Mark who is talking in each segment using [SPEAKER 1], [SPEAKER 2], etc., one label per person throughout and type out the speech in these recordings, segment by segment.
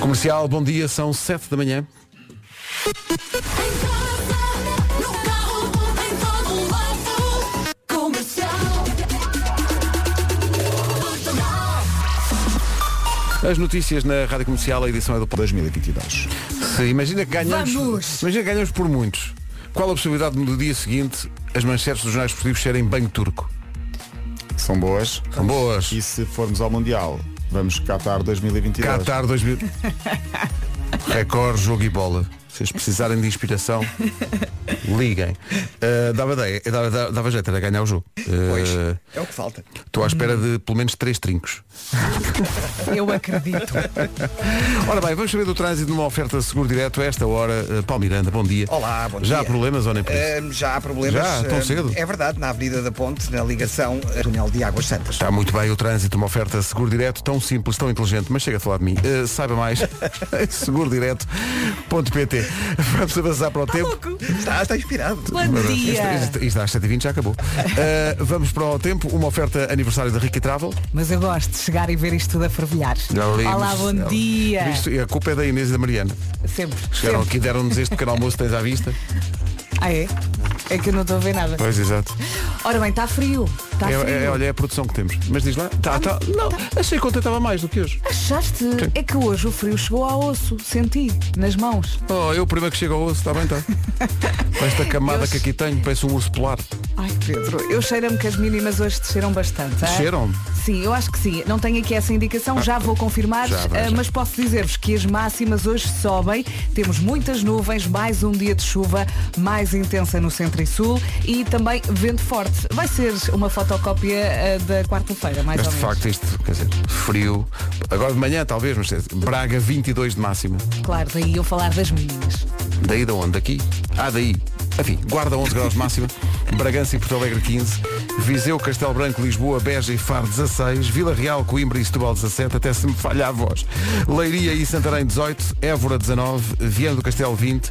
[SPEAKER 1] Comercial, bom dia, são 7 da manhã. As notícias na Rádio Comercial, a edição é do 2022. Se imagina que ganhamos,
[SPEAKER 2] Vamos!
[SPEAKER 1] imagina que ganhamos por muitos. Qual a possibilidade de no dia seguinte as manchetes dos jornais esportivos serem banho turco?
[SPEAKER 3] São boas.
[SPEAKER 1] São boas.
[SPEAKER 3] E se formos ao Mundial, vamos Qatar 2022.
[SPEAKER 1] Qatar 2000. Record, jogo e bola. Se vocês precisarem de inspiração, liguem. Uh, dava, ideia, dava, dava- dava jeito, era ganhar o jogo.
[SPEAKER 4] Pois,
[SPEAKER 5] Eh,
[SPEAKER 1] Uh,
[SPEAKER 4] é o que falta.
[SPEAKER 1] Estou à espera de pelo menos três trincos.
[SPEAKER 2] Eu acredito.
[SPEAKER 1] Ora bem, vamos saber do trânsito numa oferta de seguro direto a esta hora. Uh, Paulo Miranda, bom dia.
[SPEAKER 4] Olá, bom
[SPEAKER 1] Já
[SPEAKER 4] dia.
[SPEAKER 1] há problemas ou nem por isso?
[SPEAKER 4] Ahm, já há problemas.
[SPEAKER 1] Já? Tão
[SPEAKER 4] ahm,
[SPEAKER 1] cedo?
[SPEAKER 4] É verdade, na Avenida da Ponte, na ligação eh, Túnel de Águas Santas.
[SPEAKER 1] Está muito bem o trânsito, uma oferta de seguro direto, tão simples, tão inteligente, mas chega a falar de mim. Uh, saiba mais, em segurodireto.pt. Vamos avançar para o tempo.
[SPEAKER 2] Tá Louco!
[SPEAKER 4] Está, está inspirado.
[SPEAKER 2] Bom
[SPEAKER 1] Isto-
[SPEAKER 2] dia!
[SPEAKER 1] Isto, isto às 7h20 já acabou. Uh, vamos para o tempo, uma oferta aniversário da Rica Travel.
[SPEAKER 2] Mas eu gosto de chegar e ver isto tudo a fervilhar. Olá, bom dia!
[SPEAKER 1] Isto- a culpa é da Inês e da Mariana.
[SPEAKER 2] Sempre.
[SPEAKER 1] Chegaram
[SPEAKER 2] sempre.
[SPEAKER 1] aqui, deram-nos este pequeno almoço, tens à vista.
[SPEAKER 2] Ah, é? É que eu não estou a ver nada.
[SPEAKER 1] Pois, exato.
[SPEAKER 2] Ora bem, está frio. Está
[SPEAKER 1] É,
[SPEAKER 2] frio.
[SPEAKER 1] é- olha, é a produção que temos. Mas diz lá. Tá, tá, não, achei que ontem estava mais do que hoje.
[SPEAKER 2] Achaste? É que hoje o frio chegou ao osso. Senti, nas mãos.
[SPEAKER 1] Oh, eu o primeiro que chego ao osso, está bem, está. Com esta camada
[SPEAKER 2] Eu-
[SPEAKER 1] que aqui tenho, parece um urso polar.
[SPEAKER 2] Ai, Pedro, eu cheiro-me que as mínimas hoje desceram bastante.
[SPEAKER 1] É.
[SPEAKER 2] hã?
[SPEAKER 1] Desceram?
[SPEAKER 2] Sim, eu acho que sim. Não tenho aqui essa indicação, já vou confirmar,
[SPEAKER 1] já, vai,
[SPEAKER 2] eh,
[SPEAKER 1] já.
[SPEAKER 2] mas posso dizer-vos que as máximas hoje sobem. Temos muitas nuvens, mais um dia de chuva, mais intensa no centro e sul e também vento forte. Vai ser uma fotocópia eh, da quarta-feira, mais
[SPEAKER 1] Mas
[SPEAKER 2] ou
[SPEAKER 1] de
[SPEAKER 2] menos.
[SPEAKER 1] facto isto, quer dizer, frio. Agora de manhã talvez, mas é Braga 22 de máximo.
[SPEAKER 2] Claro, daí eu falar das mínimas.
[SPEAKER 1] Daí da onde? Daqui? Ah, daí. Enfim, Guarda 11 graus de máxima, Bragança e Porto Alegre 15, Viseu, Castelo Branco, Lisboa, Beja e Faro 16, Vila Real, Coimbra e Setúbal 17, até se me falha a voz, Leiria e Santarém 18, Évora 19, Viana do Castelo 20,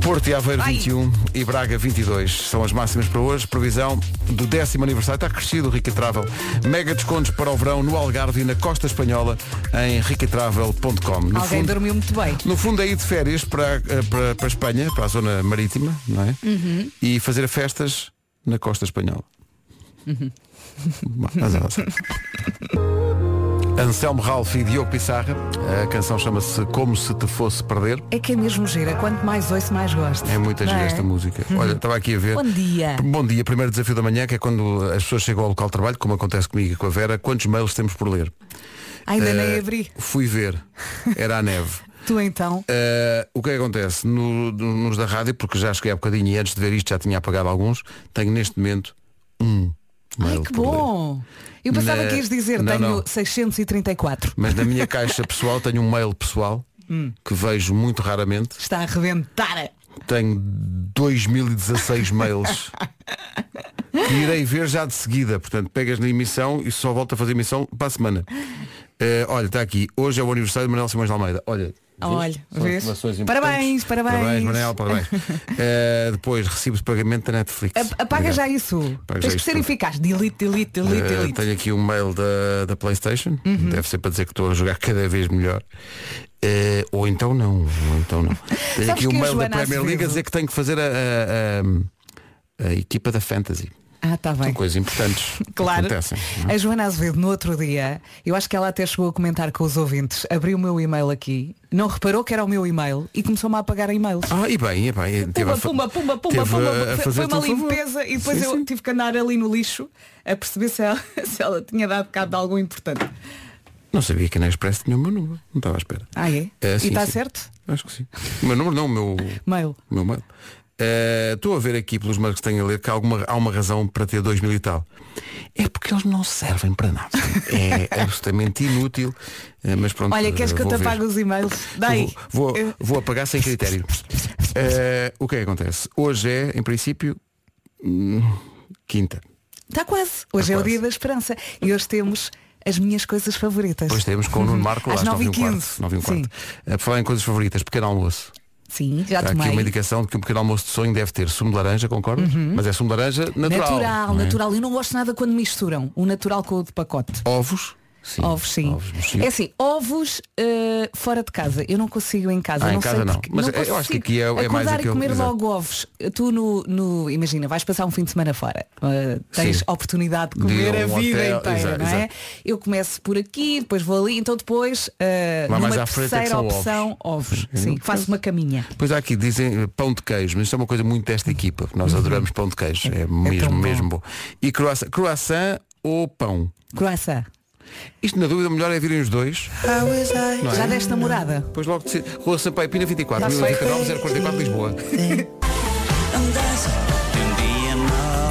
[SPEAKER 1] Porto e Aveiro
[SPEAKER 2] Ai.
[SPEAKER 1] 21 e Braga 22 são as máximas para hoje. Previsão do décimo aniversário. Está crescido o Riquitravel. Mega descontos para o verão no Algarve e na Costa Espanhola em riquitravel.com. No
[SPEAKER 2] Alguém
[SPEAKER 1] fundo-
[SPEAKER 2] dormiu muito bem.
[SPEAKER 1] no fundo é ir de férias para, eh, para, para a Espanha, para a zona marítima, não é?
[SPEAKER 2] Uhum.
[SPEAKER 1] E fazer festas na costa espanhola.
[SPEAKER 2] Uhum.
[SPEAKER 1] Bom, mas é lá certo. Anselmo Ralph e Diogo Pissarra. A canção chama-se Como Se Te Fosse Perder.
[SPEAKER 2] É que é mesmo gira, quanto mais ouço, mais gosto.
[SPEAKER 1] É muita
[SPEAKER 2] Não
[SPEAKER 1] gira
[SPEAKER 2] é?
[SPEAKER 1] esta música. Olha, estava aqui a ver.
[SPEAKER 2] Bom dia.
[SPEAKER 1] Bom dia, primeiro desafio da manhã, que é quando as pessoas chegam ao local de trabalho, como acontece comigo e com a Vera, quantos mails temos por ler?
[SPEAKER 2] Ainda nem
[SPEAKER 1] Eh,
[SPEAKER 2] abri.
[SPEAKER 1] Fui ver. Era a neve.
[SPEAKER 2] Tu então?
[SPEAKER 1] Uh, o que é que acontece? No- no- nos da rádio, porque já cheguei há bocadinho e antes de ver isto já tinha apagado alguns, tenho neste momento um
[SPEAKER 2] Ai,
[SPEAKER 1] mail
[SPEAKER 2] que
[SPEAKER 1] por ler.
[SPEAKER 2] bom! Eu pensava
[SPEAKER 1] Na-
[SPEAKER 2] que ias dizer,
[SPEAKER 1] Não,
[SPEAKER 2] tenho
[SPEAKER 1] não.
[SPEAKER 2] 634.
[SPEAKER 1] Mas na minha caixa pessoal tenho um mail pessoal
[SPEAKER 2] Hum.
[SPEAKER 1] que vejo muito raramente.
[SPEAKER 2] Está a arrebentar!
[SPEAKER 1] Tenho 2016 mails que irei ver já de seguida. Portanto, pegas na emissão e só volto a fazer emissão para a semana. Uh, olha, está aqui. Hoje é o aniversário de Manuel Simões de Almeida. Olha.
[SPEAKER 2] Olha,
[SPEAKER 1] São
[SPEAKER 2] vês?
[SPEAKER 1] informações importantes.
[SPEAKER 2] Parabéns, parabéns.
[SPEAKER 1] Parabéns, Manel, parabéns. Eh, depois, recibo de pagamento da Netflix.
[SPEAKER 2] A- Apaga
[SPEAKER 1] Obrigado.
[SPEAKER 2] já isso.
[SPEAKER 1] Apaga
[SPEAKER 2] Tens
[SPEAKER 1] já
[SPEAKER 2] que
[SPEAKER 1] isso
[SPEAKER 2] ser
[SPEAKER 1] tudo.
[SPEAKER 2] eficaz. Delete, delete, delete,
[SPEAKER 1] Eh,
[SPEAKER 2] delete.
[SPEAKER 1] tenho aqui um mail da, da Playstation
[SPEAKER 2] Uhum.
[SPEAKER 1] Deve ser para dizer que estou a jogar cada vez melhor Eh, Ou então não Ou então não Tenho
[SPEAKER 2] Sabes
[SPEAKER 1] aqui um
[SPEAKER 2] que a
[SPEAKER 1] mail da
[SPEAKER 2] Joana
[SPEAKER 1] Premier League
[SPEAKER 2] Azevedo-
[SPEAKER 1] a dizer que tenho que fazer a, a- a- a equipa da Fantasy
[SPEAKER 2] Ah, está bem.
[SPEAKER 1] São coisas importantes que
[SPEAKER 2] Claro.
[SPEAKER 1] acontecem não é?
[SPEAKER 2] A Joana Azevedo, no outro dia, eu acho que ela até chegou a comentar com os ouvintes, abriu o meu e-mail aqui, não reparou que era o meu e-mail e começou-me a apagar e-mails.
[SPEAKER 1] Ah, e bem, e bem teve a
[SPEAKER 2] Pumba,
[SPEAKER 1] fa-
[SPEAKER 2] pumba, pumba, pumba,
[SPEAKER 1] teve
[SPEAKER 2] pumba.
[SPEAKER 1] a
[SPEAKER 2] Foi-
[SPEAKER 1] fazer
[SPEAKER 2] Foi uma
[SPEAKER 1] tudo favor.
[SPEAKER 2] limpeza e depois
[SPEAKER 1] Sim,
[SPEAKER 2] eu
[SPEAKER 1] sim.
[SPEAKER 2] tive que andar ali no lixo a perceber se ela, se ela tinha dado cabo de algo importante.
[SPEAKER 1] Não sabia que na Express tinha o meu número Não estava à espera
[SPEAKER 2] Ah, é?
[SPEAKER 1] Eh,
[SPEAKER 2] e
[SPEAKER 1] sim,
[SPEAKER 2] está
[SPEAKER 1] sim.
[SPEAKER 2] certo?
[SPEAKER 1] Acho que sim O meu número não, o meu
[SPEAKER 2] Mail.
[SPEAKER 1] o meu mail. Eh, Estou a ver aqui pelos mails que tenho a ler que há, alguma, há uma razão para ter dois mil e tal. É porque eles não servem para nada. É absolutamente inútil. eh, mas pronto.
[SPEAKER 2] Olha, queres
[SPEAKER 1] eh,
[SPEAKER 2] que eu
[SPEAKER 1] vou
[SPEAKER 2] te
[SPEAKER 1] ver.
[SPEAKER 2] apague os e-mails? Daí.
[SPEAKER 1] Vou, vou, vou apagar sem critério. Eh, o que é que acontece? Hoje é, em princípio, hum, quinta.
[SPEAKER 2] Está quase. Hoje é o
[SPEAKER 1] Tá quase.
[SPEAKER 2] dia da esperança. E hoje temos as minhas coisas favoritas.
[SPEAKER 1] Depois temos com o Nuno Marco
[SPEAKER 2] Às
[SPEAKER 1] às 9 e um
[SPEAKER 2] 9h15.
[SPEAKER 1] quarto. 9 e um quarto. Eh, por falar em coisas favoritas, pequeno almoço.
[SPEAKER 2] Sim, já
[SPEAKER 1] Há tá aqui uma
[SPEAKER 2] tomei.
[SPEAKER 1] indicação de que um pequeno almoço de sonho deve ter sumo de laranja, concordas? Mas é sumo de laranja natural.
[SPEAKER 2] Uhum. natural,
[SPEAKER 1] não é?
[SPEAKER 2] natural. Eu não gosto nada quando misturam o natural com o de pacote.
[SPEAKER 1] Ovos. Sim,
[SPEAKER 2] ovos, sim.
[SPEAKER 1] ovos mexidos.
[SPEAKER 2] é assim, ovos eh, fora de casa. Eu não consigo em casa.
[SPEAKER 1] Ah, em
[SPEAKER 2] não
[SPEAKER 1] casa
[SPEAKER 2] sei
[SPEAKER 1] não.
[SPEAKER 2] porque-
[SPEAKER 1] Mas eu acho que
[SPEAKER 2] consigo
[SPEAKER 1] aqui é- é mais
[SPEAKER 2] Acordar e
[SPEAKER 1] aquele-
[SPEAKER 2] comer
[SPEAKER 1] exato.
[SPEAKER 2] logo ovos. Tu no, no- Imagina, vais passar um fim de semana fora. Eh, tens
[SPEAKER 1] Sim.
[SPEAKER 2] a oportunidade de
[SPEAKER 1] De ir
[SPEAKER 2] comer
[SPEAKER 1] a
[SPEAKER 2] a
[SPEAKER 1] um
[SPEAKER 2] vida
[SPEAKER 1] hotel,
[SPEAKER 2] inteira,
[SPEAKER 1] exato,
[SPEAKER 2] não é?
[SPEAKER 1] exato.
[SPEAKER 2] Eu começo por aqui, depois vou ali, então depois eh,
[SPEAKER 1] Lá
[SPEAKER 2] numa
[SPEAKER 1] mais à frente é que
[SPEAKER 2] terceira
[SPEAKER 1] são ovos.
[SPEAKER 2] opção, ovos. Sim, faço uma caminha.
[SPEAKER 1] Pois há aqui dizem eh, pão de queijo, mas isto é uma coisa muito desta equipa. que Nós adoramos pão de queijo. É, mesmo,
[SPEAKER 2] Uhum. tão bom.
[SPEAKER 1] mesmo bom. E croissant, croissant ou pão?
[SPEAKER 2] Croissant.
[SPEAKER 1] Isto na dúvida melhor é virem os dois. é?
[SPEAKER 2] Já deste namorada?
[SPEAKER 1] Depois logo decide. Rua Sampaio Pina 24,
[SPEAKER 2] Está
[SPEAKER 1] 1049 044 Lisboa.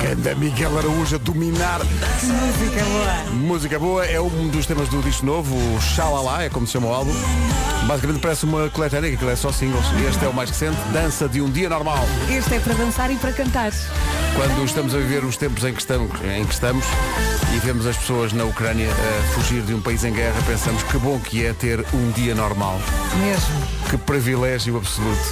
[SPEAKER 1] Canda Miguel Araújo a dominar.
[SPEAKER 2] Música boa.
[SPEAKER 1] Música boa é um dos temas do disco novo, o Xalala, é como se chama o álbum. Basicamente parece uma coletânea, que aquilo é só singles. E este é o mais recente, Dança de um Dia Normal.
[SPEAKER 2] Este é para dançar e para cantar.
[SPEAKER 1] Quando estamos a viver os tempos em que estamos, em que estamos e vemos as pessoas na Ucrânia a fugir de um país em guerra, pensamos que bom que é ter um dia normal.
[SPEAKER 2] Mesmo.
[SPEAKER 1] Que privilégio absoluto.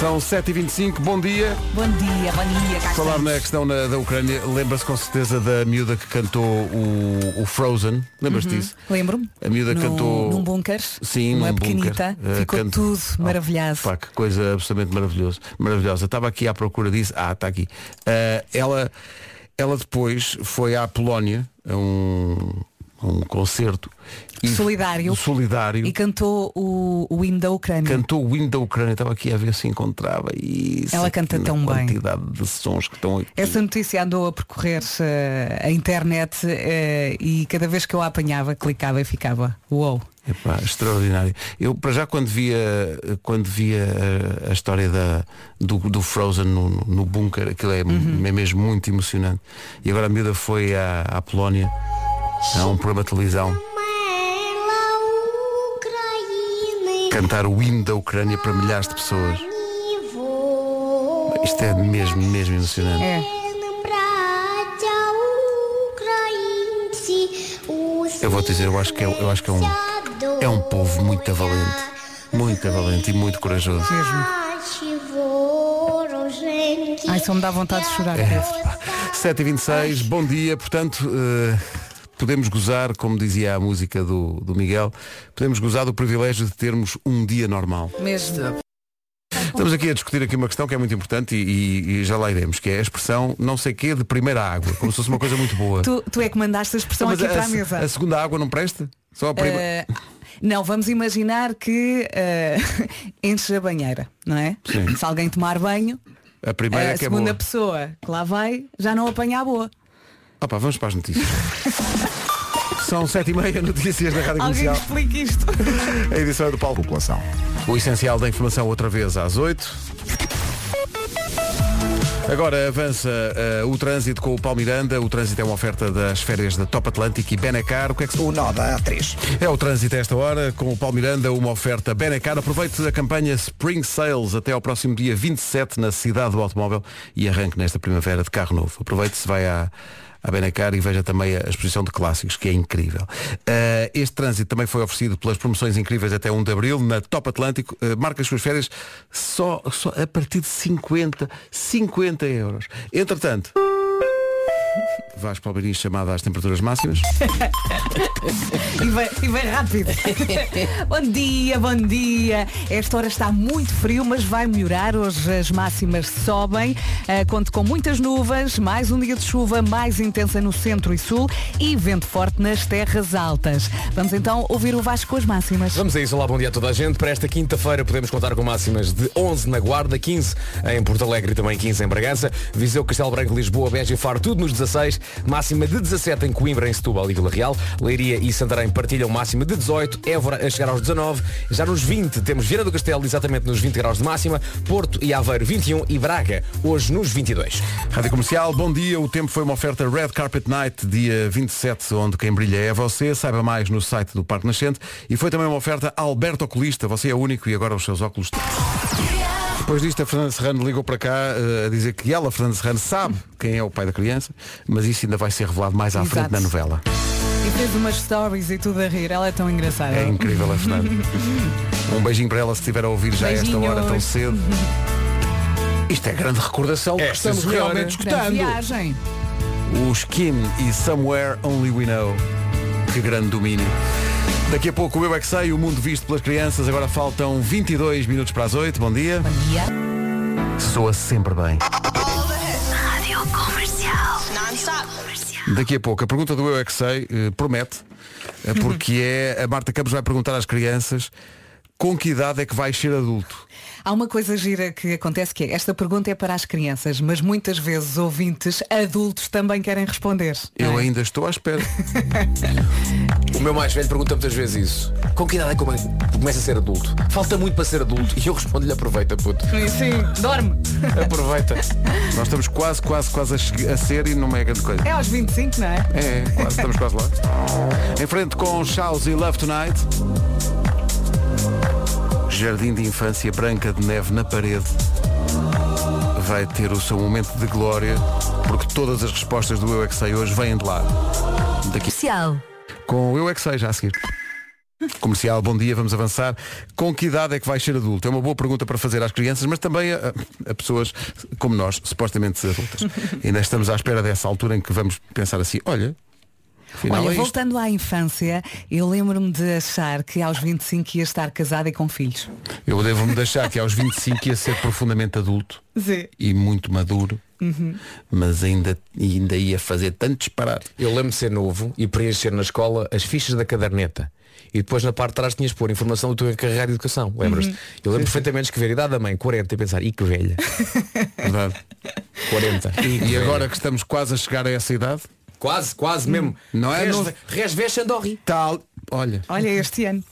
[SPEAKER 1] São 7h25, bom dia.
[SPEAKER 2] Bom dia, bom dia. cá
[SPEAKER 1] Falar
[SPEAKER 2] estamos.
[SPEAKER 1] na questão na- da Ucrânia, lembra-se com certeza da miúda que cantou o, o Frozen, lembras-te disso?
[SPEAKER 2] Lembro-me.
[SPEAKER 1] A miúda
[SPEAKER 2] Uhum. Num-
[SPEAKER 1] cantou-
[SPEAKER 2] Num bunker.
[SPEAKER 1] Sim,
[SPEAKER 2] Uma
[SPEAKER 1] num bunker.
[SPEAKER 2] pequenita.
[SPEAKER 1] Eh,
[SPEAKER 2] Ficou
[SPEAKER 1] canto-
[SPEAKER 2] tudo
[SPEAKER 1] Oh,
[SPEAKER 2] maravilhado.
[SPEAKER 1] Pá, que coisa absolutamente maravilhosa. maravilhosa. Estava aqui à procura disso. Ah, está aqui. Ah, ela, ela depois foi à Polónia a um, a um concerto. e-
[SPEAKER 2] Solidário.
[SPEAKER 1] Solidário.
[SPEAKER 2] E cantou o, o hino da Ucrânia.
[SPEAKER 1] Cantou o hino da Ucrânia, estava aqui a ver se encontrava e
[SPEAKER 2] Ela canta tão bem.
[SPEAKER 1] quantidade de sons que estão aqui.
[SPEAKER 2] Essa notícia andou a percorrer eh, a internet eh, e cada vez que eu a apanhava, clicava e ficava. Uou.
[SPEAKER 1] Epá, extraordinário. Eu para já quando via quando via a, a história da, do, do Frozen no, no- no bunker, aquilo é, é mesmo muito emocionante. E agora a miúda foi à, à Polónia, a um programa de televisão, cantar o hino da Ucrânia para milhares de pessoas. Isto é mesmo, mesmo emocionante.
[SPEAKER 2] É.
[SPEAKER 1] Eu vou dizer, eu acho que é, eu acho que é um, é um povo muito valente. Muito valente e muito corajoso.
[SPEAKER 2] Ai, só me dá vontade de chorar.
[SPEAKER 1] É.
[SPEAKER 2] Pedro.
[SPEAKER 1] 7h26, bom dia, portanto. eh, Podemos gozar, como dizia a música do, do Miguel, podemos gozar do privilégio de termos um dia normal.
[SPEAKER 2] Mesmo.
[SPEAKER 1] Estamos aqui a discutir aqui uma questão que é muito importante e, e- e já lá iremos, que é a expressão não sei quê de primeira água, como se fosse uma coisa muito boa.
[SPEAKER 2] Tu, tu é que mandaste a expressão
[SPEAKER 1] Mas
[SPEAKER 2] aqui
[SPEAKER 1] a-
[SPEAKER 2] para a
[SPEAKER 1] a,
[SPEAKER 2] mesa.
[SPEAKER 1] a segunda água não presta? Só a primeira.
[SPEAKER 2] Eh, não, vamos imaginar que eh, enches a banheira, não é?
[SPEAKER 1] Sim.
[SPEAKER 2] Se alguém tomar banho,
[SPEAKER 1] a primeira
[SPEAKER 2] a
[SPEAKER 1] é que é
[SPEAKER 2] eh, segunda
[SPEAKER 1] boa.
[SPEAKER 2] pessoa que lá vai já não apanha a boa.
[SPEAKER 1] Ah pá, vamos para as notícias. São 7h30 notícias da Rádio
[SPEAKER 2] Alguém
[SPEAKER 1] Comercial.
[SPEAKER 2] explica isto.
[SPEAKER 1] A edição é do Paulo.
[SPEAKER 3] População.
[SPEAKER 1] O essencial da informação outra vez às 8. Agora avança eh, o trânsito com o Paulo Miranda. O trânsito é uma oferta das férias da Top Atlântico e Benacar. O que é, que se-
[SPEAKER 4] O nó da A3.
[SPEAKER 1] é o trânsito a esta hora com o Paulo Miranda, uma oferta Benacar. Aproveite a campanha Spring Sales até ao próximo dia 27 na cidade do automóvel e arranque nesta primavera de carro novo. Aproveite se vai à, à Benacar e veja também a exposição de clássicos, que é incrível. Eh, este trânsito também foi oferecido pelas promoções incríveis até 1 de Abril na Top Atlântico. Eh, marca as suas férias só, só a partir de 50, 50 euros. Entretanto, Vasco Palmeirinho chamada às temperaturas máximas.
[SPEAKER 2] E vai, e vai rápido. bom dia, bom dia. Esta hora está muito frio, mas vai melhorar. Hoje as máximas sobem. Ah, conto com muitas nuvens, mais um dia de chuva mais intensa no centro e sul e vento forte nas terras altas. Vamos então ouvir o Vasco com as máximas.
[SPEAKER 6] Vamos a isso, olá, bom dia a toda a gente. Para esta quinta-feira podemos contar com máximas de 11 na Guarda, 15 em Porto Alegre e também 15 em Bragança, Viseu, Castelo Branco, Lisboa, Beja e Faro, tudo nos 16, máxima de 17 em Coimbra, em Setúbal e Vila Real, Leiria e Santarém partilham máxima de 18, Évora a chegar aos 19, já nos 20 temos Vieira do Castelo exatamente nos 20 graus de máxima, Porto e Aveiro 21 e Braga hoje nos 22.
[SPEAKER 1] Rádio Comercial, bom dia. O tempo foi uma oferta Red Carpet Night, dia 27, onde quem brilha é você. Saiba mais no site do Parque Nascente. E foi também uma oferta Alberto Oculista. Você é único e agora os seus óculos. Depois disto, a Fernanda Serrano ligou para cá eh, a dizer que ela, Fernanda Serrano, sabe quem é o pai da criança, mas isso ainda vai ser revelado mais à
[SPEAKER 2] Exato.
[SPEAKER 1] frente na novela.
[SPEAKER 2] E fez umas stories e tudo a rir. Ela é tão engraçada.
[SPEAKER 1] É incrível a Fernanda. Um beijinho para ela se estiver a ouvir já a esta
[SPEAKER 2] Beijinhos.
[SPEAKER 1] hora tão cedo. Isto é grande recordação
[SPEAKER 6] É,
[SPEAKER 1] que estamos
[SPEAKER 6] sim, senhora.
[SPEAKER 1] realmente
[SPEAKER 2] Grande
[SPEAKER 1] escutando.
[SPEAKER 2] viagem.
[SPEAKER 1] O Skin e Somewhere Only We Know. Que grande domínio. Daqui a pouco o Eu é que sei, o mundo visto pelas crianças. Agora faltam 22 minutos para as 8. Bom dia.
[SPEAKER 2] Bom dia.
[SPEAKER 1] Soa sempre bem.
[SPEAKER 7] Rádio Comercial. Non-stop.
[SPEAKER 1] Daqui a pouco, a pergunta do Eu é que sei eh, promete, eh, porque é a Marta Campos vai perguntar às crianças com que idade é que vais ser adulto.
[SPEAKER 2] Há uma coisa gira que acontece que é, esta pergunta é para as crianças, mas muitas vezes ouvintes adultos também querem responder. é?
[SPEAKER 1] Eu ainda estou à espera.
[SPEAKER 6] O meu mais velho pergunta muitas vezes isso. Com que idade é que come- começa a ser adulto? Falta muito para ser adulto. E eu respondo-lhe, aproveita, puto.
[SPEAKER 2] Sim, Sim, dorme.
[SPEAKER 6] Aproveita.
[SPEAKER 1] Nós estamos quase, quase, quase a, che- a ser e não é grande coisa.
[SPEAKER 2] É aos 25, não é?
[SPEAKER 1] É, é, quase, estamos quase lá. Em frente com Charles e Love Tonight. Jardim de Infância Branca de Neve na parede. Vai ter o seu momento de glória, porque todas as respostas do Eu é que sei hoje vêm de lá. Daqui
[SPEAKER 8] Comercial.
[SPEAKER 1] com o Eu É Que Sei, já a seguir. Comercial, bom dia, vamos avançar. Com que idade é que vais ser adulto? É uma boa pergunta para fazer às crianças, mas também a, a pessoas como nós, supostamente adultas. Ainda estamos à espera dessa altura em que vamos pensar assim, olha, afinal
[SPEAKER 2] Olha,
[SPEAKER 1] é isto.
[SPEAKER 2] voltando à infância, eu lembro-me de achar que aos 25 ia estar casada e com filhos.
[SPEAKER 1] Eu devo-me deixar que aos 25 ia ser profundamente adulto
[SPEAKER 2] Sim. Uhum.
[SPEAKER 1] e muito maduro, mas ainda, ainda ia fazer tanto disparar.
[SPEAKER 6] Eu lembro de ser novo e preencher na escola as fichas da caderneta. E depois na parte de trás tinhas de pôr informação do teu encarregado de educação. Lembras-te? Eu lembro perfeitamente de escrever idade da mãe, 40, e pensar, e que velha.
[SPEAKER 1] Verdade.
[SPEAKER 6] 40.
[SPEAKER 1] E agora que estamos quase a chegar a essa idade,
[SPEAKER 6] Quase, quase mesmo.
[SPEAKER 1] Não é?
[SPEAKER 6] Res-
[SPEAKER 1] Não-
[SPEAKER 6] Resvés Sandorri.
[SPEAKER 1] tal, olha,
[SPEAKER 2] Olha, este ano.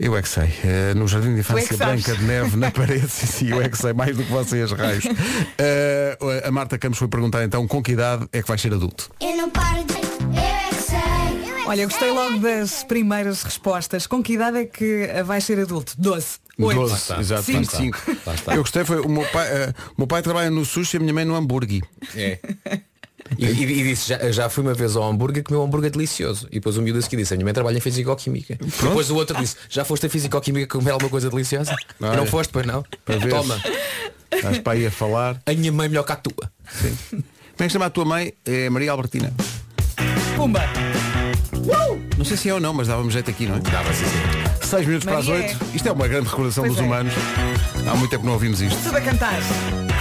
[SPEAKER 1] Eu é que sei. Eh, no Jardim de
[SPEAKER 2] é
[SPEAKER 1] Infância
[SPEAKER 2] que sabes.
[SPEAKER 1] Branca de Neve, na parede, sim, sim, eu é que sei mais do que vocês, raios. Eh, a Marta Campos foi perguntar então com que idade é que vais ser adulto.
[SPEAKER 7] Eu não paro de. Eu é que sei. Eu é que
[SPEAKER 2] Olha, eu gostei
[SPEAKER 7] sei.
[SPEAKER 2] logo das primeiras respostas. Com que idade é que vais ser adulto? 12. 8.
[SPEAKER 1] exato,
[SPEAKER 2] Cinco.
[SPEAKER 1] 25.
[SPEAKER 6] Lá está.
[SPEAKER 1] Eu gostei, foi o meu pai, eh, o meu pai trabalha no sushi e a minha mãe no hambúrguer.
[SPEAKER 6] É. E, e- e disse, já, já fui uma vez ao hambúrguer comeu um hambúrguer delicioso. E depois o miúdo a seguir disse, a minha mãe trabalha em fisicoquímica. Depois o outro disse, já foste a fisicoquímica comer alguma coisa deliciosa?
[SPEAKER 1] Olha.
[SPEAKER 6] Não foste, pois não?
[SPEAKER 1] Para ver.
[SPEAKER 6] Toma,
[SPEAKER 1] Estás para aí a falar.
[SPEAKER 6] a minha mãe melhor que a tua.
[SPEAKER 1] Como é que chama a tua mãe? É Maria Albertina.
[SPEAKER 2] Pumba.
[SPEAKER 1] Não sei se é ou não, mas dávamos jeito aqui, não é?
[SPEAKER 6] Dava assim, sim.
[SPEAKER 1] 6 minutos para as
[SPEAKER 2] Maria.
[SPEAKER 1] 8. Isto é uma grande recordação
[SPEAKER 2] Pois
[SPEAKER 1] dos
[SPEAKER 2] é.
[SPEAKER 1] humanos. Há muito tempo não ouvimos isto.
[SPEAKER 2] Tudo a cantar.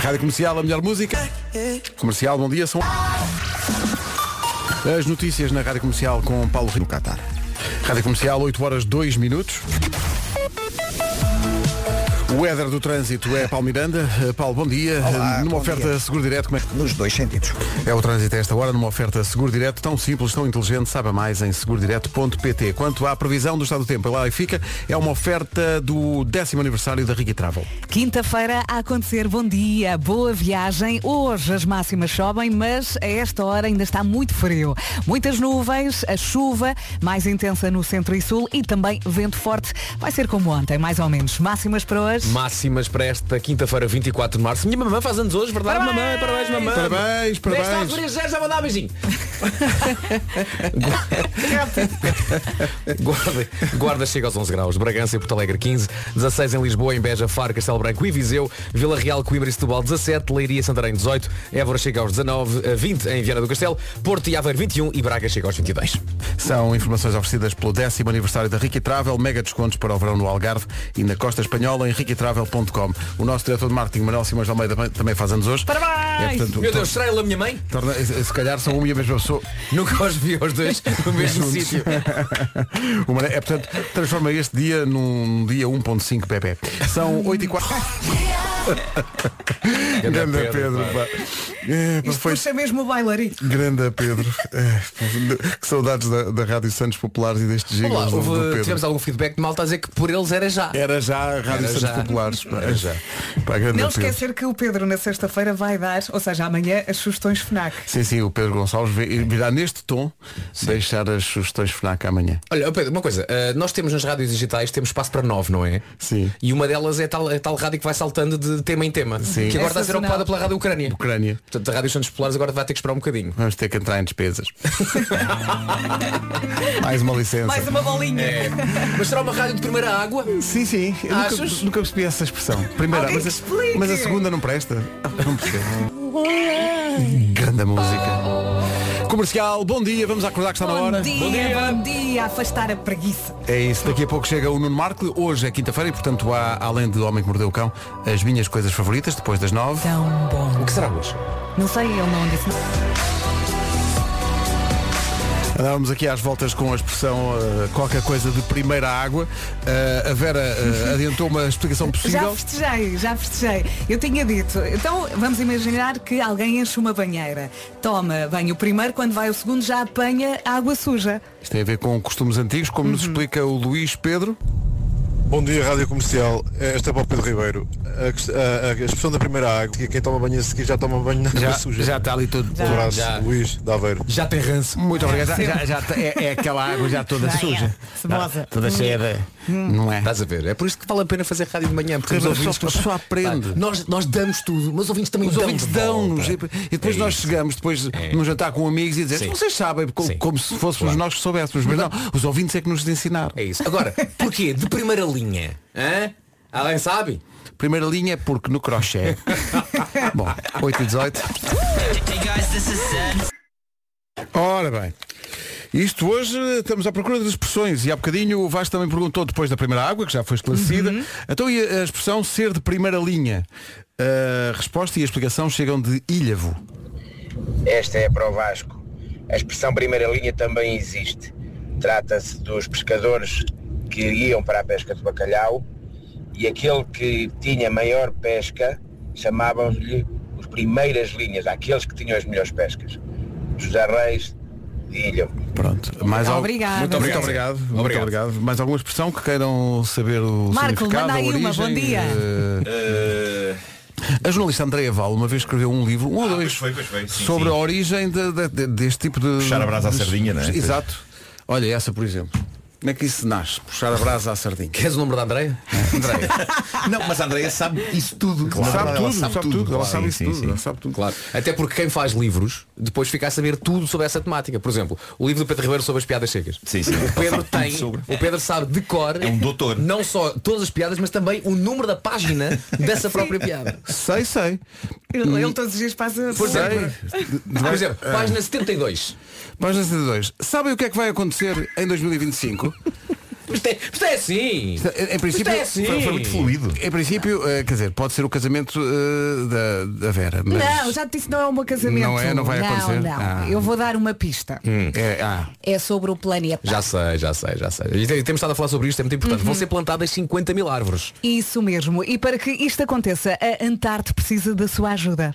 [SPEAKER 1] Rádio Comercial, a melhor música. Comercial, bom dia, são. As notícias na Rádio Comercial com Paulo Rico.
[SPEAKER 3] no Catar.
[SPEAKER 1] Rádio Comercial, 8 horas 2 minutos. O éder do trânsito é Paulo Miranda. Eh, Paulo, bom dia.
[SPEAKER 4] Olá,
[SPEAKER 1] Eh, Numa
[SPEAKER 4] bom
[SPEAKER 1] oferta
[SPEAKER 4] dia.
[SPEAKER 1] seguro direto, como é que
[SPEAKER 4] Nos dois sentidos.
[SPEAKER 1] é o trânsito a esta hora numa oferta seguro direto tão simples, tão inteligente, saiba mais em segurodireto.pt. Quanto à previsão do estado do tempo, lá e fica, é uma oferta do décimo aniversário da Riga Travel.
[SPEAKER 2] Quinta-feira a acontecer, bom dia, boa viagem. Hoje as máximas sobem, mas a esta hora ainda está muito frio. Muitas nuvens, a chuva mais intensa no centro e sul e também vento forte. Vai ser como ontem, mais ou menos. Máximas para hoje.
[SPEAKER 6] Máximas para esta quinta-feira, 24 de março. Minha mamãe faz anos hoje, verdade?
[SPEAKER 2] Parabéns!
[SPEAKER 6] Mamãe, parabéns, mamãe.
[SPEAKER 1] Parabéns,
[SPEAKER 6] Nesta
[SPEAKER 1] parabéns.
[SPEAKER 6] altura já já mandar beijinho. Guarda, Guarda chega aos 11 graus, Bragança e Porto Alegre 15, 16 em Lisboa, em Beja, Faro, Castelo Branco e Viseu, Vila Real, Coimbra e Setúbal 17, Leiria e Santarém 18, Évora chega aos 19, eh, 20 em Viana do Castelo, Porto e Aveiro 21 e Braga chega aos 22.
[SPEAKER 1] São informações oferecidas pelo décimo aniversário da Ricky Travel, mega descontos para o verão no Algarve e na Costa Espanhola em riquitravel.com. O nosso diretor de marketing, Manuel Simões de Almeida, também faz anos hoje.
[SPEAKER 2] Parabéns!
[SPEAKER 1] É, portanto,
[SPEAKER 6] Meu Deus, será ele a minha mãe?
[SPEAKER 1] torna- se calhar são uma e a mesma pessoa.
[SPEAKER 6] Nunca os vi os dois no mesmo
[SPEAKER 1] Juntos.
[SPEAKER 6] sítio.
[SPEAKER 1] Uma- é, portanto, transforma este dia num dia 1.5 PP. São 8 e 4. Grande Pedro, pá. É, pá,
[SPEAKER 2] Isto
[SPEAKER 1] foi
[SPEAKER 2] puxa mesmo o bailarino.
[SPEAKER 1] Grande Pedro. É, que saudades da, da Rádio Santos Populares e destes
[SPEAKER 6] Olá,
[SPEAKER 1] gigas do, do
[SPEAKER 6] houve-
[SPEAKER 1] Pedro. É.
[SPEAKER 6] tivemos algum feedback de malta a dizer que por eles era já.
[SPEAKER 1] Era já a Rádio
[SPEAKER 6] Era
[SPEAKER 1] Santos
[SPEAKER 6] já.
[SPEAKER 1] Populares. pá. é
[SPEAKER 6] Era já.
[SPEAKER 1] Pá, grande
[SPEAKER 2] Não
[SPEAKER 1] Pedro.
[SPEAKER 2] esquecer que o Pedro na sexta-feira vai dar, ou seja, amanhã, as sugestões FNAC.
[SPEAKER 1] Sim, sim, o Pedro Gonçalves vi- virá neste tom deixar as sugestões FNAC amanhã.
[SPEAKER 6] Olha, Pedro, uma coisa, eh, nós temos nas rádios digitais, temos espaço para nove, não é?
[SPEAKER 1] Sim.
[SPEAKER 6] E uma delas é tal, é tal rádio que vai saltando de tema em tema.
[SPEAKER 1] Sim.
[SPEAKER 6] Que agora está a ser
[SPEAKER 2] Sensacional.
[SPEAKER 6] ocupada pela Rádio Ucrânia.
[SPEAKER 1] Ucrânia.
[SPEAKER 6] Portanto, a Rádio Santos Polares agora vai ter que esperar um bocadinho.
[SPEAKER 1] Vamos ter que entrar em despesas. Mais uma licença.
[SPEAKER 2] Mais uma bolinha.
[SPEAKER 1] É,
[SPEAKER 6] Mas será uma rádio de primeira água?
[SPEAKER 1] Sim, sim. Eu nunca,
[SPEAKER 6] Achas?
[SPEAKER 1] nunca percebi essa expressão. Primeira, mas,
[SPEAKER 2] Alguém que explique.
[SPEAKER 1] a, mas a segunda não presta. Não percebo. Grande música. Comercial, bom dia, vamos acordar que está na hora.
[SPEAKER 2] Bom dia, bom dia, afastar a preguiça.
[SPEAKER 1] É isso, daqui a pouco chega o Nuno Marco. Hoje é quinta-feira e, portanto, há, além do Homem que Mordeu o Cão, as minhas coisas favoritas, depois das nove.
[SPEAKER 2] Tão bom.
[SPEAKER 6] O que será hoje?
[SPEAKER 2] Não sei, é ele não disse.
[SPEAKER 1] Andávamos aqui às voltas com a expressão eh, qualquer coisa de primeira água. Eh, a Vera eh, adiantou uma explicação
[SPEAKER 2] Já
[SPEAKER 1] possível.
[SPEAKER 2] festejei, já festejei. Eu tinha dito, então vamos imaginar que alguém enche uma banheira. Toma banho o primeiro, quando vai o segundo já apanha a água suja.
[SPEAKER 1] Isto tem a ver com costumes antigos, como
[SPEAKER 2] Uhum.
[SPEAKER 1] nos explica o Luís Pedro.
[SPEAKER 8] Bom dia, Rádio Comercial. Este é para o Pedro Ribeiro. A, quest- a- a- a expressão da primeira água, que quem toma banho a seguir já toma banho na água suja.
[SPEAKER 1] está ali todo.
[SPEAKER 8] Um abraço,
[SPEAKER 6] Já.
[SPEAKER 8] Luís, de Aveiro.
[SPEAKER 6] Já tem ranço.
[SPEAKER 1] Muito obrigado. Já, já- já tá- é, é aquela água já toda suja.
[SPEAKER 2] Cebosa.
[SPEAKER 1] Toda cheia de. Não é?
[SPEAKER 6] Estás a ver? É por isso que vale a pena fazer rádio de manhã, porque
[SPEAKER 1] Mas
[SPEAKER 6] os
[SPEAKER 1] só-
[SPEAKER 6] ouvintes
[SPEAKER 1] só- só aprende.
[SPEAKER 6] Pá, Nós, nós damos tudo, mas os ouvintes também
[SPEAKER 1] Os
[SPEAKER 6] dão
[SPEAKER 1] ouvintes
[SPEAKER 6] de
[SPEAKER 1] dão-nos.
[SPEAKER 6] Então volta.
[SPEAKER 1] E, e depois
[SPEAKER 6] É
[SPEAKER 1] nós
[SPEAKER 6] isso.
[SPEAKER 1] chegamos depois
[SPEAKER 6] É.
[SPEAKER 1] num jantar com amigos e
[SPEAKER 6] Sim.
[SPEAKER 1] dizemos, vocês sabem, co-
[SPEAKER 6] Sim.
[SPEAKER 1] como, se fôssemos
[SPEAKER 6] Claro.
[SPEAKER 1] nós que soubéssemos. Mas não, os ouvintes é que nos ensinaram.
[SPEAKER 6] É isso. Agora, porquê? De primeira linha. Hã? Alguém sabe?
[SPEAKER 1] Primeira linha é porque no crochê. Bom, 8 e 18. Ora bem. Isto hoje estamos à procura das expressões e há bocadinho o Vasco também perguntou depois da primeira água, que já foi esclarecida. Então e a a expressão ser de primeira linha? A resposta e a explicação chegam de Ilhavo.
[SPEAKER 9] Esta é para o Vasco. A expressão primeira linha também existe. Trata-se dos pescadores que iam para a pesca de bacalhau e aquele que tinha maior pesca chamavam-lhe os primeiras linhas, aqueles que tinham as melhores pescas. José Reis de Ilham.
[SPEAKER 1] Pronto. Mais al-
[SPEAKER 2] Obrigada.
[SPEAKER 1] Muito obrigado. Muito obrigado. Muito
[SPEAKER 6] Obrigado.
[SPEAKER 1] obrigado. Mais alguma expressão que queiram saber o
[SPEAKER 2] Marco,
[SPEAKER 1] significado,
[SPEAKER 2] manda aí
[SPEAKER 1] a origem?
[SPEAKER 2] uma. Bom dia.
[SPEAKER 1] eh, A jornalista Andreia Val uma vez escreveu um livro, um ou dois,
[SPEAKER 5] Ah, pois foi, pois foi. Sim,
[SPEAKER 1] sobre
[SPEAKER 5] sim.
[SPEAKER 1] a origem de- de- de- deste tipo de.
[SPEAKER 5] Puxar a brasa à
[SPEAKER 1] de-
[SPEAKER 5] sardinha, não é?
[SPEAKER 1] Exato. Olha, essa por exemplo. Como é que isso nasce? Puxar a brasa à sardinha.
[SPEAKER 6] Queres o número da Andreia?
[SPEAKER 5] Andréia. Não, mas a Andréia sabe isso tudo. Claro,
[SPEAKER 1] sabe
[SPEAKER 5] ela
[SPEAKER 1] tudo,
[SPEAKER 5] sabe,
[SPEAKER 1] sabe tudo, ela
[SPEAKER 5] claro.
[SPEAKER 1] sabe isso
[SPEAKER 5] Sim,
[SPEAKER 1] tudo,
[SPEAKER 5] sim, sim.
[SPEAKER 1] ela sabe tudo.
[SPEAKER 6] Claro. Até porque quem faz livros depois fica a saber tudo sobre essa temática. Por exemplo, o livro do Pedro Ribeiro sobre as piadas secas.
[SPEAKER 5] Sim, sim.
[SPEAKER 6] O Pedro
[SPEAKER 5] Sabe tudo
[SPEAKER 6] tem,
[SPEAKER 5] sobre.
[SPEAKER 6] o Pedro sabe de cor,
[SPEAKER 5] É um doutor.
[SPEAKER 6] não só todas as piadas, mas também o número da página dessa própria piada.
[SPEAKER 1] Sei, sei. é.
[SPEAKER 2] Ele, ele todos os dias passa.
[SPEAKER 6] Por exemplo,
[SPEAKER 1] Sei.
[SPEAKER 6] por exemplo
[SPEAKER 5] Ah.
[SPEAKER 6] página 72.
[SPEAKER 1] Página 72. Sabem o que é que vai acontecer em 2025?
[SPEAKER 6] Isto é, isto é assim.
[SPEAKER 1] Em- Em princípio,
[SPEAKER 6] Isto é assim.
[SPEAKER 1] foi- foi muito
[SPEAKER 5] Fluido.
[SPEAKER 1] Em princípio, eh, quer dizer, pode ser o casamento eh, da, da Vera. Mas
[SPEAKER 2] Não, já te disse, não é um meu casamento.
[SPEAKER 1] Não é? Não vai acontecer?
[SPEAKER 2] Não,
[SPEAKER 1] Ah.
[SPEAKER 2] Eu vou dar uma pista.
[SPEAKER 1] É, ah,
[SPEAKER 2] É sobre o planeta.
[SPEAKER 6] Já sei, já sei, já sei. E te- temos estado a falar sobre isto, é muito
[SPEAKER 5] Uhum.
[SPEAKER 6] importante. Vão ser plantadas 50 mil árvores.
[SPEAKER 2] Isso mesmo. E para que isto aconteça, a Antarte precisa da sua ajuda.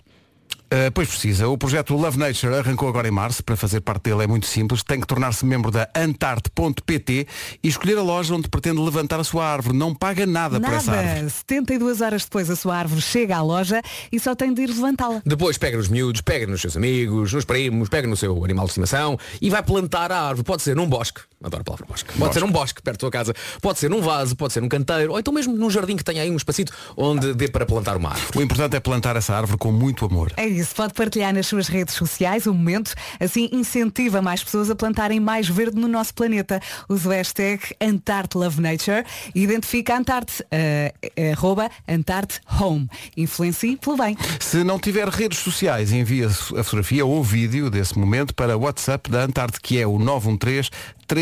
[SPEAKER 1] eh, pois precisa. O projeto Love Nature arrancou agora em março. Para fazer parte dele é muito simples. Tem que tornar-se membro da Antarte.pt e escolher a loja onde pretende levantar a sua árvore. Não paga nada, por essa árvore.
[SPEAKER 2] Nada. 72 horas depois a sua árvore chega à loja e só tem de ir levantá-la.
[SPEAKER 6] Depois pega nos miúdos, pega nos seus amigos, nos primos, pega no seu animal de estimação e vai plantar a árvore. Pode ser num bosque, adoro a palavra bosque. Pode ser num bosque perto da tua casa, pode ser num vaso, pode ser num canteiro, ou então mesmo num jardim que tenha aí um espacito onde dê para plantar uma árvore.
[SPEAKER 1] O importante é plantar essa árvore com muito amor.
[SPEAKER 2] É isso, pode partilhar nas suas redes sociais o momento, assim incentiva mais pessoas a plantarem mais verde no nosso planeta. Usa o hashtag Antarte Love Nature e identifica a Antarte, eh, eh, arroba Antarte Home. Influencie pelo bem.
[SPEAKER 1] Se não tiver redes sociais, envia a fotografia ou o vídeo desse momento para o WhatsApp da Antarte, que é o 913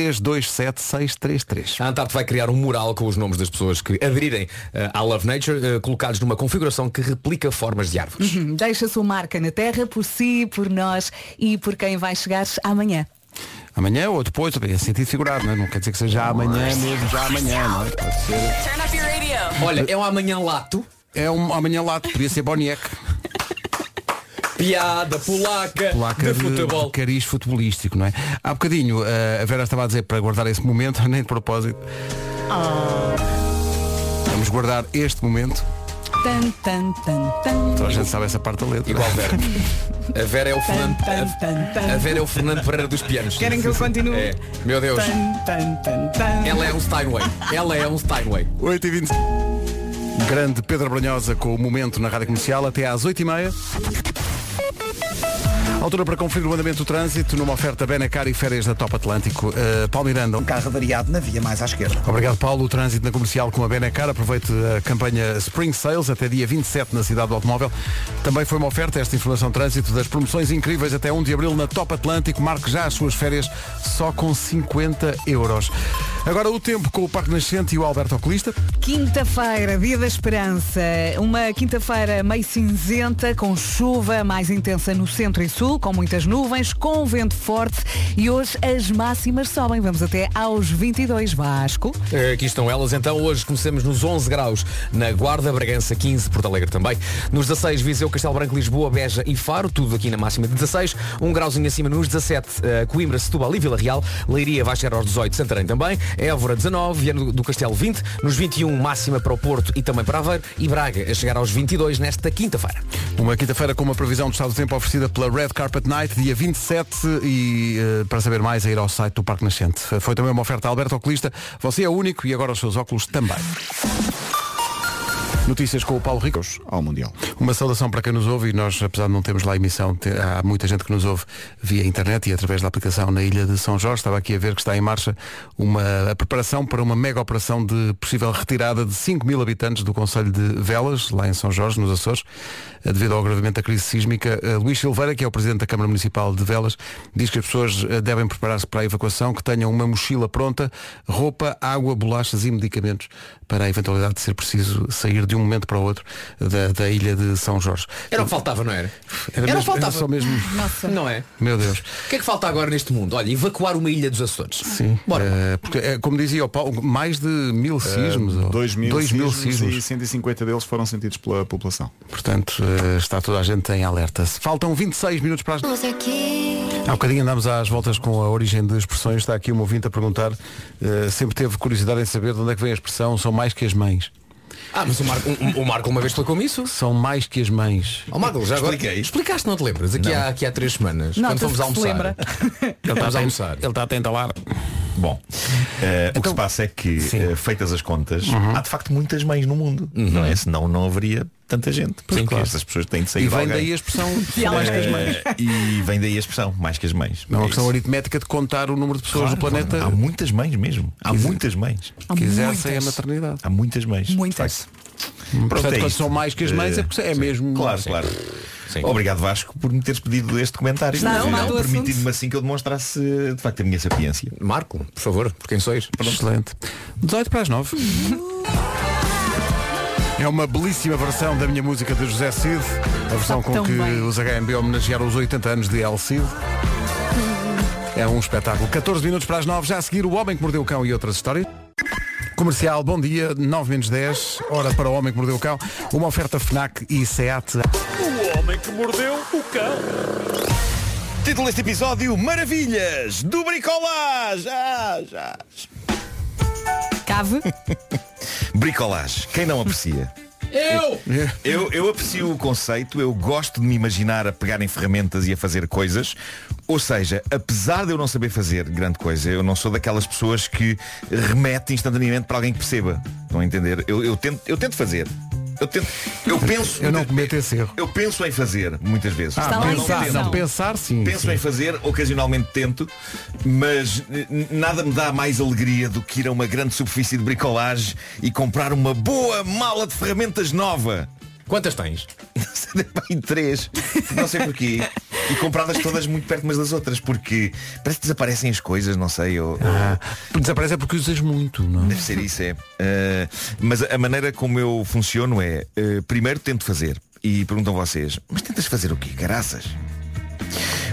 [SPEAKER 1] 327 633.
[SPEAKER 6] A Antarte vai criar um mural com os nomes das pessoas que aderirem eh, à Love Nature, eh, colocados numa configuração que replica formas de árvores.
[SPEAKER 2] Hum, Deixa a sua marca na terra por si, por nós e por quem vai chegar amanhã.
[SPEAKER 1] Amanhã ou depois, bem, é sentido figurado, não, é? não quer dizer que seja amanhã
[SPEAKER 6] é.
[SPEAKER 1] mesmo, já amanhã, não é? Pode ser.
[SPEAKER 6] Olha, é um amanhã lato,
[SPEAKER 1] É um amanhã lá, podia ser Boniek.
[SPEAKER 6] piada polaca,
[SPEAKER 1] Placa
[SPEAKER 6] de futebol.
[SPEAKER 1] de cariz futebolístico, não é? Há bocadinho eh, a Vera estava a dizer para guardar esse momento, nem de propósito. Vamos guardar este momento.
[SPEAKER 2] Tan, tan, tan, tan.
[SPEAKER 1] Toda a gente sabe essa parte da letra.
[SPEAKER 6] Igual Vera. A Vera é o
[SPEAKER 2] Tan,
[SPEAKER 6] Fernando.
[SPEAKER 2] tan, tan,
[SPEAKER 6] A
[SPEAKER 2] tan.
[SPEAKER 6] Vera é o Fernando Pereira dos pianos.
[SPEAKER 2] Querem que eu continue?
[SPEAKER 6] É. Meu Deus.
[SPEAKER 2] Tan, tan, tan, tan.
[SPEAKER 6] Ela é um Steinway. Ela é um Steinway.
[SPEAKER 1] 8 e 20 Grande Pedro Brunhosa com o momento na Rádio Comercial até às 8 e meia. Altura para conferir o andamento do trânsito numa oferta Benacar e férias da Top Atlântico. Uh, Paulo Miranda,
[SPEAKER 4] Um carro avariado na via mais à esquerda.
[SPEAKER 1] Obrigado, Paulo. O trânsito na comercial com a Benacar. Aproveite a campanha Spring Sales até dia 27 na cidade do automóvel. Também foi uma oferta, esta informação de trânsito, das promoções incríveis até 1 de abril na Top Atlântico. Marque já as suas férias só com 50 euros. Agora o tempo com o Parque Nascente e o Alberto Oculista.
[SPEAKER 2] Quinta-feira, dia da esperança. Uma quinta-feira meio cinzenta, com chuva mais intensa no centro e sul, com muitas nuvens, com vento forte. E hoje as máximas sobem. Vamos até aos 22, Vasco.
[SPEAKER 6] Eh, Aqui estão elas, então hoje começamos nos 11 graus na Guarda, Bragança 15, Porto Alegre também. Nos 16, Viseu, Castelo Branco, Lisboa, Beja e Faro, tudo aqui na máxima de 16. Um grauzinho acima nos 17, eh, Coimbra, Setúbal e Vila Real. Leiria vai chegar aos 18, Santarém também. Évora 19, Viana do- do Castelo 20. Nos 21, máxima para o Porto e também para Aveiro. E Braga a chegar aos 22 nesta quinta-feira.
[SPEAKER 1] Uma quinta-feira com uma previsão do estado do tempo oferecida pela Red Carpet Night, dia 27. E eh, para saber mais, é ir ao site do Parque Nascente. Foi também uma oferta a Alberto Oculista. Você é o único e agora os seus óculos também. Notícias com o Paulo Rico.
[SPEAKER 3] Ao Mundial.
[SPEAKER 1] Uma saudação para quem nos ouve e nós, apesar de não termos lá emissão, te- há muita gente que nos ouve via internet e através da aplicação na Ilha de São Jorge. Estava aqui a ver que está em marcha uma a preparação para uma mega operação de possível retirada de 5 mil habitantes do Conselho de Velas, lá em São Jorge, nos Açores, eh, devido ao agravamento da crise sísmica. Eh, Luís Silveira, que é o Presidente da Câmara Municipal de Velas, diz que as pessoas eh, devem preparar-se para a evacuação, que tenham uma mochila pronta, roupa, água, bolachas e medicamentos para a eventualidade de ser preciso sair de um momento para o outro da, da ilha de São Jorge.
[SPEAKER 6] Era o que faltava, não era?
[SPEAKER 1] Era
[SPEAKER 6] Era o que
[SPEAKER 1] mesmo-
[SPEAKER 6] faltava.
[SPEAKER 1] era só mesmo.
[SPEAKER 6] Não é?
[SPEAKER 1] Meu Deus.
[SPEAKER 6] O que é que falta agora neste mundo? Olha, evacuar uma ilha dos Açores.
[SPEAKER 1] Sim.
[SPEAKER 6] Bora.
[SPEAKER 1] Eh, porque, eh, como dizia o Paulo, mais de mil sismos. ou
[SPEAKER 3] Eh, Dois mil,
[SPEAKER 1] dois mil
[SPEAKER 3] sismos,
[SPEAKER 1] sismos.
[SPEAKER 3] e 150 deles foram sentidos pela população.
[SPEAKER 1] Portanto, eh, está toda a gente em alerta. Faltam 26 minutos para as. Há bocadinho andámos às voltas com a origem de expressões. Está aqui um ouvinte a perguntar. eh, sempre teve curiosidade em saber de onde é que vem a expressão são mais que as mães.
[SPEAKER 6] Ah, mas o Marco, o- o Marco uma vez explicou-me isso?
[SPEAKER 1] São mais que as mães.
[SPEAKER 6] Ó Marco, já agora
[SPEAKER 5] Expliquei.
[SPEAKER 6] explicaste, não te lembras? Aqui, há, aqui há três semanas,
[SPEAKER 2] Nota-se
[SPEAKER 6] quando fomos
[SPEAKER 2] que se
[SPEAKER 6] almoçar.
[SPEAKER 2] lembra.
[SPEAKER 6] Quando fomos almoçar.
[SPEAKER 1] Ele está a tentar lá.
[SPEAKER 5] Bom, eh, o que
[SPEAKER 1] Então,
[SPEAKER 5] se passa é que, eh, feitas as contas,
[SPEAKER 1] Uhum.
[SPEAKER 5] há de facto muitas mães no mundo, não é? Senão não haveria tanta gente. Porque
[SPEAKER 6] claro.
[SPEAKER 5] estas pessoas têm de sair
[SPEAKER 1] E
[SPEAKER 5] de
[SPEAKER 1] vem
[SPEAKER 5] alguém.
[SPEAKER 1] daí a expressão.
[SPEAKER 5] Eh, E vem daí a expressão, mais que as mães.
[SPEAKER 1] É uma
[SPEAKER 5] É
[SPEAKER 1] questão
[SPEAKER 5] isso.
[SPEAKER 1] aritmética de contar o número de pessoas
[SPEAKER 5] Claro,
[SPEAKER 1] do planeta
[SPEAKER 5] Há muitas mães mesmo. Há
[SPEAKER 1] Quer
[SPEAKER 5] muitas mães.
[SPEAKER 2] Há
[SPEAKER 1] que
[SPEAKER 2] muitas.
[SPEAKER 1] exercem a maternidade.
[SPEAKER 5] Há muitas mães. de
[SPEAKER 2] Muitas.
[SPEAKER 5] facto. Pronto,
[SPEAKER 1] Portanto,
[SPEAKER 5] é
[SPEAKER 1] quando
[SPEAKER 5] isto.
[SPEAKER 1] são mais que as mães é porque é mesmo.
[SPEAKER 5] Claro, claro. Obrigado Vasco por me teres pedido este comentário.
[SPEAKER 2] Não, não, do
[SPEAKER 5] Permitindo-me assim que eu demonstrasse de facto a minha sapiência.
[SPEAKER 6] Marco, por favor, por quem sois?
[SPEAKER 1] Excelente. 18 para as 9. É uma belíssima versão da minha música de José Cid, a versão com
[SPEAKER 2] tão
[SPEAKER 1] que
[SPEAKER 2] bem.
[SPEAKER 1] os HMB homenagearam os 80 anos de El Cid. É um espetáculo. 14 minutos para as 9, já a seguir O Homem que Mordeu o Cão e outras histórias. Comercial, bom dia, 9 menos 10, hora para O Homem que Mordeu o Cão, uma oferta FNAC e SEAT.
[SPEAKER 5] Título deste episódio, Maravilhas do Bricolage. Ah, já.
[SPEAKER 2] Cave?
[SPEAKER 5] Bricolage, quem não aprecia? Eu! eu! Eu aprecio o conceito, eu gosto de me imaginar a pegar em ferramentas e a fazer coisas. Ou seja, apesar de eu não saber fazer grande coisa, eu não sou daquelas pessoas que remete instantaneamente para alguém que perceba. Estão a entender? Eu, eu tento, eu tento fazer. Eu, tento, eu penso.
[SPEAKER 1] Eu não cometo esse erro.
[SPEAKER 5] Eu penso em fazer, muitas vezes.
[SPEAKER 2] Está lá
[SPEAKER 5] Eu
[SPEAKER 2] em
[SPEAKER 5] não
[SPEAKER 2] casa.
[SPEAKER 1] pensar,
[SPEAKER 5] tento.
[SPEAKER 2] não.
[SPEAKER 1] não, pensar sim.
[SPEAKER 5] Penso
[SPEAKER 1] sim.
[SPEAKER 5] em fazer, ocasionalmente tento, mas eh, n- nada me dá mais alegria do que ir a uma grande superfície de bricolage e comprar uma boa mala de ferramentas nova.
[SPEAKER 6] Quantas tens?
[SPEAKER 5] E três, não sei porquê. E comprá-las todas muito perto umas das outras, porque parece que desaparecem as coisas, não sei. Ou,
[SPEAKER 1] Ah, Desaparece é porque usas muito, não?
[SPEAKER 5] Deve ser isso, é. Ah, mas a maneira como eu funciono é, ah, primeiro tento fazer. E perguntam vocês, mas tentas fazer o quê? Caraças?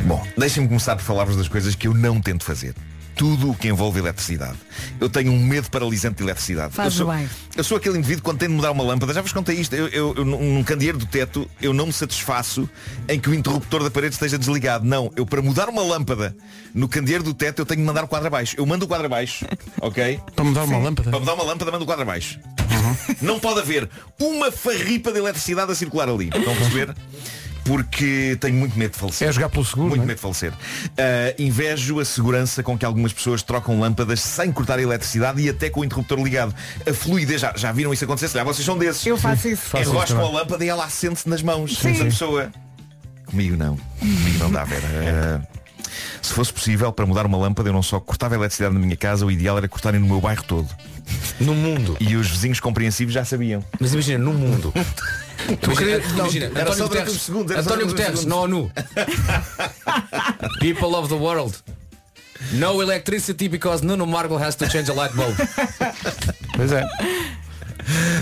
[SPEAKER 5] Bom, deixem-me começar por falar-vos das coisas que eu não tento fazer. Tudo o que envolve eletricidade. Eu tenho um medo paralisante de eletricidade.
[SPEAKER 2] Faz
[SPEAKER 5] eu sou,
[SPEAKER 2] bem.
[SPEAKER 5] eu sou aquele indivíduo que quando tem de mudar uma lâmpada, já vos contei isto, eu, eu, eu num num candeeiro do teto, eu não me satisfaço em que o interruptor da parede esteja desligado. Não, eu para mudar uma lâmpada no candeeiro do teto, eu tenho de mandar o quadro abaixo. Eu mando o quadro abaixo, ok?
[SPEAKER 1] Para mudar uma lâmpada?
[SPEAKER 5] Para mudar uma lâmpada, manda o quadro abaixo. Uhum. Não pode haver uma farripa de eletricidade a circular ali. Estão a perceber? Porque tenho muito medo de falecer.
[SPEAKER 1] É jogar pelo seguro,
[SPEAKER 5] Muito
[SPEAKER 1] não é?
[SPEAKER 5] medo de falecer. Ah, invejo a segurança com que algumas pessoas trocam lâmpadas sem cortar a eletricidade e até com o interruptor ligado. A fluidez, já, já viram isso acontecer? Já vocês são desses.
[SPEAKER 2] Eu faço isso.
[SPEAKER 1] Faço isso
[SPEAKER 5] Enroscam a
[SPEAKER 1] também.
[SPEAKER 5] lâmpada e ela acende-se nas mãos
[SPEAKER 2] Sim.
[SPEAKER 5] da pessoa. Comigo não. Comigo não dá, Vera. Era- se fosse possível, para mudar uma lâmpada, eu não só cortava a eletricidade na minha casa, o ideal era cortarem no meu bairro todo.
[SPEAKER 6] No mundo.
[SPEAKER 5] E os vizinhos compreensivos já sabiam.
[SPEAKER 6] Mas imagina, no mundo. Tu imagina,
[SPEAKER 5] queria-
[SPEAKER 6] imagina,
[SPEAKER 5] não, era só
[SPEAKER 6] António
[SPEAKER 5] durante
[SPEAKER 6] Guterres,
[SPEAKER 5] uns segundos, era só
[SPEAKER 6] António
[SPEAKER 5] durante
[SPEAKER 6] Guterres
[SPEAKER 5] uns
[SPEAKER 6] na
[SPEAKER 5] segundos.
[SPEAKER 6] ONU. People of the world. No electricity because Nuno Margle has to change a light bulb.
[SPEAKER 1] Pois é.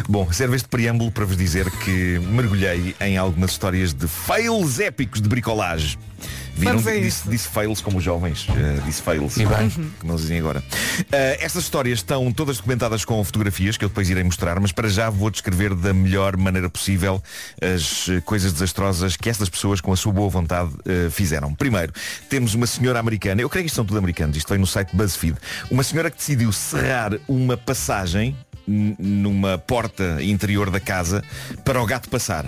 [SPEAKER 5] Bom, serve este preâmbulo para vos dizer que mergulhei em algumas histórias de fails épicos de bricolagem. Viram?
[SPEAKER 2] Vamos a
[SPEAKER 5] Disse,
[SPEAKER 2] isso.
[SPEAKER 5] disse fails como os jovens. eh, disse fails. E bem. Como eles Uhum. dizem agora. Eh, estas histórias estão todas documentadas com fotografias que eu depois irei mostrar, mas para já vou descrever da melhor maneira possível as eh, coisas desastrosas que estas pessoas, com a sua boa vontade, eh, fizeram. Primeiro, temos uma senhora americana, eu creio que isto são tudo americanos, isto vem no site BuzzFeed, uma senhora que decidiu serrar uma passagem n- numa porta interior da casa para o gato passar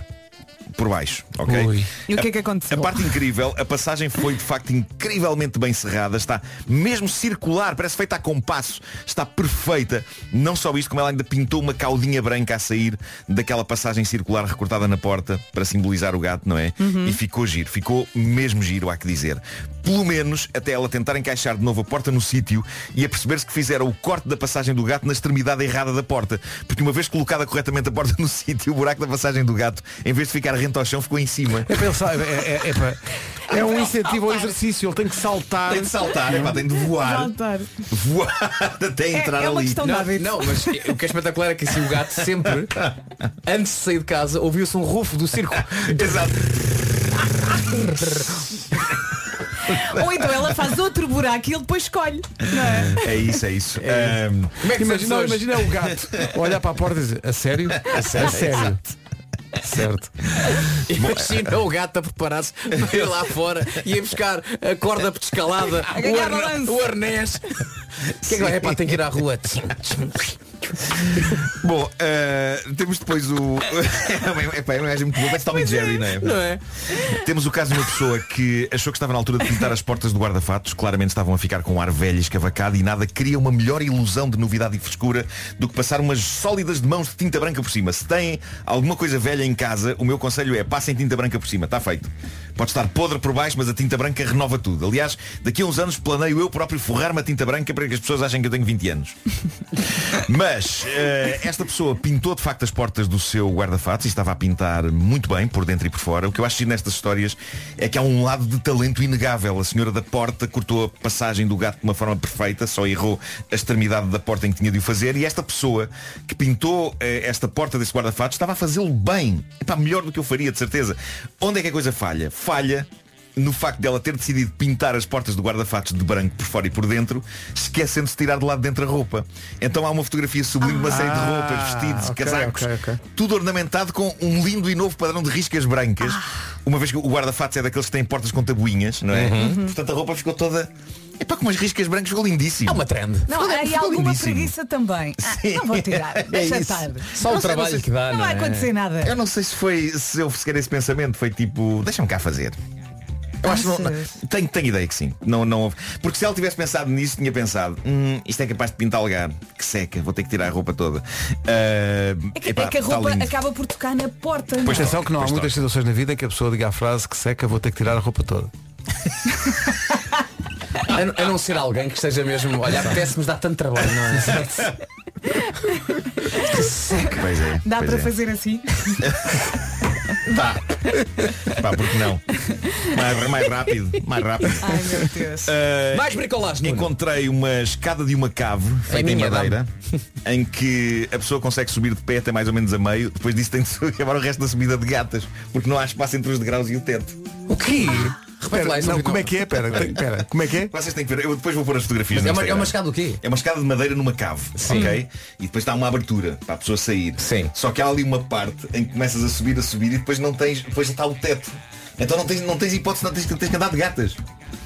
[SPEAKER 5] por baixo, ok?
[SPEAKER 6] Ui.
[SPEAKER 2] E o que é que
[SPEAKER 5] A-
[SPEAKER 2] aconteceu?
[SPEAKER 5] A parte incrível, a passagem foi de facto incrivelmente bem cerrada, está mesmo circular, parece feita a compasso, está perfeita. Não só isto, como ela ainda pintou uma caudinha branca a sair daquela passagem circular recortada na porta para simbolizar o gato, não é? E ficou giro, ficou mesmo giro, há que dizer. Pelo menos até ela tentar encaixar de novo a porta no sítio e a perceber-se que fizeram o corte da passagem do gato na extremidade errada da porta. Porque uma vez colocada corretamente a porta no sítio, o buraco da passagem do gato, em vez de ficar rente ao chão, ficou em cima.
[SPEAKER 1] É, para ele sa- é, é- é para- é um incentivo ao exercício, ele tem que saltar.
[SPEAKER 5] Tem de saltar, epá, tem de voar.
[SPEAKER 2] Saltar.
[SPEAKER 5] Voar até entrar
[SPEAKER 2] é uma
[SPEAKER 5] ali.
[SPEAKER 2] questão de
[SPEAKER 6] Não,
[SPEAKER 2] hábito.
[SPEAKER 6] não, mas o que é espetacular é que assim o gato sempre, antes de sair de casa, ouviu-se um rufo do circo.
[SPEAKER 5] Exato.
[SPEAKER 2] Ou então ela faz outro buraco e ele depois escolhe. Não é?
[SPEAKER 5] É isso, é isso. Ahm,
[SPEAKER 6] Como é que
[SPEAKER 1] Imagina, não,
[SPEAKER 6] sabes hoje?
[SPEAKER 1] imagina o gato olhar para a porta e dizer, a sério? A sério? Certo.
[SPEAKER 6] Imagina o gato a preparar-se para ir lá fora e a buscar a corda descalada, o,
[SPEAKER 2] ganhar
[SPEAKER 6] arna-
[SPEAKER 2] balanço.
[SPEAKER 6] o arnés. O que é que é pá, tem que ir à rua?
[SPEAKER 5] bom, ah, temos depois o. é pá, é um gajo muito bom. Parece Tom e Jerry, não é?
[SPEAKER 6] Não é?
[SPEAKER 5] Temos o caso de uma pessoa que achou que estava na altura de pintar as portas do guarda-fatos. Claramente estavam a ficar com um ar velho e escavacado e nada cria uma melhor ilusão de novidade e frescura do que passar umas sólidas de mãos de tinta branca por cima. Se têm alguma coisa velha em casa, o meu conselho é passem tinta branca por cima. Está feito. Pode estar podre por baixo, mas a tinta branca renova tudo. Aliás, daqui a uns anos planeio eu próprio forrar-me a tinta branca para que as pessoas achem que eu tenho 20 anos. Mas eh, esta pessoa pintou de facto as portas do seu guarda-fatos e estava a pintar muito bem por dentro e por fora. O que eu acho giro nestas histórias é que há um lado de talento inegável. A senhora da porta cortou a passagem do gato de uma forma perfeita, só errou a extremidade da porta em que tinha de o fazer. E esta pessoa que pintou eh, esta porta desse guarda-fatos estava a fazê-lo bem. Epá, melhor do que eu faria, de certeza. Onde é que a coisa falha? Falha no facto dela ter decidido pintar as portas do guarda-fatos de branco por fora e por dentro, esquecendo-se de tirar de lado de dentro a roupa. Então há uma fotografia sublime
[SPEAKER 2] Ah,
[SPEAKER 5] de uma série de roupas, vestidos,
[SPEAKER 1] ok,
[SPEAKER 5] casacos,
[SPEAKER 1] ok, ok.
[SPEAKER 5] tudo ornamentado com um lindo e novo padrão de riscas brancas,
[SPEAKER 2] Ah.
[SPEAKER 5] uma vez que o guarda-fatos é daqueles que têm portas com tabuinhas, não é?
[SPEAKER 2] Uhum.
[SPEAKER 5] Portanto a roupa ficou toda. É para com umas riscas brancas, ficou lindíssimo.
[SPEAKER 6] É uma trend.
[SPEAKER 2] Não, há aí
[SPEAKER 5] ficou
[SPEAKER 2] alguma
[SPEAKER 5] lindíssimo.
[SPEAKER 2] preguiça também. Ah, não vou tirar, deixa
[SPEAKER 5] É isso.
[SPEAKER 2] estar.
[SPEAKER 6] Só o
[SPEAKER 2] Não sei-
[SPEAKER 6] trabalho
[SPEAKER 2] não sei-
[SPEAKER 6] que dá,
[SPEAKER 2] Não vai
[SPEAKER 6] não é?
[SPEAKER 2] acontecer nada.
[SPEAKER 5] Eu não sei se foi se eu sequer esse pensamento, foi tipo, deixa-me cá fazer. Eu acho que não,
[SPEAKER 2] Achas?
[SPEAKER 5] tenho, tenho ideia que sim. Não, não houve. Porque se ela tivesse pensado nisso, tinha pensado, "Hum, isto é capaz de pintalgar, que seca, vou ter que tirar a roupa toda. Ah,
[SPEAKER 2] É que,
[SPEAKER 5] epá,
[SPEAKER 2] é que a
[SPEAKER 5] está
[SPEAKER 2] roupa
[SPEAKER 5] lindo.
[SPEAKER 2] acaba por tocar na porta. não é?
[SPEAKER 5] Pois
[SPEAKER 1] Atenção que não há
[SPEAKER 5] Pois
[SPEAKER 1] muitas
[SPEAKER 5] está.
[SPEAKER 1] situações na vida em que a pessoa diga a frase que seca, vou ter que tirar a roupa toda.
[SPEAKER 6] A, n- a não ser alguém que esteja mesmo, olha, apetece-nos dar tanto trabalho, não é?
[SPEAKER 5] Pois é,
[SPEAKER 2] Dá
[SPEAKER 5] pois
[SPEAKER 2] para
[SPEAKER 5] é.
[SPEAKER 2] fazer assim?
[SPEAKER 5] Dá. Pá, porque não? Mais, mais rápido, mais rápido.
[SPEAKER 2] Ai meu Deus.
[SPEAKER 5] Ah,
[SPEAKER 6] Mais bricolagem. Então Nuno. É
[SPEAKER 5] Encontrei uma escada de uma cave feita em
[SPEAKER 6] minha,
[SPEAKER 5] madeira em que a pessoa consegue subir de pé até mais ou menos a meio, depois disso tem de acabar o resto da subida de gatas, porque não há espaço entre os degraus e o teto.
[SPEAKER 1] O quê?
[SPEAKER 6] lá, isso é um
[SPEAKER 1] não, como é
[SPEAKER 6] bigode.
[SPEAKER 1] que é? Pera, tem- pera, como é que é?
[SPEAKER 5] Vocês têm que ver, eu depois vou pôr as fotografias.
[SPEAKER 6] Mas
[SPEAKER 5] no
[SPEAKER 6] é uma- é
[SPEAKER 5] Instagram.
[SPEAKER 6] uma escada do quê?
[SPEAKER 5] É uma escada de madeira numa cave, ok? E depois dá uma abertura para a pessoa sair.
[SPEAKER 6] Sim.
[SPEAKER 5] Só que há ali uma parte em que começas a subir, a subir e depois não tens, depois está o teto. Então não tens, não tens hipótese, não tens, tens que andar de gatas.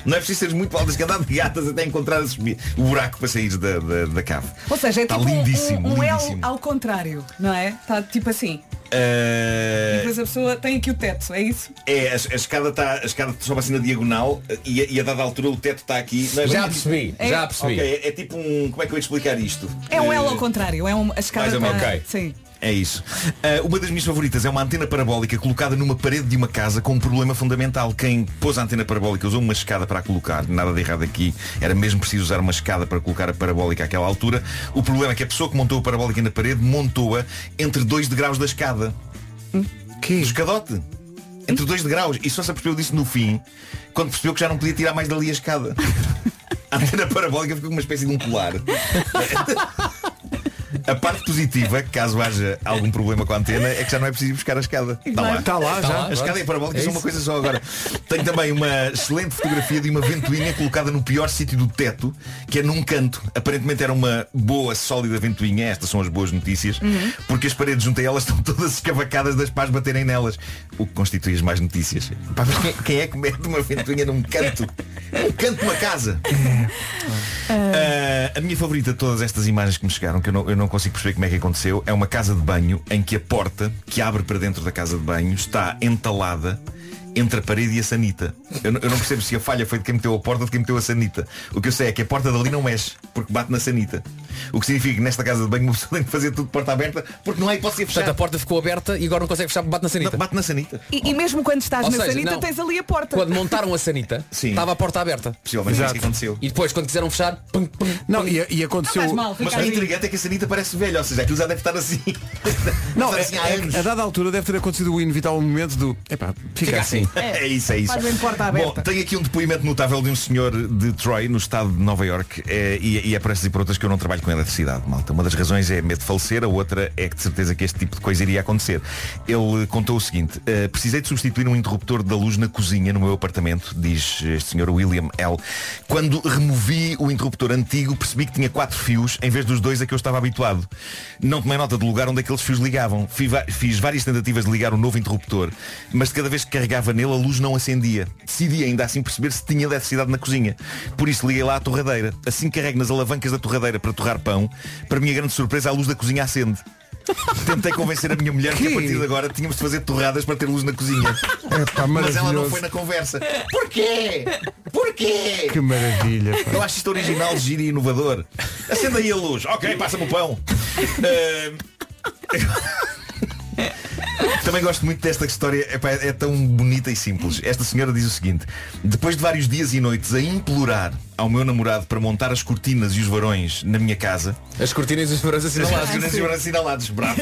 [SPEAKER 5] Não é preciso seres muito alto, tens que andar de gatas até encontrar a subir, o buraco para sair da, da, da cave.
[SPEAKER 2] Ou seja, é
[SPEAKER 5] está
[SPEAKER 2] tipo um-
[SPEAKER 5] Tá lindíssimo,
[SPEAKER 2] um, um L
[SPEAKER 5] lindíssimo.
[SPEAKER 2] ao contrário, não é? Está tipo assim.
[SPEAKER 5] Eh,
[SPEAKER 2] Depois a pessoa tem aqui o teto, é isso?
[SPEAKER 5] é, a, a escada está, a escada sobe assim na diagonal e a, e a dada altura o teto está aqui. Não é
[SPEAKER 6] Já
[SPEAKER 5] bem-
[SPEAKER 6] percebi,
[SPEAKER 2] É-
[SPEAKER 6] já percebi.
[SPEAKER 5] Ok, é, é tipo um. Como é que eu ia explicar isto?
[SPEAKER 2] É um
[SPEAKER 5] Eh,
[SPEAKER 2] L ao contrário, é um, a escada
[SPEAKER 5] Mais ou menos.
[SPEAKER 2] tá-
[SPEAKER 5] Ok.
[SPEAKER 2] Sim.
[SPEAKER 5] É isso. Ah, uma das minhas favoritas é uma antena parabólica colocada numa parede de uma casa com um problema fundamental. Quem pôs a antena parabólica usou uma escada para a colocar. Nada de errado aqui. Era mesmo preciso usar uma escada para colocar a parabólica àquela altura. O problema é que a pessoa que montou a parabólica na parede montou-a entre dois degraus da escada. Que? Escadote. Entre dois degraus. E só se apercebeu disso no fim, quando percebeu que já não podia tirar mais dali a escada. A antena parabólica ficou com uma espécie de um colar. A parte positiva, caso haja algum problema com a antena, é que já não é preciso ir buscar a escada. Está lá.
[SPEAKER 1] Está lá já.
[SPEAKER 5] A escada e a parabólica são uma coisa só agora. Tenho também uma excelente fotografia de uma ventoinha colocada no pior sítio do teto, que é num canto. Aparentemente era uma boa, sólida ventoinha. Estas são as boas notícias. Porque as paredes junto a elas estão todas escavacadas das pás baterem nelas. O que constitui as más notícias. Pá, mas quem, quem é que mete uma ventoinha num canto? Um canto de uma casa. Ah, a minha favorita de todas estas imagens que me chegaram, que eu não, eu não consigo perceber como é que aconteceu, é uma casa de banho em que a porta que abre para dentro da casa de banho está entalada entre a parede e a sanita. Eu, não- eu não percebo se a falha foi de quem meteu a porta ou de quem meteu a sanita. O que eu sei é que a porta dali não mexe, porque bate na sanita. O que significa que nesta casa de banho uma pessoa tem que fazer tudo de porta aberta, porque não é há hipótese de
[SPEAKER 6] Portanto, a
[SPEAKER 5] fechar.
[SPEAKER 6] porta é ficou aberta e agora não consegue fechar, bate na sanita.
[SPEAKER 5] Não, bate na sanita.
[SPEAKER 2] E, e mesmo quando estás
[SPEAKER 6] Ou
[SPEAKER 2] na
[SPEAKER 6] seja,
[SPEAKER 2] sanita
[SPEAKER 6] não.
[SPEAKER 2] tens ali a porta.
[SPEAKER 6] Quando montaram a sanita,
[SPEAKER 5] Sim.
[SPEAKER 6] estava a porta aberta.
[SPEAKER 5] Possivelmente é isso que aconteceu.
[SPEAKER 6] E depois, quando quiseram fechar, pum, pum,
[SPEAKER 1] Não,
[SPEAKER 6] pum.
[SPEAKER 1] e, e aconteceu.
[SPEAKER 2] Não faz mal,
[SPEAKER 5] Mas
[SPEAKER 2] fica
[SPEAKER 5] o
[SPEAKER 2] aí.
[SPEAKER 5] intrigante é que a sanita parece velha, ou seja, aquilo já deve estar assim.
[SPEAKER 1] Não,
[SPEAKER 5] Está
[SPEAKER 1] é-
[SPEAKER 5] assim há anos.
[SPEAKER 1] é- a dada altura deve ter acontecido o inevitável momento do. Epá, fica,
[SPEAKER 6] Fica
[SPEAKER 1] assim.
[SPEAKER 6] assim.
[SPEAKER 5] É isso, é isso.
[SPEAKER 2] Faz bem porta aberta.
[SPEAKER 5] Bom, tenho aqui um depoimento notável de um senhor de Troy, no estado de Nova York, e, e é por estas e por outras que eu não trabalho com eletricidade, malta. Uma das razões é medo de falecer, a outra é que de certeza que este tipo de coisa iria acontecer. Ele contou o seguinte, eh, precisei de substituir um interruptor da luz na cozinha no meu apartamento, diz este senhor William L. Quando removi o interruptor antigo, percebi que tinha quatro fios em vez dos dois a que eu estava habituado. Não tomei nota do lugar onde aqueles fios ligavam. Fi- va- Fiz várias tentativas de ligar o novo interruptor, mas de cada vez que carregava nele a luz não acendia. Decidi ainda assim perceber se tinha eletricidade na cozinha. Por isso liguei lá à torradeira. Assim que carrego nas alavancas da torradeira para torrar pão, para minha grande surpresa a luz da cozinha acende. Tentei convencer a minha mulher que a partir de agora tínhamos de fazer torradas para ter luz na cozinha.
[SPEAKER 1] Epá,
[SPEAKER 5] assim. Mas ela não
[SPEAKER 1] maravilhoso.
[SPEAKER 5] foi na conversa. Porquê? Porquê?
[SPEAKER 1] Que maravilha. pá.
[SPEAKER 5] Eu acho isto original, giro e inovador. Acenda aí a luz. Ok, passa-me o pão. Eh, Ahm. Também gosto muito desta história, Epá, é, tão bonita e simples. Esta senhora diz o seguinte, depois de vários dias e noites a implorar ao meu namorado para montar as cortinas e os varões na minha casa,
[SPEAKER 6] assim. As cortinas e os verões um
[SPEAKER 5] as
[SPEAKER 6] assinalados.
[SPEAKER 5] cortinas e os varões assinalados, bravo.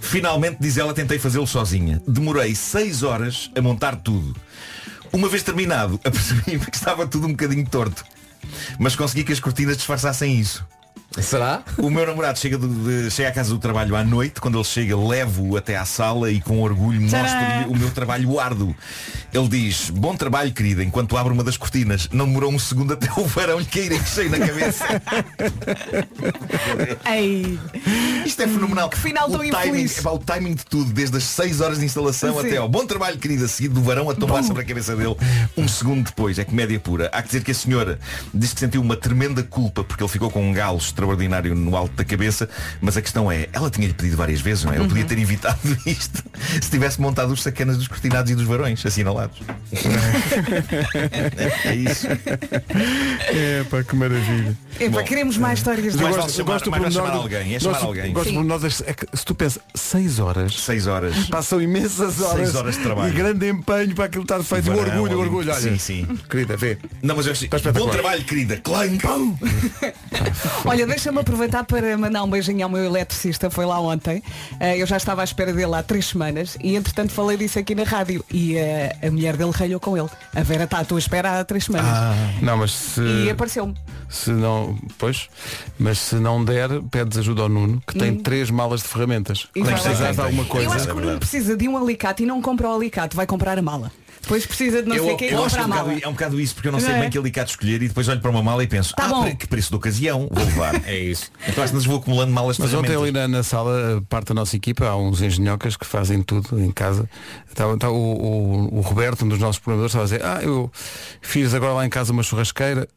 [SPEAKER 5] Finalmente, diz ela, tentei fazê-lo sozinha. Demorei seis horas a montar tudo. Uma vez terminado, apercebi-me que estava tudo um bocadinho torto. Mas consegui que as cortinas disfarçassem isso.
[SPEAKER 6] Será?
[SPEAKER 5] O meu namorado chega, do- de- chega à casa do trabalho à noite, quando ele chega, levo-o até à sala e com orgulho mostro-lhe o meu trabalho árduo. Ele diz, bom trabalho, querida, enquanto abre uma das cortinas. Não demorou um segundo até o varão lhe cair em cheio na cabeça.
[SPEAKER 2] Ei,
[SPEAKER 5] Isto é fenomenal. Que
[SPEAKER 2] final tão
[SPEAKER 5] o timing,
[SPEAKER 2] infeliz.
[SPEAKER 5] epá, o timing de tudo, desde as 6 horas de instalação
[SPEAKER 2] Sim.
[SPEAKER 5] até ao bom trabalho, querida, seguido do varão a tombar sobre a cabeça dele um segundo depois. É comédia pura. Há que dizer que a senhora disse que sentiu uma tremenda culpa porque ele ficou com um galo extraordinário no alto da cabeça, mas a questão é, ela tinha-lhe pedido várias vezes, não
[SPEAKER 2] Uhum.
[SPEAKER 5] é? Eu podia ter evitado isto se tivesse montado os sacanas dos cortinados e dos varões assinalados. é isso.
[SPEAKER 1] Epá, que maravilha.
[SPEAKER 2] é para
[SPEAKER 5] Bom,
[SPEAKER 2] queremos mais histórias
[SPEAKER 5] mais
[SPEAKER 2] destas.
[SPEAKER 5] vale chamar- mais vale chamar alguém, é chamar
[SPEAKER 1] gosto,
[SPEAKER 5] alguém.
[SPEAKER 1] Gosto
[SPEAKER 2] Sim.
[SPEAKER 1] por nós, é que se tu pensas, 6 horas.
[SPEAKER 5] 6 horas.
[SPEAKER 2] Tá
[SPEAKER 1] Passam imensas horas,
[SPEAKER 5] Seis horas de trabalho.
[SPEAKER 1] e grande empenho para aquilo estar feito.
[SPEAKER 5] Varão,
[SPEAKER 1] o orgulho, o
[SPEAKER 5] olha,
[SPEAKER 1] orgulho. Olha,
[SPEAKER 5] um sim, sim.
[SPEAKER 1] Querida, vê.
[SPEAKER 5] Não, mas eu achei- Bom trabalho, querida. Clang. Pum.
[SPEAKER 2] Olha, deixa-me aproveitar para mandar um beijinho ao meu eletricista, foi lá ontem. Ah, eu já estava à espera dele há três semanas e entretanto falei disso aqui na rádio e ah, a mulher dele ralhou com ele. A Vera está à tua espera há três semanas.
[SPEAKER 5] Ah.
[SPEAKER 1] Não, mas se,
[SPEAKER 2] E apareceu-me.
[SPEAKER 1] se não. Pois. Mas se não der, pedes ajuda ao Nuno, que tem três malas de ferramentas.
[SPEAKER 2] Hum. E vai lá.
[SPEAKER 1] precisar de alguma
[SPEAKER 2] Eu
[SPEAKER 1] coisa.
[SPEAKER 5] É
[SPEAKER 2] acho que o Nuno precisa de um alicate e não compra o alicate, vai comprar a mala. Depois precisa de não sei o que e
[SPEAKER 5] acho que
[SPEAKER 2] compra
[SPEAKER 5] é
[SPEAKER 2] a
[SPEAKER 5] um,
[SPEAKER 2] mala.
[SPEAKER 5] bocado, é um bocado isso, porque eu não sei
[SPEAKER 2] Não é?
[SPEAKER 5] bem que alicate escolher e depois olho para uma mala e penso,
[SPEAKER 2] Tá
[SPEAKER 5] ah,
[SPEAKER 2] bom.
[SPEAKER 5] pre- que preço de ocasião vou levar. é isso. Então às vezes vou acumulando malas de
[SPEAKER 1] Mas ontem
[SPEAKER 5] ferramentas.
[SPEAKER 1] ali na, na sala, parte da nossa equipa, há uns engenhocas que fazem tudo em casa. Tá, tá, o, o- o Roberto, um dos nossos programadores, estava a dizer, ah, eu fiz agora lá em casa uma churrasqueira.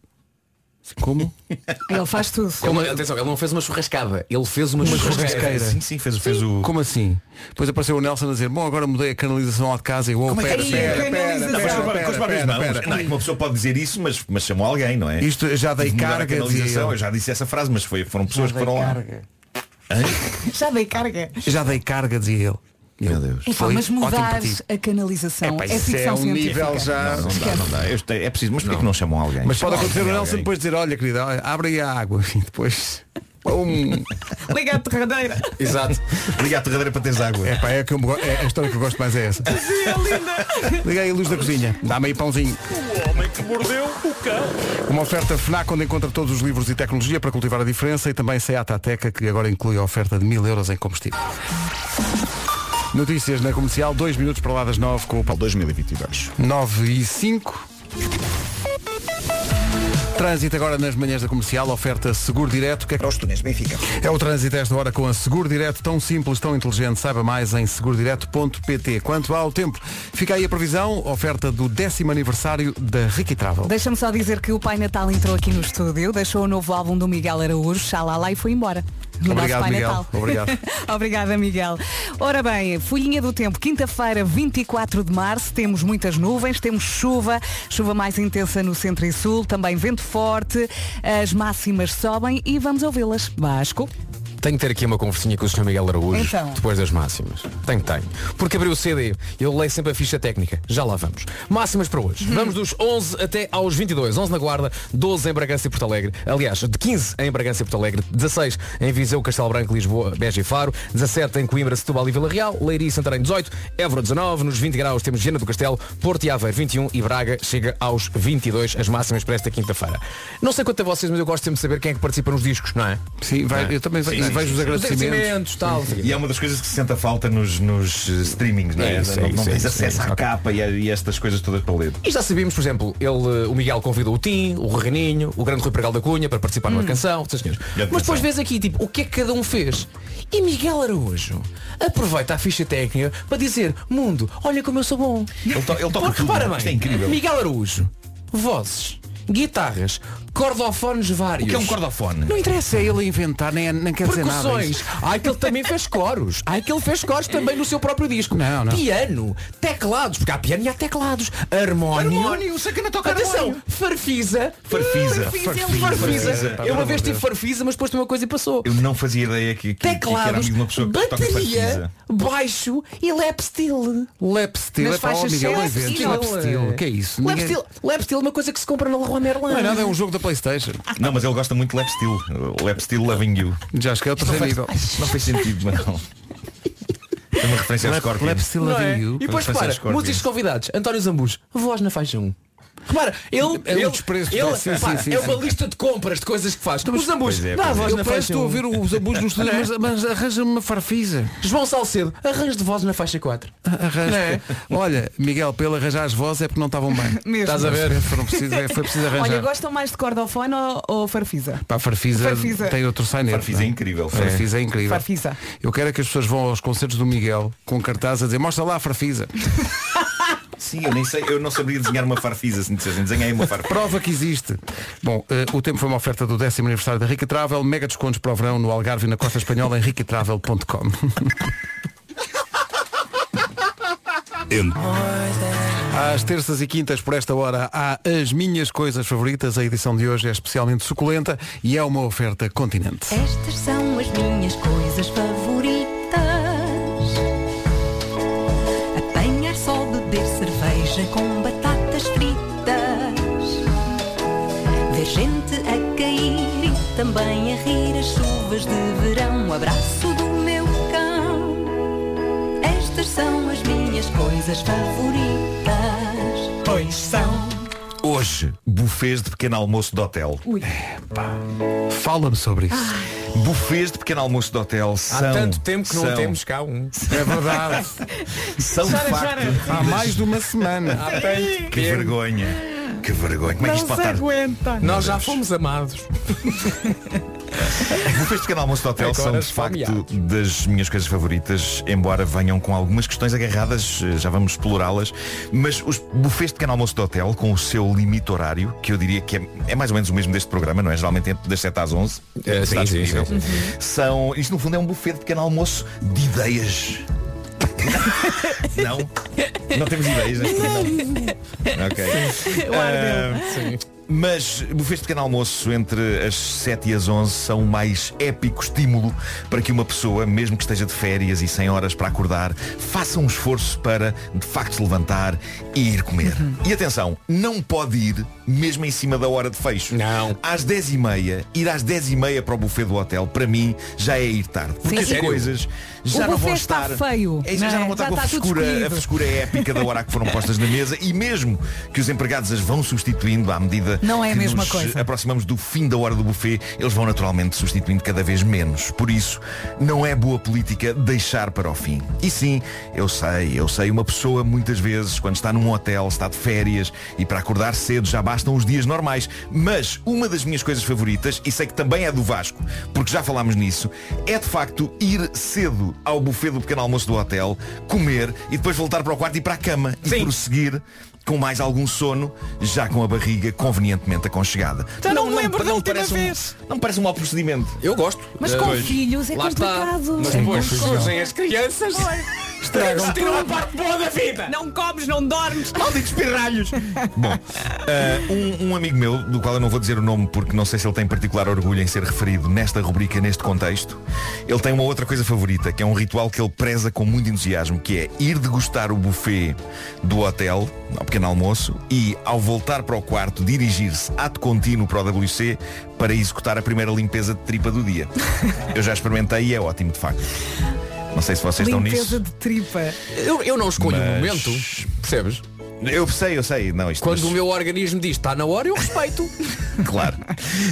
[SPEAKER 1] Como?
[SPEAKER 2] Ele faz tudo.
[SPEAKER 6] Ele não- atenção, ele não fez uma churrascada. Ele fez uma, churrasqueira.
[SPEAKER 1] churrasqueira.
[SPEAKER 5] Sim, sim, fez, o- fez o.
[SPEAKER 1] Como assim? Depois apareceu o Nelson a dizer, bom, agora mudei a canalização lá de casa e eu, oh,
[SPEAKER 5] Como é que
[SPEAKER 1] pera,
[SPEAKER 5] é?
[SPEAKER 1] pera, pera,
[SPEAKER 2] Ei,
[SPEAKER 1] pera,
[SPEAKER 2] canalização.
[SPEAKER 5] Com as
[SPEAKER 1] pera,
[SPEAKER 5] próprias
[SPEAKER 1] pera,
[SPEAKER 5] mãos.
[SPEAKER 1] pera.
[SPEAKER 5] Não, é que uma pessoa pode dizer isso, mas, mas chamou alguém, não é?
[SPEAKER 1] Isto já dei
[SPEAKER 5] Mudar a
[SPEAKER 1] carga, dizia
[SPEAKER 5] canalização,
[SPEAKER 1] ele.
[SPEAKER 5] eu já disse essa frase, mas foi- foram pessoas que
[SPEAKER 1] dei
[SPEAKER 5] foram lá.
[SPEAKER 1] carga.
[SPEAKER 2] Já dei carga.
[SPEAKER 1] Já dei carga, dizia ele.
[SPEAKER 5] Meu Deus.
[SPEAKER 2] Epá,
[SPEAKER 1] Foi
[SPEAKER 2] mas
[SPEAKER 1] ótimo para
[SPEAKER 2] mudar
[SPEAKER 1] ti.
[SPEAKER 2] a canalização
[SPEAKER 1] Epá,
[SPEAKER 2] é
[SPEAKER 1] isso
[SPEAKER 2] ficção
[SPEAKER 1] é um
[SPEAKER 2] científica.
[SPEAKER 1] nível já-
[SPEAKER 5] Não, não dá, não dá. Eu este- é preciso, mas porquê É que não chamam alguém?
[SPEAKER 1] Mas pode
[SPEAKER 5] Chamam
[SPEAKER 1] acontecer o
[SPEAKER 5] alguém,
[SPEAKER 1] Nelson
[SPEAKER 5] alguém.
[SPEAKER 1] depois dizer, olha querida, olha, abre aí a água e depois. Pum.
[SPEAKER 2] Liga a torradeira.
[SPEAKER 6] Exato.
[SPEAKER 5] Liga a torradeira para teres água.
[SPEAKER 1] É pá, é, que eu me go- é a história que eu gosto mais é essa. Liga aí a luz da cozinha. Dá-me aí pãozinho. Uma oferta FNAC onde encontra todos os livros e tecnologia para cultivar a diferença e também Seat Ateca que agora inclui a oferta de mil euros em combustível. Notícias na comercial, dois minutos para lá das nove com o Paulo.
[SPEAKER 3] 2022.
[SPEAKER 1] 9 e 5. Trânsito agora nas manhãs da comercial, oferta seguro direto. Que é...
[SPEAKER 4] Para os túneis de Benfica.
[SPEAKER 1] É o trânsito a esta hora com a Seguro Direto, tão simples, tão inteligente. Saiba mais em segurodireto.pt. Quanto ao tempo, fica aí a previsão, oferta do décimo aniversário da Riquitravel.
[SPEAKER 2] Deixa-me só dizer que o Pai Natal entrou aqui no estúdio, deixou o novo álbum do Miguel Araújo, Xalala, e foi embora. No
[SPEAKER 1] Obrigado,
[SPEAKER 2] nosso Pai
[SPEAKER 1] Miguel.
[SPEAKER 2] Natal.
[SPEAKER 1] Obrigado.
[SPEAKER 2] Obrigada, Miguel. Ora bem, folhinha do tempo, quinta-feira, 24 de março, temos muitas nuvens, temos chuva, chuva mais intensa no centro e sul, também vento forte, as máximas sobem e vamos ouvi-las. Vasco.
[SPEAKER 6] Tenho que ter aqui uma conversinha com o Sr. Miguel Araújo
[SPEAKER 2] Então.
[SPEAKER 6] depois das máximas. Tenho, tenho. Porque abriu o CD, eu leio sempre a ficha técnica. Já lá vamos. Máximas para hoje. Vamos dos 11 até aos 22. 11 na Guarda, 12 em Bragança e Porto Alegre. Aliás, de 15 em Bragança e Porto Alegre, 16 em Viseu, Castelo Branco, Lisboa, Beja e Faro, 17 em Coimbra, Setúbal e Vila Real, Leiria e Santarém 18, Évora 19, nos 20 graus temos Viana do Castelo, Porto e Aveiro 21 e Braga chega aos 22 as máximas para esta quinta-feira. Não sei quanto a vocês, mas eu gosto sempre de saber quem é que participa nos discos, não é?
[SPEAKER 1] Ah. Sim, vai, eu também
[SPEAKER 5] Sim,
[SPEAKER 1] vejo os
[SPEAKER 5] sim.
[SPEAKER 1] agradecimentos.
[SPEAKER 6] tal.
[SPEAKER 5] E é uma das coisas que se sente a falta nos, nos eh, streamings, não é?
[SPEAKER 6] É isso, é
[SPEAKER 5] não
[SPEAKER 6] isso,
[SPEAKER 5] não
[SPEAKER 6] é
[SPEAKER 5] tens
[SPEAKER 6] isso,
[SPEAKER 5] acesso
[SPEAKER 6] é isso.
[SPEAKER 5] à capa e, a- e estas coisas todas para ler.
[SPEAKER 6] E já sabíamos, por exemplo, ele, eh, o Miguel convidou o Tim, o Reninho, o grande Rui Pregal da Cunha para participar numa canção, sim, senhores.
[SPEAKER 5] Grande
[SPEAKER 6] Mas depois
[SPEAKER 5] canção.
[SPEAKER 6] vês aqui, tipo, o que é que cada um fez? E Miguel Araújo aproveita a ficha técnica para dizer, mundo, olha como eu sou bom.
[SPEAKER 5] Ele, to- ele toca
[SPEAKER 6] Porque
[SPEAKER 5] tudo.
[SPEAKER 6] repara bem,
[SPEAKER 5] Isto é incrível.
[SPEAKER 6] Miguel Araújo, vozes, guitarras, cordofones vários.
[SPEAKER 5] O que é um cordofone?
[SPEAKER 6] Não interessa,
[SPEAKER 1] É
[SPEAKER 6] é
[SPEAKER 1] ele a inventar, nem, nem quer dizer nada. é
[SPEAKER 6] Percussões. Ai que ele também fez coros. Ai que ele fez coros também no seu próprio disco.
[SPEAKER 1] Não, não.
[SPEAKER 6] Piano, teclados, porque há piano e há teclados. Harmónio.
[SPEAKER 5] Harmónio, sacana toca
[SPEAKER 6] Atenção,
[SPEAKER 5] harmónio.
[SPEAKER 6] farfisa. Farfisa. ele
[SPEAKER 5] Farfisa.
[SPEAKER 6] farfisa.
[SPEAKER 5] Farfisa. Farfisa.
[SPEAKER 6] Eu uma
[SPEAKER 5] Pelo
[SPEAKER 6] vez
[SPEAKER 5] amor de
[SPEAKER 6] tive farfisa, mas depois de uma coisa e passou.
[SPEAKER 5] Eu não fazia ideia que, que, que era
[SPEAKER 6] Teclados,
[SPEAKER 5] amigo de uma pessoa que toca
[SPEAKER 6] bateria,
[SPEAKER 5] farfisa.
[SPEAKER 6] baixo e lap steel.
[SPEAKER 1] Lap Steel,
[SPEAKER 2] Nas
[SPEAKER 1] é pá, oh,
[SPEAKER 2] faixas
[SPEAKER 1] Miguel, não
[SPEAKER 2] Lap
[SPEAKER 1] inventes
[SPEAKER 2] Steel.
[SPEAKER 1] Lap Steel. Que é isso?
[SPEAKER 6] Lap
[SPEAKER 1] Ninguém-
[SPEAKER 6] steel, lap steel é uma coisa que se compra na Leroy Merlin.
[SPEAKER 1] Não é nada, é um jogo da Playstation.
[SPEAKER 5] Não, mas ele gosta muito de Lap Steel. Lap Steel Loving You.
[SPEAKER 1] Já acho que é o terceiro nível.
[SPEAKER 5] Não fez sentido, mas não. É uma referência aos
[SPEAKER 1] Lap,
[SPEAKER 5] Scorpions.
[SPEAKER 1] Lap Steel
[SPEAKER 6] Não
[SPEAKER 1] Loving
[SPEAKER 6] é?
[SPEAKER 1] You.
[SPEAKER 6] E depois
[SPEAKER 5] Vamos
[SPEAKER 6] repara,
[SPEAKER 5] fazer Scorpions.
[SPEAKER 6] músicos convidados, António Zambus, voz na faixa 1. Repara, ele,
[SPEAKER 1] É um
[SPEAKER 6] ele,
[SPEAKER 1] desprezo que
[SPEAKER 6] ele-
[SPEAKER 1] dá. Sim,
[SPEAKER 6] repara,
[SPEAKER 1] sim, sim,
[SPEAKER 6] é
[SPEAKER 1] sim.
[SPEAKER 6] uma lista de compras de coisas que faz. Os Zambus,
[SPEAKER 5] Pois é,
[SPEAKER 6] dá a
[SPEAKER 5] pois é.
[SPEAKER 6] voz
[SPEAKER 1] Eu
[SPEAKER 6] na
[SPEAKER 1] parece que
[SPEAKER 6] faixa
[SPEAKER 2] um-
[SPEAKER 1] estou a
[SPEAKER 6] 1.
[SPEAKER 1] ouvir os abusos no estúdio, mas, mas arranja-me uma farfisa.
[SPEAKER 6] João Salcedo, arranjo de voz na faixa 4.
[SPEAKER 1] Arranja.
[SPEAKER 6] Não é?
[SPEAKER 1] Olha, Miguel, pelo arranjar as vozes é porque não estavam bem.
[SPEAKER 2] Mesmo.
[SPEAKER 6] Estás a ver?
[SPEAKER 1] Foram preciso, é, foi preciso arranjar.
[SPEAKER 2] Olha, gostam mais de cordofone ou, ou farfisa?
[SPEAKER 1] Pá, Farfisa,
[SPEAKER 2] Farfisa.
[SPEAKER 1] tem outro sign
[SPEAKER 5] Farfisa é incrível.
[SPEAKER 1] Farfisa é incrível.
[SPEAKER 2] Farfisa.
[SPEAKER 1] Eu quero é que as pessoas vão aos concertos do Miguel com cartaz a dizer mostra lá a Farfisa.
[SPEAKER 5] Sim, eu nem sei, eu não saberia desenhar uma farfisa se me dissessem, desenhei uma farfisa.
[SPEAKER 1] Prova que existe. Bom, eh, o tempo foi uma oferta do décimo aniversário da Rica Travel. Mega descontos para o verão no Algarve e na Costa Espanhola em ricatravel.com. Às terças e quintas, por esta hora, há as minhas coisas favoritas. A edição de hoje é especialmente suculenta e é uma oferta continente.
[SPEAKER 10] Estas são as minhas coisas favoritas. Apanhar só beber cerveja com batatas fritas. Ver gente a cair e também a rir as chuvas de verão. O abraço do meu cão. Estas são as minhas coisas favoritas. Pois são.
[SPEAKER 5] Hoje, bufês de pequeno almoço de hotel.
[SPEAKER 1] Fala-me sobre isso.
[SPEAKER 5] Bufês de pequeno almoço de hotel
[SPEAKER 6] Há
[SPEAKER 5] são.
[SPEAKER 6] tanto tempo que não
[SPEAKER 5] são,
[SPEAKER 6] temos cá um.
[SPEAKER 1] É verdade.
[SPEAKER 5] São de facto.
[SPEAKER 1] Há mais de uma semana.
[SPEAKER 5] Que vergonha. Que vergonha. Como é que isto pode estar?
[SPEAKER 2] aguenta.
[SPEAKER 6] Nós já fomos amados.
[SPEAKER 5] Bufês de pequeno almoço de hotel
[SPEAKER 6] Agora
[SPEAKER 5] são de
[SPEAKER 6] esfomeados.
[SPEAKER 5] facto das minhas coisas favoritas, embora venham com algumas questões agarradas, eh, já vamos explorá-las, mas os bufês de pequeno almoço de hotel, com o seu limite horário, que eu diria que é, é mais ou menos o mesmo deste programa, não é? Geralmente entre das 7 às 11,
[SPEAKER 6] É,
[SPEAKER 5] está
[SPEAKER 6] sim, sim,
[SPEAKER 5] disponível.
[SPEAKER 6] sim,
[SPEAKER 5] são, isto no fundo é um buffet de pequeno almoço de ideias. não? Não temos ideias? Não. Ok.
[SPEAKER 2] O ar dele.
[SPEAKER 5] Ah, Mas bufês de pequeno almoço entre as 7 e as 11 são o mais épico estímulo para que uma pessoa, mesmo que esteja de férias e sem horas para acordar, faça um esforço para, de facto, se levantar e ir comer.
[SPEAKER 2] Uhum.
[SPEAKER 5] E atenção, não pode ir mesmo em cima da hora de fecho. Não. Às 10 e meia, ir às 10 e meia para o buffet do hotel, para mim, já é ir tarde. Porque
[SPEAKER 2] Sim,
[SPEAKER 5] as
[SPEAKER 2] sim.
[SPEAKER 5] coisas já
[SPEAKER 2] o
[SPEAKER 5] não vão
[SPEAKER 2] buffet
[SPEAKER 5] estar...
[SPEAKER 2] está feio.
[SPEAKER 5] É isso, já não vão estar com a
[SPEAKER 2] tudo
[SPEAKER 5] frescura, é a
[SPEAKER 2] escolhido.
[SPEAKER 5] frescura épica da hora a que foram postas na mesa e mesmo que os empregados as vão substituindo à medida
[SPEAKER 2] Não é a
[SPEAKER 5] que
[SPEAKER 2] mesma
[SPEAKER 5] nos
[SPEAKER 2] coisa.
[SPEAKER 5] aproximamos do fim da hora do buffet, eles vão naturalmente substituindo cada vez menos. Por isso, não é boa política deixar para o fim. E sim, eu sei, eu sei, uma pessoa muitas vezes, quando está num hotel, está de férias e para acordar cedo já bastam os dias normais. Mas uma das minhas coisas favoritas, e sei que também é do Vasco, porque já falámos nisso, é de facto ir cedo ao buffet do pequeno almoço do hotel, comer e depois voltar para o quarto e para a cama e prosseguir com mais algum sono, já com a barriga convenientemente aconchegada.
[SPEAKER 6] Já não me lembro da
[SPEAKER 5] não
[SPEAKER 6] última
[SPEAKER 5] parece
[SPEAKER 6] vez.
[SPEAKER 5] Um, não parece um mau procedimento.
[SPEAKER 6] Eu gosto.
[SPEAKER 2] Mas com filhos é
[SPEAKER 6] Lá
[SPEAKER 2] complicado.
[SPEAKER 6] Está. Mas
[SPEAKER 2] É
[SPEAKER 6] depois
[SPEAKER 2] confusão.
[SPEAKER 6] surgem as crianças. Estragam tiram a parte boa da vida.
[SPEAKER 2] Não comes, não dormes.
[SPEAKER 5] Malditos pirralhos! Bom, uh, um, um amigo meu, do qual eu não vou dizer o nome porque não sei se ele tem particular orgulho em ser referido nesta rubrica, neste contexto, ele tem uma outra coisa favorita, que é um ritual que ele preza com muito entusiasmo, que é ir degustar o buffet do hotel, ao pequeno almoço, e ao voltar para o quarto, dirigir-se ato contínuo para o WC para executar a primeira limpeza de tripa do dia. Eu já experimentei e é ótimo, de facto. Não sei se vocês estão nisso.
[SPEAKER 2] Limpeza de tripa.
[SPEAKER 6] Eu, eu não escolho o
[SPEAKER 5] Mas-
[SPEAKER 6] momento, percebes?
[SPEAKER 5] Eu sei, eu sei. Não, isto
[SPEAKER 6] Quando
[SPEAKER 5] mas-
[SPEAKER 6] o meu organismo diz está na hora, eu respeito.
[SPEAKER 5] Claro.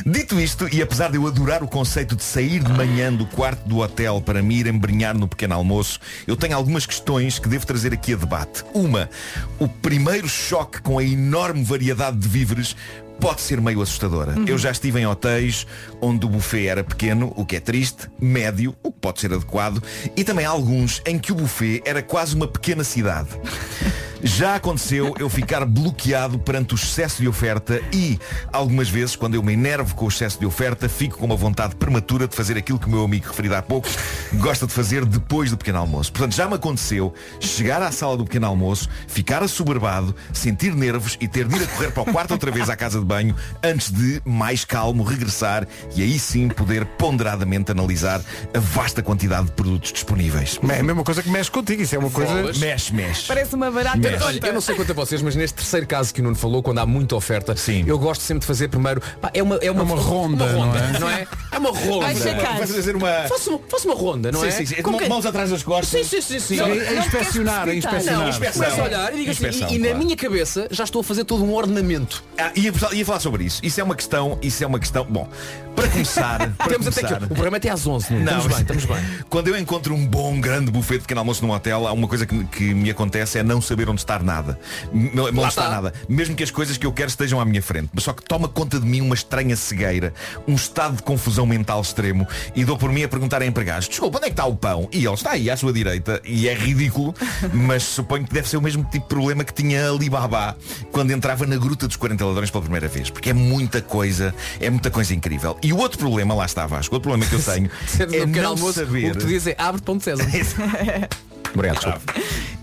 [SPEAKER 5] Dito isto, e apesar de eu adorar o conceito de sair de manhã do quarto do hotel para me ir embrenhar no pequeno almoço, eu tenho algumas questões que devo trazer aqui a debate. Uma, o primeiro choque com a enorme variedade de víveres pode ser meio assustadora. Eu já estive em hotéis onde o buffet era pequeno, o que é triste, médio, o que pode ser adequado, e também alguns em que o buffet era quase uma pequena cidade. Já aconteceu eu ficar bloqueado perante o excesso de oferta e, algumas vezes, quando eu me enervo com o excesso de oferta, fico com uma vontade prematura de fazer aquilo que o meu amigo referido há pouco gosta de fazer depois do pequeno almoço. Portanto, já me aconteceu chegar à sala do pequeno almoço, ficar assoberbado, sentir nervos e ter de ir a correr para o quarto outra vez à casa de banho antes de, mais calmo, regressar e aí sim poder ponderadamente analisar a vasta quantidade de produtos disponíveis.
[SPEAKER 1] É a mesma coisa que mexe contigo, isso é uma coisa.
[SPEAKER 6] Bolas.
[SPEAKER 5] Mexe, mexe.
[SPEAKER 2] Parece uma barata
[SPEAKER 5] Mas-
[SPEAKER 2] tonta.
[SPEAKER 6] Olha, eu não sei quanto a vocês, mas neste terceiro caso que o Nuno falou, quando há muita oferta,
[SPEAKER 5] Sim.
[SPEAKER 6] eu gosto sempre de fazer primeiro. pá, é uma, é uma,
[SPEAKER 1] É uma ronda,
[SPEAKER 6] uma ronda,
[SPEAKER 1] não é?
[SPEAKER 6] não é? É uma ronda.
[SPEAKER 2] Vai checar.
[SPEAKER 5] Vai fazer uma...
[SPEAKER 6] Faça uma, faça uma ronda, não
[SPEAKER 5] sim,
[SPEAKER 6] é?
[SPEAKER 5] sim, sim.
[SPEAKER 6] Com
[SPEAKER 5] Mão-
[SPEAKER 6] quem-
[SPEAKER 5] Mãos atrás das costas.
[SPEAKER 6] Sim, sim, sim, sim.
[SPEAKER 1] É,
[SPEAKER 6] Não,
[SPEAKER 1] é inspecionar, é
[SPEAKER 2] Não,
[SPEAKER 1] inspecionar.
[SPEAKER 6] Começa a olhar e digo assim,
[SPEAKER 5] Inspeção,
[SPEAKER 6] e, e na
[SPEAKER 5] claro.
[SPEAKER 6] minha cabeça já estou a fazer todo um ornamento.
[SPEAKER 5] Ah, ia, ia falar sobre isso. Isso é uma questão, isso é uma questão. Bom, para começar, para
[SPEAKER 6] Temos até que...
[SPEAKER 5] começar.
[SPEAKER 6] O programa é até às 11, não?
[SPEAKER 5] Não,
[SPEAKER 6] Estamos bem, estamos bem.
[SPEAKER 5] Quando eu encontro um bom, grande buffet de pequeno almoço num hotel, há uma coisa que, que me acontece é não saber onde estar nada. M- Não, não
[SPEAKER 6] está.
[SPEAKER 5] está nada. Mesmo que as coisas que eu quero estejam à minha frente. Mas só que toma conta de mim uma estranha cegueira, um estado de confusão mental extremo e dou por mim a perguntar a empregados, desculpa, onde é que está o pão? E ele está aí à sua direita e é ridículo, mas suponho que deve ser o mesmo tipo de problema que tinha Alibaba quando entrava na gruta dos 40 ladrões pela primeira vez. Porque é muita coisa, é muita coisa incrível. E o outro problema, lá está Vasco, o outro problema que eu tenho
[SPEAKER 6] Sendo no
[SPEAKER 5] é
[SPEAKER 6] um pequeno
[SPEAKER 5] não
[SPEAKER 6] almoço,
[SPEAKER 5] saber
[SPEAKER 6] o que tu dizes é abre pão de César. Obrigado, desculpa.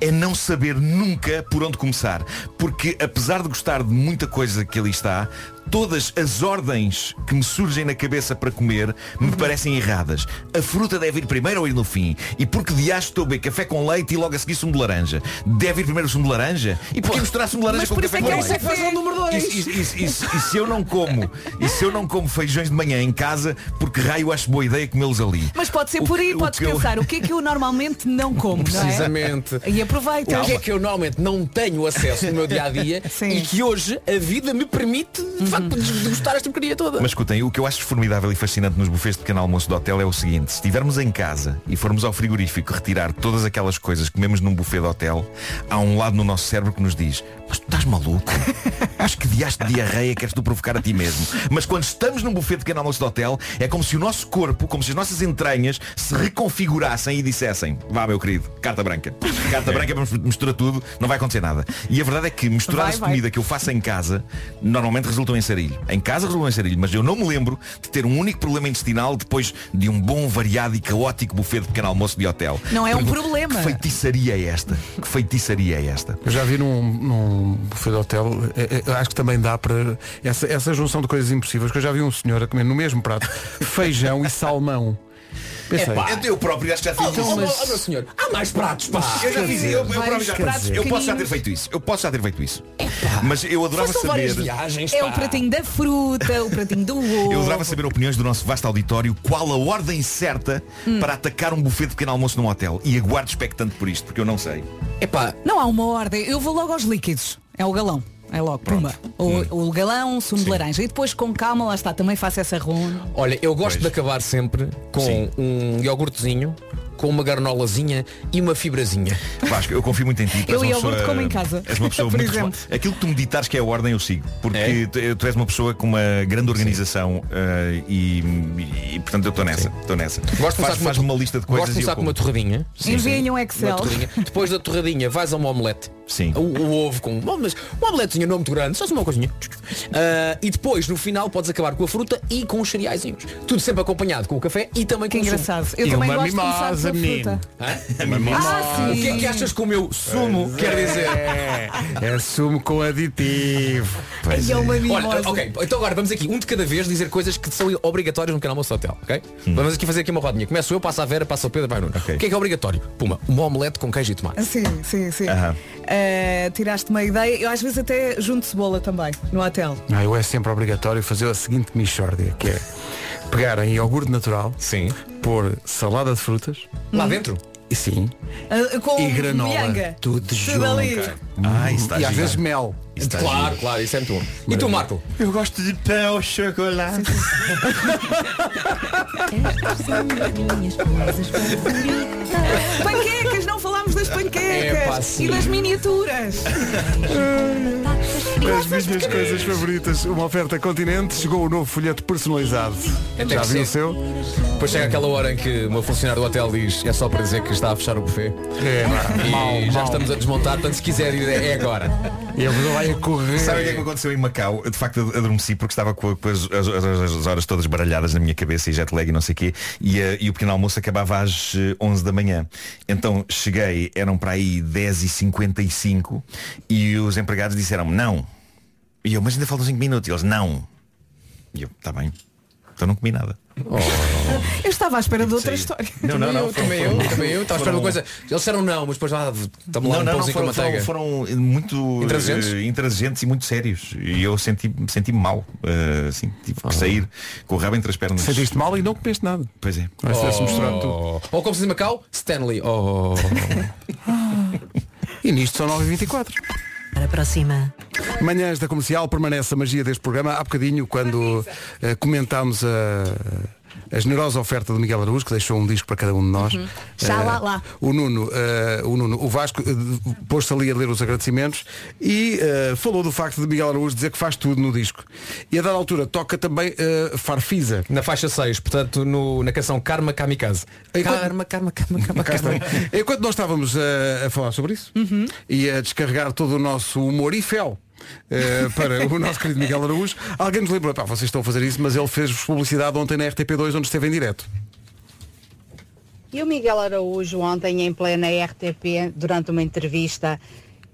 [SPEAKER 5] é não saber nunca por onde começar. Porque apesar de gostar de muita coisa que ali está, todas as ordens que me surgem na cabeça para comer
[SPEAKER 6] Uhum.
[SPEAKER 5] me parecem erradas. A fruta deve ir primeiro ou ir no fim? E porque de acho estou a beber café com leite e logo a seguir sumo de laranja? Deve ir primeiro o sumo de laranja? E porquê misturar sumo de laranja
[SPEAKER 2] Mas
[SPEAKER 5] com
[SPEAKER 2] por isso
[SPEAKER 5] café
[SPEAKER 2] é
[SPEAKER 5] com
[SPEAKER 2] que
[SPEAKER 5] leite?
[SPEAKER 2] essa é que faz o número
[SPEAKER 5] E,
[SPEAKER 2] 2.
[SPEAKER 5] se- e se- e se- e se eu não como, e se eu não como feijões de manhã em casa, porque raio acho boa ideia comê-los ali?
[SPEAKER 2] Mas pode ser
[SPEAKER 5] O
[SPEAKER 2] por aí,
[SPEAKER 5] que- o
[SPEAKER 2] podes
[SPEAKER 5] que eu-
[SPEAKER 2] pensar, o que é que eu normalmente não como, não é?
[SPEAKER 6] Precisamente.
[SPEAKER 2] E
[SPEAKER 6] O
[SPEAKER 2] aproveita.
[SPEAKER 6] que é que eu normalmente não tenho acesso no meu dia a dia
[SPEAKER 2] Sim. Uhum.
[SPEAKER 6] e que hoje a vida me permite de facto degustar esta porcaria toda.
[SPEAKER 5] Mas escutem, o que eu acho formidável e fascinante nos bufês de pequeno almoço do hotel é o seguinte, se estivermos em casa e formos ao frigorífico retirar todas aquelas coisas que comemos num buffet de hotel, há um lado no nosso cérebro que nos diz, mas tu estás maluco? Acho que diaste de diarreia queres tu provocar a ti mesmo. Mas quando estamos num buffet de pequeno almoço de hotel, é como se o nosso corpo, como se as nossas entranhas se reconfigurassem e dissessem, vá meu querido, carta branca. Carta branca mistura tudo, não vai acontecer nada. E a verdade é que
[SPEAKER 11] Vai,
[SPEAKER 5] misturadas de
[SPEAKER 11] vai.
[SPEAKER 5] comida que eu faço em casa normalmente resultam em sarilho. Em casa resultam em sarilho, mas eu não me lembro de ter um único problema intestinal depois de um bom, variado e caótico buffet de pequeno almoço de hotel.
[SPEAKER 2] Não é um
[SPEAKER 5] Pergunto,
[SPEAKER 2] problema.
[SPEAKER 5] Que feitiçaria é esta? Que feitiçaria é esta?
[SPEAKER 1] Eu já vi num, num buffet de hotel, eh, eh, acho que também dá para essa, essa junção de coisas impossíveis, que eu já vi um senhor a comer no mesmo prato feijão e salmão. Pensei,
[SPEAKER 5] Epá, eu próprio acho que já fiz
[SPEAKER 1] Então,
[SPEAKER 5] isso.
[SPEAKER 1] mas-
[SPEAKER 6] Oh, meu senhor, há mais pratos, pá.
[SPEAKER 5] Eu já fiz, eu, eu
[SPEAKER 6] Vários
[SPEAKER 5] próprio já
[SPEAKER 6] pratos
[SPEAKER 5] Eu posso já ter
[SPEAKER 6] pequeninos.
[SPEAKER 5] feito isso. Eu posso já ter feito isso. Mas eu adorava
[SPEAKER 6] Façam
[SPEAKER 5] saber.
[SPEAKER 6] várias viagens,
[SPEAKER 2] É o pratinho da fruta, o pratinho do ovo.
[SPEAKER 5] Eu adorava saber opiniões do nosso vasto auditório qual a ordem certa
[SPEAKER 2] Hum.
[SPEAKER 5] para atacar um buffet de pequeno almoço num hotel. E aguardo expectante por isto, porque eu não sei.
[SPEAKER 6] Epá,
[SPEAKER 2] Não há uma ordem. Eu vou logo aos líquidos. É o galão. É logo, pumba. O, o galão, sumo de laranja. E depois com calma, lá está, também faço essa ronda.
[SPEAKER 6] Olha, eu gosto de acabar sempre com um iogurtezinho, com uma garnolazinha e uma fibrazinha.
[SPEAKER 5] Vasco, eu confio muito em ti. tu
[SPEAKER 6] Eu
[SPEAKER 5] és uma
[SPEAKER 6] iogurte
[SPEAKER 5] pessoa-
[SPEAKER 6] como em casa.
[SPEAKER 5] És uma pessoa
[SPEAKER 6] Por
[SPEAKER 5] muito
[SPEAKER 6] exemplo.
[SPEAKER 5] responsável. Aquilo que tu me ditares que é a ordem, eu sigo. Porque
[SPEAKER 6] É?
[SPEAKER 5] tu, tu és uma pessoa com uma grande organização eh, e, e, portanto, eu estou nessa. Estou nessa.
[SPEAKER 6] Gosto de começar
[SPEAKER 5] faz,
[SPEAKER 6] com uma
[SPEAKER 5] faz
[SPEAKER 6] tor-
[SPEAKER 5] uma lista de coisas
[SPEAKER 6] Gosto de
[SPEAKER 5] e
[SPEAKER 6] começar
[SPEAKER 5] eu
[SPEAKER 6] com uma
[SPEAKER 5] como.
[SPEAKER 6] torradinha.
[SPEAKER 2] Sim, Enviem sim. um Excel.
[SPEAKER 6] Uma torradinha. Depois da torradinha vais a uma omelete.
[SPEAKER 5] Sim.
[SPEAKER 6] O, o ovo com. Bom, mas um uma omeletezinha não muito grande, só uma coisinha. Ah, e depois, no final, podes acabar com a fruta e com os cereaizinhos. Tudo sempre acompanhado com o café e também com
[SPEAKER 2] Que
[SPEAKER 6] o sumo.
[SPEAKER 2] engraçado. Eu E também uma gosto de começar mimosa, pela menino. fruta. Ah,
[SPEAKER 6] Hã?
[SPEAKER 1] Uma mimosa.
[SPEAKER 6] O que é que achas que o meu sumo quer dizer?
[SPEAKER 1] é sumo com aditivo.
[SPEAKER 2] é
[SPEAKER 6] Olha, ok, então agora vamos aqui, um de cada vez, dizer coisas que são obrigatórias no canal Almoço Hotel, ok? Vamos aqui fazer aqui uma rodinha. Começo eu, passa a Vera, passa o Pedro, vai o Nuno. O que é que é obrigatório? Puma, uma omelete com queijo e tomate.
[SPEAKER 2] Sim, sim, sim. Eh, tiraste uma ideia. Eu às vezes até junto cebola também, no hotel.
[SPEAKER 1] Não, eu é sempre obrigatório fazer a seguinte mixórdia, que é pegar em iogurte natural,
[SPEAKER 6] sim.
[SPEAKER 1] pôr salada de frutas.
[SPEAKER 2] Hum.
[SPEAKER 6] Lá dentro?
[SPEAKER 1] E sim.
[SPEAKER 2] Ah, com
[SPEAKER 1] e granola.
[SPEAKER 2] mianga.
[SPEAKER 1] Tudo junto.
[SPEAKER 2] ali.
[SPEAKER 1] Ah, isso está
[SPEAKER 6] E
[SPEAKER 1] giro.
[SPEAKER 6] às vezes
[SPEAKER 1] mel.
[SPEAKER 6] Isso está Claro, giro. claro, isso é muito bom. E tu, Marco?
[SPEAKER 5] Eu gosto de pão ao chocolate.
[SPEAKER 2] Panquecas, não falámos das panquecas
[SPEAKER 1] É, pá, sim.
[SPEAKER 2] e das miniaturas.
[SPEAKER 1] As minhas coisas favoritas, uma oferta continente, chegou o novo folheto personalizado.
[SPEAKER 5] é
[SPEAKER 6] Tem
[SPEAKER 1] Já
[SPEAKER 6] que
[SPEAKER 1] viu o
[SPEAKER 6] ser.
[SPEAKER 1] seu?
[SPEAKER 6] Depois chega aquela hora em que uma funcionária do hotel diz é só para dizer que está a fechar o buffet.
[SPEAKER 1] É,
[SPEAKER 5] Ah,
[SPEAKER 6] e
[SPEAKER 1] mal,
[SPEAKER 6] já
[SPEAKER 1] mal.
[SPEAKER 6] estamos a desmontar, portanto se quiser ir é agora.
[SPEAKER 1] E a pessoa vai a correr.
[SPEAKER 5] Sabe o que é que me aconteceu em Macau? Eu, De facto ad- adormeci porque estava com, com as, as- as- as horas todas baralhadas na minha cabeça e jet lag e não sei o quê. E, eh, e o pequeno almoço acabava às eh, 11 da manhã. Então cheguei, eram para aí 10h55 e os empregados disseram não. E eu, mas ainda faltam 5 minutos. E eles, não. E eu, está bem. Então não comi nada.
[SPEAKER 2] Eu estava à espera de outra história.
[SPEAKER 5] Não, não, não, um
[SPEAKER 6] Também eu,
[SPEAKER 5] foram-
[SPEAKER 6] também eu, também eu, estava a esperar uma
[SPEAKER 5] foram-
[SPEAKER 6] coisa. Eles disseram não, mas depois lá estamos lá
[SPEAKER 5] não,
[SPEAKER 6] um
[SPEAKER 5] não, não,
[SPEAKER 6] pãozinho com
[SPEAKER 5] foram,
[SPEAKER 6] manteiga.
[SPEAKER 5] foram, foram muito
[SPEAKER 6] Intransigentes?
[SPEAKER 5] eh, intransigentes e muito sérios. E eu senti- senti-me mal. eh, assim, tive que sair com o rabo entre as pernas.
[SPEAKER 1] Sentiste mal e não comeste nada.
[SPEAKER 5] Pois é.
[SPEAKER 1] Vai ser-se misturado tudo.
[SPEAKER 6] Ou como se diz em Macau, Stanley. Oh.
[SPEAKER 1] E nisto são 9h24.
[SPEAKER 10] Para a próxima.
[SPEAKER 1] Manhãs da comercial permanece a magia deste programa. Há bocadinho, quando eh, comentámos a, a generosa oferta do Miguel Araújo, que deixou um disco para cada um de nós.
[SPEAKER 2] Já
[SPEAKER 1] eh,
[SPEAKER 2] lá, lá.
[SPEAKER 1] O Nuno, eh, o Nuno, o Vasco, eh, pôs-se ali a ler os agradecimentos e eh, falou do facto de Miguel Araújo dizer que faz tudo no disco. E a dada altura toca também eh, Farfisa.
[SPEAKER 6] Na faixa 6, portanto, no, na canção Karma Kamikaze. Karma, karma, karma, karma,
[SPEAKER 1] Cá está. Enquanto nós estávamos eh, a, falar sobre isso e a descarregar todo o nosso humor e fel eh, para o nosso querido Miguel Araújo, alguém nos lembrou, pá, vocês estão a fazer isso, mas ele fez-vos publicidade ontem na RTP2 onde esteve em direto.
[SPEAKER 12] E o Miguel Araújo ontem em plena RTP, durante uma entrevista,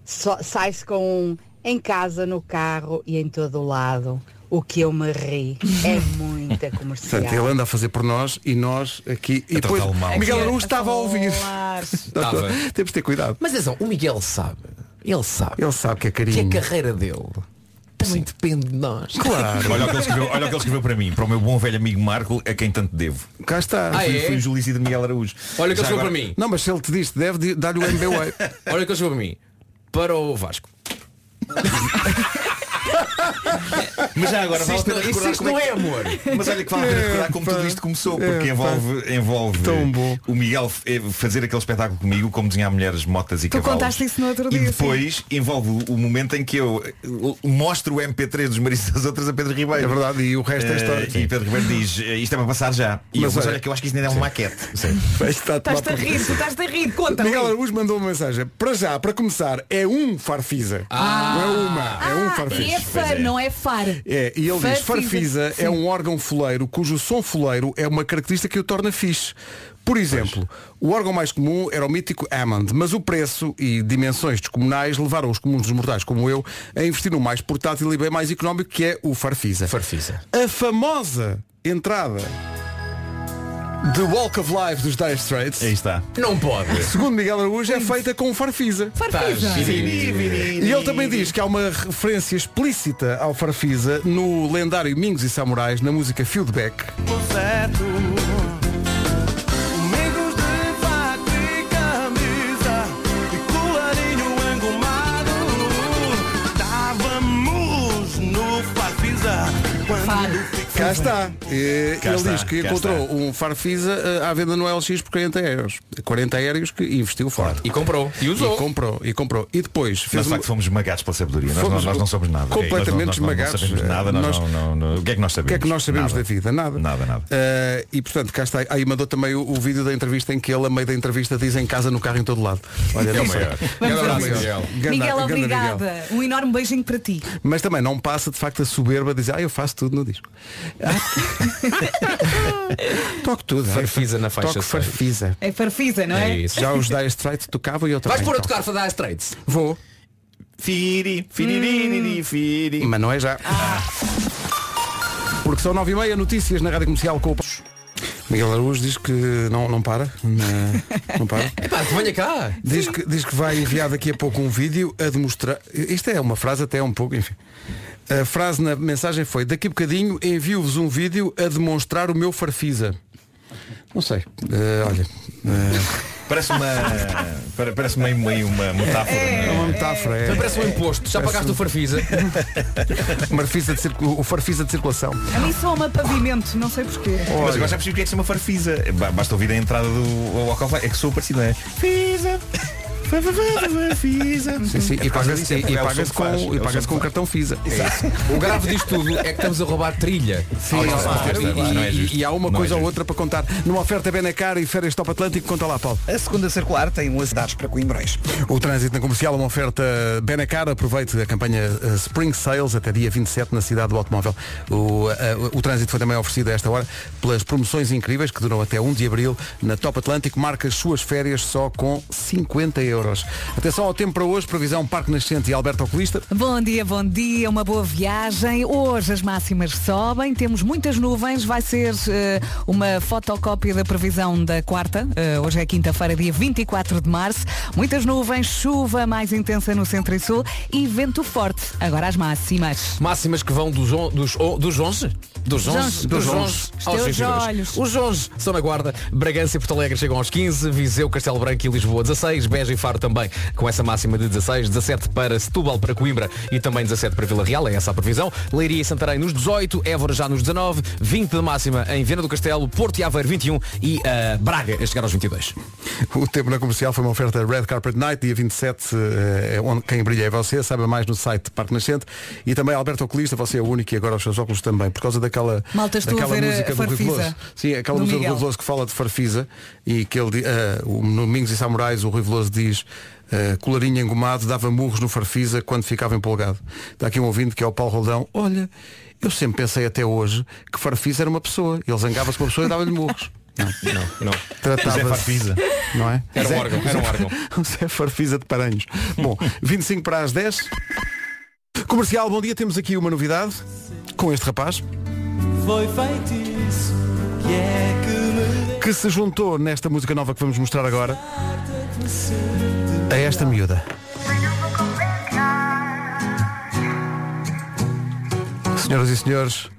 [SPEAKER 12] só- sai-se com um em casa, no carro e em todo o lado. O que eu me ri. É muita comercial.
[SPEAKER 1] Portanto, ele anda a fazer por nós e nós aqui. E depois
[SPEAKER 6] tratá-lo mal.
[SPEAKER 1] Miguel
[SPEAKER 6] Aqui
[SPEAKER 1] Araújo
[SPEAKER 6] a
[SPEAKER 1] estava a ouvir.
[SPEAKER 6] um Estava.
[SPEAKER 1] Temos de ter cuidado.
[SPEAKER 6] Mas atenção, o Miguel sabe. Ele sabe.
[SPEAKER 1] Ele sabe que é
[SPEAKER 6] Que a
[SPEAKER 1] carinho.
[SPEAKER 6] carreira dele também depende de nós.
[SPEAKER 5] Olha o, que ele escreveu, olha o que ele escreveu para mim, para o meu bom velho amigo Marco, a quem tanto devo.
[SPEAKER 1] Cá está.
[SPEAKER 6] Ah,
[SPEAKER 5] fui,
[SPEAKER 6] é?
[SPEAKER 5] fui o Julício de Miguel Araújo.
[SPEAKER 6] Olha o que ele chegou
[SPEAKER 5] Já agora-
[SPEAKER 6] para mim.
[SPEAKER 1] Não, mas se ele te disse, deve dar-lhe o MBA.
[SPEAKER 6] Olha o que ele chegou para mim. Para o Vasco.
[SPEAKER 5] Mas já agora
[SPEAKER 6] Se
[SPEAKER 5] vale a
[SPEAKER 6] isto-
[SPEAKER 5] pena
[SPEAKER 6] isso
[SPEAKER 5] recordar
[SPEAKER 6] isto
[SPEAKER 5] como
[SPEAKER 6] não é
[SPEAKER 5] que-
[SPEAKER 6] amor.
[SPEAKER 5] Mas olha que vale a
[SPEAKER 1] É,
[SPEAKER 5] pena recordar como
[SPEAKER 6] Epá.
[SPEAKER 5] tudo isto começou, porque
[SPEAKER 6] Epá.
[SPEAKER 5] envolve, envolve
[SPEAKER 6] Tão
[SPEAKER 5] o Miguel eh, fazer aquele espetáculo comigo, como desenhar mulheres, motas e
[SPEAKER 2] Tu
[SPEAKER 5] cavalos.
[SPEAKER 2] contaste isso no outro
[SPEAKER 5] E
[SPEAKER 2] dia.
[SPEAKER 5] depois envolve o- o momento em que eu eh, mostro o MP3 dos maridos das outras a Pedro Ribeiro.
[SPEAKER 1] É verdade, e o resto é história,
[SPEAKER 5] Eh, E Pedro Ribeiro diz, eh, isto é para passar já. E
[SPEAKER 1] Mas
[SPEAKER 5] mas, mas
[SPEAKER 1] olha-
[SPEAKER 5] olha que eu acho que isso nem é
[SPEAKER 1] Sim.
[SPEAKER 5] uma maquete.
[SPEAKER 2] Estás-te a rir, tu estás-te a rir, conta.
[SPEAKER 1] Miguel Araújo mandou uma mensagem. Para já, para começar, é um farfisa. Não é uma,
[SPEAKER 7] Ah,
[SPEAKER 1] é um farfisa.
[SPEAKER 2] E Ah. é far, não é far.
[SPEAKER 1] É, e ele diz,
[SPEAKER 2] Farfisa.
[SPEAKER 1] farfisa
[SPEAKER 2] Sim.
[SPEAKER 1] é um órgão foleiro cujo som foleiro é uma característica que o torna fixe. Por exemplo, o órgão mais comum era o mítico Hammond, mas o preço e dimensões descomunais levaram os comuns dos mortais como eu a investir no mais portátil e bem mais económico que é o farfisa. Farfisa. A famosa entrada de Walk of Life dos Dire Straits. Aí
[SPEAKER 5] está.
[SPEAKER 6] Não pode.
[SPEAKER 1] Segundo Miguel Araújo, é feita com farfisa.
[SPEAKER 6] Farfisa. Tá, giri.
[SPEAKER 1] E ele também diz que há uma referência explícita ao farfisa no lendário Mingos e Samurais, na música Fieldback.
[SPEAKER 11] Concerto. Domingos de fato e camisa e colarinho engomado. Estávamos no Farfisa quando
[SPEAKER 1] Cá está. E
[SPEAKER 11] Cá
[SPEAKER 1] ele
[SPEAKER 11] está,
[SPEAKER 1] diz que
[SPEAKER 11] cá
[SPEAKER 1] encontrou um farfisa eh, à venda no LX por 40 euros. 40 euros que investiu forte.
[SPEAKER 6] E comprou.
[SPEAKER 5] E usou.
[SPEAKER 1] E comprou. E comprou. E depois
[SPEAKER 5] Nós
[SPEAKER 1] fez um-
[SPEAKER 5] de
[SPEAKER 1] uma-
[SPEAKER 5] facto fomos esmagados pela sabedoria. Nós,
[SPEAKER 1] Fomos
[SPEAKER 5] nós, nós não somos nada.
[SPEAKER 1] completamente
[SPEAKER 5] Nós não- nós
[SPEAKER 1] esmagados.
[SPEAKER 5] Não sabemos nada. nós
[SPEAKER 1] Nós-
[SPEAKER 5] não- não- não- O que é que nós
[SPEAKER 1] O
[SPEAKER 5] sabemos?
[SPEAKER 1] que é que nós sabemos
[SPEAKER 5] Nada.
[SPEAKER 1] da vida? Nada.
[SPEAKER 5] Nada, nada.
[SPEAKER 1] Eh, e portanto, cá está. Aí mandou também o, o vídeo da entrevista em que ele, a meio da entrevista, diz em casa, no carro, em todo lado. Olha,
[SPEAKER 6] É
[SPEAKER 1] não
[SPEAKER 6] o
[SPEAKER 1] sei.
[SPEAKER 6] maior.
[SPEAKER 2] Vamos
[SPEAKER 1] Ganda
[SPEAKER 2] a
[SPEAKER 1] abraço,
[SPEAKER 2] isso.
[SPEAKER 1] Ganda-
[SPEAKER 2] Miguel,
[SPEAKER 1] ganda
[SPEAKER 2] obrigada. Um enorme beijinho para ti.
[SPEAKER 1] Mas também não passa de facto a soberba de dizer, ah, eu faço tudo no disco. Toco tudo.
[SPEAKER 6] Farfisa na faixa
[SPEAKER 1] Toco
[SPEAKER 6] seis.
[SPEAKER 1] farfisa.
[SPEAKER 2] É farfisa, não é?
[SPEAKER 1] Já os Dire Straits tocavam e eu também
[SPEAKER 6] Vais pôr a
[SPEAKER 1] toco.
[SPEAKER 6] tocar Fadar Straits.
[SPEAKER 1] Vou. Hum.
[SPEAKER 5] Firi, firiri, firi. Ah.
[SPEAKER 1] Mas não é já. Porque são nove e meia notícias na Rádio Comercial com o... Miguel Araújo diz que não, não para. Não, não para.
[SPEAKER 6] Epá, que venha cá.
[SPEAKER 1] Diz que, diz que vai enviar daqui a pouco um vídeo a demonstrar. Isto é uma frase até um pouco, enfim. A frase na mensagem foi, daqui a bocadinho envio-vos um vídeo a demonstrar o meu farfisa. Não sei. Eh, olha.
[SPEAKER 5] Parece uma. pare- Parece meio, meio uma metáfora.
[SPEAKER 1] É,
[SPEAKER 5] não
[SPEAKER 1] é uma metáfora, é.
[SPEAKER 6] Parece um imposto. Já
[SPEAKER 1] Parece
[SPEAKER 6] pagaste
[SPEAKER 1] um-
[SPEAKER 6] o Farfisa.
[SPEAKER 1] Marfisa de circu- o farfisa de circulação.
[SPEAKER 2] A mim só uma pavimento, não sei porquê.
[SPEAKER 5] Mas agora já percebi o que é que se chama farfisa. Ba- Basta ouvir a entrada do Walk of Life. É que sou parecido, não é? Fisa. Fisa.
[SPEAKER 1] Sim, sim, e
[SPEAKER 5] Por causa
[SPEAKER 1] paga-se
[SPEAKER 5] disso,
[SPEAKER 1] e-
[SPEAKER 5] é
[SPEAKER 1] e
[SPEAKER 5] porque é o som
[SPEAKER 1] paga-se
[SPEAKER 5] que faz,
[SPEAKER 1] com,
[SPEAKER 5] é
[SPEAKER 1] e
[SPEAKER 5] o
[SPEAKER 1] paga-se
[SPEAKER 5] som
[SPEAKER 1] com
[SPEAKER 5] que
[SPEAKER 1] o cartão FISA.
[SPEAKER 6] O grave disto tudo é que estamos a roubar trilha.
[SPEAKER 1] Sim,
[SPEAKER 6] Aos
[SPEAKER 1] claro.
[SPEAKER 6] nossos artistas.
[SPEAKER 1] E-
[SPEAKER 6] Não é
[SPEAKER 1] e,
[SPEAKER 6] justo.
[SPEAKER 1] e há uma
[SPEAKER 6] Não é
[SPEAKER 1] coisa ou
[SPEAKER 6] justo.
[SPEAKER 1] outra para contar. Numa oferta Benacar e Férias Top Atlântico, conta lá, Paulo.
[SPEAKER 4] A segunda circular tem um dados para Coimbrões.
[SPEAKER 1] O trânsito na comercial, uma oferta Benacar. Aproveite a campanha eh, Spring Sales até dia 27 na cidade do automóvel. O, eh, o trânsito foi também oferecido a esta hora pelas promoções incríveis que duram até 1 de abril na Top Atlântico. Marca as suas férias só com 50 euros. Atenção ao tempo para hoje. Previsão Parque Nascente e Alberto Oculista.
[SPEAKER 2] Bom dia, bom dia, uma boa viagem. Hoje as máximas sobem, temos muitas nuvens, vai ser eh, uma fotocópia da previsão da quarta. Eh, hoje é quinta-feira, dia 24 de março. Muitas nuvens, chuva mais intensa no centro e sul e vento forte. Agora as máximas.
[SPEAKER 6] Máximas que vão dos, on, dos, on, dos 11? Dos 11?
[SPEAKER 2] Dos 11.
[SPEAKER 6] Dos 11
[SPEAKER 2] Os
[SPEAKER 6] aos
[SPEAKER 2] teus
[SPEAKER 6] 22.
[SPEAKER 2] olhos.
[SPEAKER 6] Os 11 são na guarda. Bragança e Porto Alegre chegam aos 15. Viseu, Castelo Branco e Lisboa 16. Beja e Faro também com essa máxima de 16. 17 para Setúbal, para Coimbra e também 17 para Vila Real. É essa a previsão. Leiria e Santarém nos 18. Évora já nos 19. 20 de máxima em Viana do Castelo. Porto e Aveiro 21. E ah, Braga a chegar aos 22.
[SPEAKER 1] O tempo na comercial foi uma oferta Red Carpet Night, dia 27, eh, é onde quem brilha é você, saiba mais no site de Parque Nascente. E também Alberto Oculista, você é o único e agora os seus óculos também, por causa daquela,
[SPEAKER 2] Malta, estou
[SPEAKER 1] daquela
[SPEAKER 2] a ver a
[SPEAKER 1] música do Rui
[SPEAKER 2] Farfisa,
[SPEAKER 1] Veloso. Sim, aquela
[SPEAKER 2] do
[SPEAKER 1] música do
[SPEAKER 2] Miguel.
[SPEAKER 1] Rui Veloso que fala de Farfisa e que ele di- eh, o no Mingos e Samurais, o Rui Veloso diz. eh, colarinho engomado, dava murros no farfisa quando ficava empolgado. Está aqui um ouvinte que é o Paulo Roldão. Olha, eu sempre pensei até hoje que farfisa era uma pessoa. Ele zangava-se com a pessoa e dava-lhe murros.
[SPEAKER 5] Não.
[SPEAKER 1] Tratava-se.
[SPEAKER 5] Zé é Farfisa.
[SPEAKER 1] Não é?
[SPEAKER 5] Era um
[SPEAKER 1] Zé-
[SPEAKER 5] órgão, era um órgão.
[SPEAKER 1] Zé Farfisa de Paranhos. Bom, 25 para as 10. Comercial, bom dia. Temos aqui uma novidade com este rapaz
[SPEAKER 11] Foi feitiço que é que
[SPEAKER 1] que se juntou nesta música nova que vamos mostrar agora
[SPEAKER 11] me desce.
[SPEAKER 1] a esta miúda. Senhoras e senhores,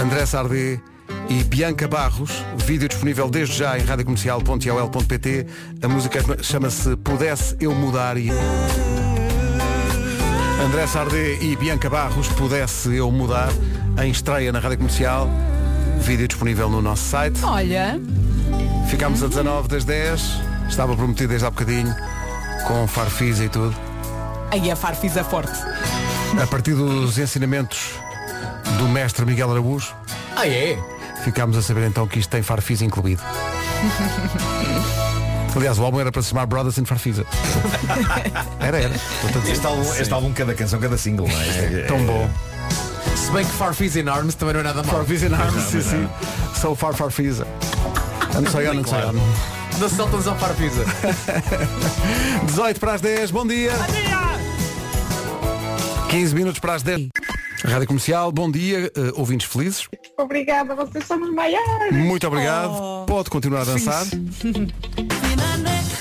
[SPEAKER 1] André Sardé e Bianca Barros, vídeo disponível desde já em radiocomercial.iol.pt. A música chama-se Pudesse Eu Mudar e... André Sardé e Bianca Barros pudesse eu mudar em estreia na Rádio Comercial. Vídeo disponível no nosso site.
[SPEAKER 2] Olha,
[SPEAKER 1] Ficámos a 19 das 10. Estava prometido desde há bocadinho. Com farfisa e tudo.
[SPEAKER 2] aí a farfisa é forte.
[SPEAKER 1] A partir dos ensinamentos do mestre Miguel Araújo.
[SPEAKER 6] Ah, é?
[SPEAKER 1] Ficámos a saber então que isto tem farfisa incluído. Aliás, o álbum era para se chamar Brothers in Farfisa. Era, era.
[SPEAKER 5] Este álbum, este álbum, cada canção, cada single, não é? Isto é-
[SPEAKER 1] Tão bom.
[SPEAKER 6] Se bem que Farfisa in Arms também não é nada mal.
[SPEAKER 1] Farfisa in Arms, sim, sim. So far Farfisa. Não sei, não sei.
[SPEAKER 6] Claro. Não se saltamos ao Farfisa.
[SPEAKER 1] 18 para as 10, bom dia. 15 minutos para as 10. Rádio Comercial, bom dia, eh, ouvintes felizes.
[SPEAKER 13] Obrigada, vocês são os maiores.
[SPEAKER 1] Muito obrigado. Pode continuar a dançar.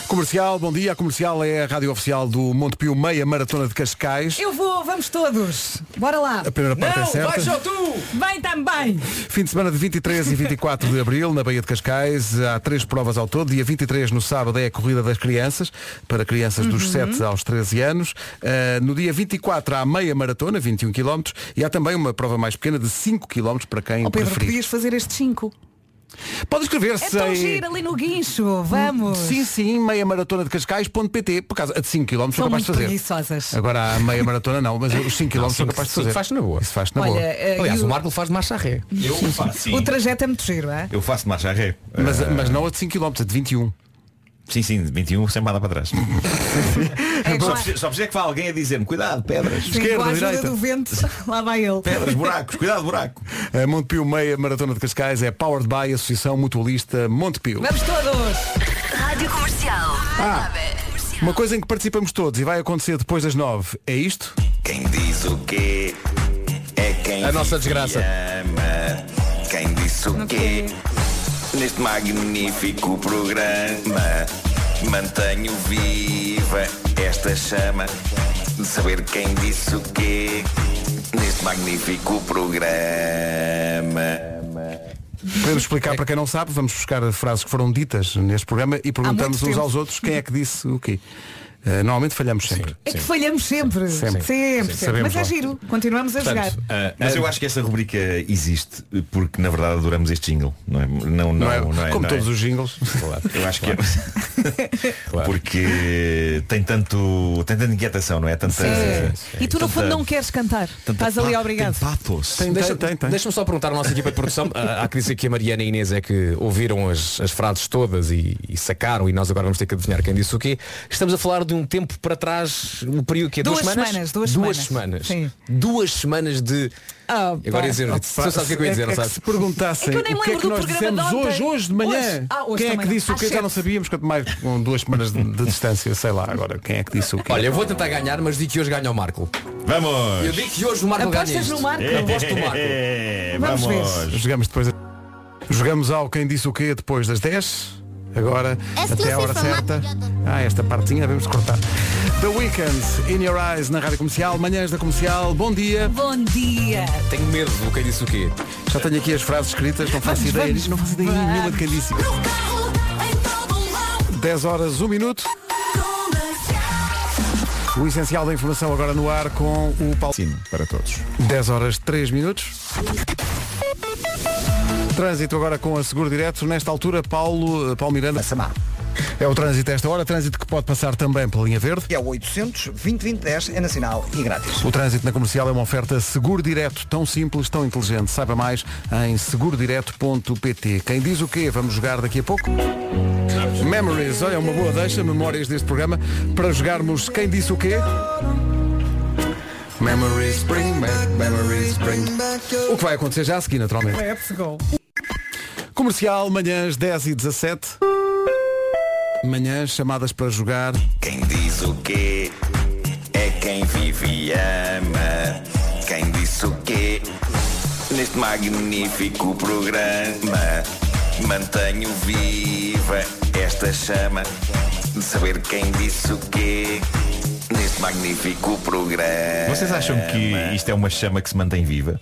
[SPEAKER 1] Comercial, bom dia. A comercial é a rádio oficial do Monte Pio Meia Maratona de Cascais.
[SPEAKER 2] Eu vou, vamos todos. Bora lá.
[SPEAKER 1] A primeira parte é certa.
[SPEAKER 2] tu! Vem também!
[SPEAKER 1] Fim de semana de 23 e 24 de abril, na Baía de Cascais, há três provas ao todo. Dia 23, no sábado, é a Corrida das Crianças, para crianças dos
[SPEAKER 2] Uhum.
[SPEAKER 1] 7 aos 13 anos. Ah, no dia 24, há a meia maratona, 21 km, e há também uma prova mais pequena de 5 km para quem
[SPEAKER 2] Ó Pedro,
[SPEAKER 1] preferir.
[SPEAKER 2] podias fazer estes cinco.
[SPEAKER 1] Pode escrever-se
[SPEAKER 2] É tão
[SPEAKER 1] em-
[SPEAKER 2] giro ali no guincho, vamos.
[SPEAKER 1] Sim, sim, meia maratona de Cascais.pt, por causa de 5 km sou
[SPEAKER 2] São
[SPEAKER 1] capaz de
[SPEAKER 2] muito
[SPEAKER 1] fazer.
[SPEAKER 2] preguiçosas.
[SPEAKER 1] Agora a meia maratona não, mas os 5 km sou
[SPEAKER 6] cinco-
[SPEAKER 1] capaz de
[SPEAKER 6] cinco
[SPEAKER 1] fazer.
[SPEAKER 6] faz na boa.
[SPEAKER 1] Isso faz na
[SPEAKER 2] Olha,
[SPEAKER 1] boa.
[SPEAKER 2] eh,
[SPEAKER 6] Aliás,
[SPEAKER 2] e o-
[SPEAKER 6] o Marco faz marcha ré.
[SPEAKER 5] Eu faço,
[SPEAKER 2] O
[SPEAKER 5] sim.
[SPEAKER 2] trajeto é muito giro, é?
[SPEAKER 5] Eu faço de marcha ré. Ah,
[SPEAKER 1] Mas,
[SPEAKER 6] É.
[SPEAKER 1] ah, mas não a de 5 km, a de 21.
[SPEAKER 5] Sim, sim, de 21 sem nada para trás. só,
[SPEAKER 2] claro.
[SPEAKER 5] precisa, só precisa que vá alguém a dizer-me, cuidado, pedras,
[SPEAKER 2] Sim, com a ajuda do vento, lá vai ele.
[SPEAKER 5] pedras, buracos, cuidado, buraco.
[SPEAKER 1] A Montepio Meia Maratona de Cascais é powered by Associação Mutualista Montepio.
[SPEAKER 2] Vamos todos!
[SPEAKER 10] Rádio Comercial.
[SPEAKER 1] Ah, uma coisa em que participamos todos e vai acontecer depois das 9 é isto?
[SPEAKER 14] Quem diz o quê é quem
[SPEAKER 1] A nossa
[SPEAKER 14] vive
[SPEAKER 1] desgraça.
[SPEAKER 14] e ama. Quem disse o quê neste magnífico programa mantenho viva esta chama de saber quem disse o quê neste magnífico programa.
[SPEAKER 1] Podemos explicar para quem não sabe, vamos buscar frases que foram ditas neste programa e perguntamos
[SPEAKER 2] muito
[SPEAKER 1] uns
[SPEAKER 2] tempo.
[SPEAKER 1] aos outros quem é que disse o quê. Eh, normalmente falhamos sempre.
[SPEAKER 2] É que falhamos sempre.
[SPEAKER 1] Sempre.
[SPEAKER 2] Sempre. sempre.
[SPEAKER 1] Sim, sabemos
[SPEAKER 2] Mas é
[SPEAKER 1] lá.
[SPEAKER 2] giro. Continuamos a
[SPEAKER 5] Portanto,
[SPEAKER 2] jogar.
[SPEAKER 1] eh,
[SPEAKER 5] ah, mas eu acho que essa rubrica existe porque na verdade adoramos este jingle. Não é? Não, não,
[SPEAKER 1] Não é?
[SPEAKER 5] não
[SPEAKER 1] Como
[SPEAKER 5] não
[SPEAKER 1] todos os jingles.
[SPEAKER 5] Eu acho que é. Porque tem tanto. tem tanta inquietação, não é? Tanta,
[SPEAKER 2] Sim. E tu no
[SPEAKER 5] tanta-
[SPEAKER 2] fundo não queres cantar.
[SPEAKER 5] Então tá,
[SPEAKER 2] Estás ali obrigado.
[SPEAKER 5] patos.
[SPEAKER 6] Deixa- Deixa-me só perguntar à nossa equipa de produção. Ah, Há que dizer que a Mariana e a Inês é que ouviram as, as frases todas e, e sacaram e nós agora vamos ter que adivinhar quem disse o quê. Estamos a falar de um tempo para trás, um período que é duas,
[SPEAKER 2] Duas semanas, duas semanas.
[SPEAKER 6] semanas. Duas semanas de.
[SPEAKER 2] Ah, pá.
[SPEAKER 6] Agora ia dizer,
[SPEAKER 2] Ah,
[SPEAKER 6] tu
[SPEAKER 2] pá.
[SPEAKER 6] sabes o que é que eu ia dizer,
[SPEAKER 1] É-
[SPEAKER 6] não
[SPEAKER 1] é que
[SPEAKER 6] sabes?
[SPEAKER 1] se perguntassem
[SPEAKER 2] É que eu nem
[SPEAKER 1] o que é
[SPEAKER 2] lembro
[SPEAKER 1] que
[SPEAKER 2] do
[SPEAKER 1] nós
[SPEAKER 2] programa de
[SPEAKER 1] dissemos
[SPEAKER 2] ontem.
[SPEAKER 1] hoje, hoje de manhã,
[SPEAKER 2] Hoje. Ah, hoje
[SPEAKER 1] quem é que
[SPEAKER 2] também.
[SPEAKER 1] disse o
[SPEAKER 2] Às
[SPEAKER 1] quê? Já
[SPEAKER 2] sete.
[SPEAKER 1] não sabíamos, quanto mais com duas semanas de, de distância, sei lá agora, quem é que disse o quê?
[SPEAKER 6] Olha, eu vou tentar ganhar, mas digo que hoje ganha o Marco.
[SPEAKER 5] Vamos!
[SPEAKER 6] Eu digo que hoje o Marco
[SPEAKER 2] Apostas
[SPEAKER 6] ganha. isto.
[SPEAKER 2] no Marco?
[SPEAKER 6] Aposto no Marco.
[SPEAKER 2] Vamos
[SPEAKER 5] vamos. ver.
[SPEAKER 1] Jogamos depois. a- Jogamos ao quem disse o quê depois das 10. Agora,
[SPEAKER 11] Esse não
[SPEAKER 1] até a
[SPEAKER 11] sei
[SPEAKER 1] hora
[SPEAKER 11] falar.
[SPEAKER 1] certa. Ah, esta partezinha devemos cortar. The Weekend, In Your Eyes, na Rádio Comercial, manhãs da Comercial, bom dia.
[SPEAKER 2] Bom dia.
[SPEAKER 6] Tenho medo do quem disse o quê.
[SPEAKER 1] Já tenho aqui as frases escritas, não faço
[SPEAKER 2] Vamos,
[SPEAKER 1] ideia,
[SPEAKER 2] vamos,
[SPEAKER 1] não faço ideia
[SPEAKER 2] vamos.
[SPEAKER 1] nenhuma de quem disse. 10 horas, 1 minuto. O essencial da informação agora no ar com o Paulo. Sim, para todos. 10 horas, 3 minutos. Trânsito agora com a Seguro Direto. Nesta altura, Paulo, Paulo Miranda. Samar. É o trânsito a esta hora, trânsito que pode passar também pela linha verde.
[SPEAKER 4] É o 800 2010 é nacional e grátis.
[SPEAKER 1] O trânsito na comercial é uma oferta seguro direto, tão simples, tão inteligente. Saiba mais em segurodireto.pt. Quem diz o quê? Vamos jogar daqui a pouco. Memories, olha, é uma boa deixa, memórias deste programa, para jogarmos Quem disse o quê? Memories bring back, memories bring. O que vai acontecer já a seguir, naturalmente.
[SPEAKER 2] Let's go.
[SPEAKER 1] Comercial, manhãs 10 e 17. Manhãs chamadas para jogar.
[SPEAKER 14] Quem diz o quê é quem vive e ama. Quem disse o quê neste magnífico programa mantenho viva esta chama de saber quem disse o quê neste magnífico programa.
[SPEAKER 5] Vocês acham que isto é uma chama que se mantém viva?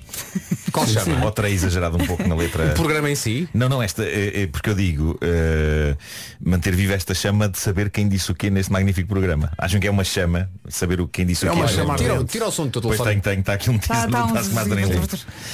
[SPEAKER 6] Qual
[SPEAKER 5] Sim,
[SPEAKER 6] chama?
[SPEAKER 5] sim. Ou terei exagerado um pouco na letra.
[SPEAKER 6] O programa em si?
[SPEAKER 5] Não, não, esta, é, é porque eu digo, eh, manter viva esta chama de saber quem disse o quê neste magnífico programa. Acham que é uma chama, saber o quem disse
[SPEAKER 6] É
[SPEAKER 5] o quê.
[SPEAKER 6] uma chama Tira- ardente. tira o som do teu
[SPEAKER 5] Pois
[SPEAKER 6] telefone.
[SPEAKER 5] tem, tem, está aqui um
[SPEAKER 6] Tá-
[SPEAKER 5] teaser,
[SPEAKER 6] tá
[SPEAKER 5] não
[SPEAKER 6] um
[SPEAKER 5] está-se mais nem
[SPEAKER 6] zinho.
[SPEAKER 5] ler.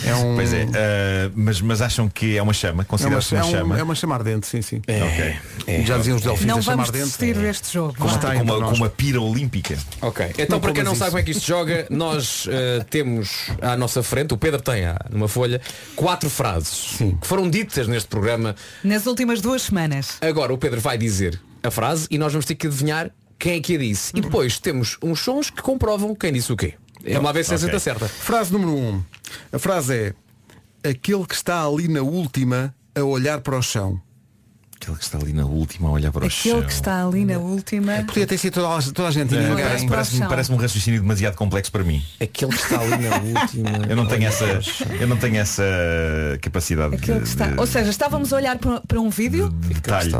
[SPEAKER 1] É um-
[SPEAKER 5] Pois é, eh, mas, mas acham que é uma chama,
[SPEAKER 1] É uma,
[SPEAKER 5] consideram-se
[SPEAKER 1] é
[SPEAKER 5] uma,
[SPEAKER 1] um-
[SPEAKER 5] chama. É.
[SPEAKER 1] é uma chama é ardente, sim, sim.
[SPEAKER 5] Ok.
[SPEAKER 6] É,
[SPEAKER 1] Já diziam os delfins
[SPEAKER 2] Não
[SPEAKER 1] a chama
[SPEAKER 2] vamos
[SPEAKER 1] ardente.
[SPEAKER 2] desistir deste jogo.
[SPEAKER 5] Com,
[SPEAKER 2] vá.
[SPEAKER 5] uma- com
[SPEAKER 1] então,
[SPEAKER 5] uma, com uma pira olímpica.
[SPEAKER 6] Ok. Então, para quem não sabe como é que isto joga, nós eh, temos à nossa frente, o Pedro tem ah, numa folha, quatro frases que foram ditas neste programa.
[SPEAKER 2] Nas últimas duas semanas.
[SPEAKER 6] Agora o Pedro vai dizer a frase e nós vamos ter que adivinhar quem é que a disse. E depois temos uns sons que comprovam quem disse o quê. É Vamos lá ver se essa está certa.
[SPEAKER 1] Frase número 1. Um. A frase é aquele que está ali na última a olhar para o chão.
[SPEAKER 5] Aquele que está ali na última a olhar para o chão.
[SPEAKER 2] Aquele que está ali na última.
[SPEAKER 1] Podia ter sido toda a, toda a gente.
[SPEAKER 5] Eh,
[SPEAKER 2] Olhar
[SPEAKER 5] parece-
[SPEAKER 2] para o
[SPEAKER 5] Parece-me
[SPEAKER 2] chão.
[SPEAKER 5] parece um raciocínio demasiado complexo para mim.
[SPEAKER 6] Aquele que está ali na
[SPEAKER 1] Ah,
[SPEAKER 6] última.
[SPEAKER 5] Eu não tenho essa, eu não tenho essa capacidade
[SPEAKER 2] Aquele que
[SPEAKER 5] de,
[SPEAKER 2] está-
[SPEAKER 5] de- Hum.
[SPEAKER 2] Ou seja, estávamos a olhar para para um vídeo.
[SPEAKER 5] detalhe.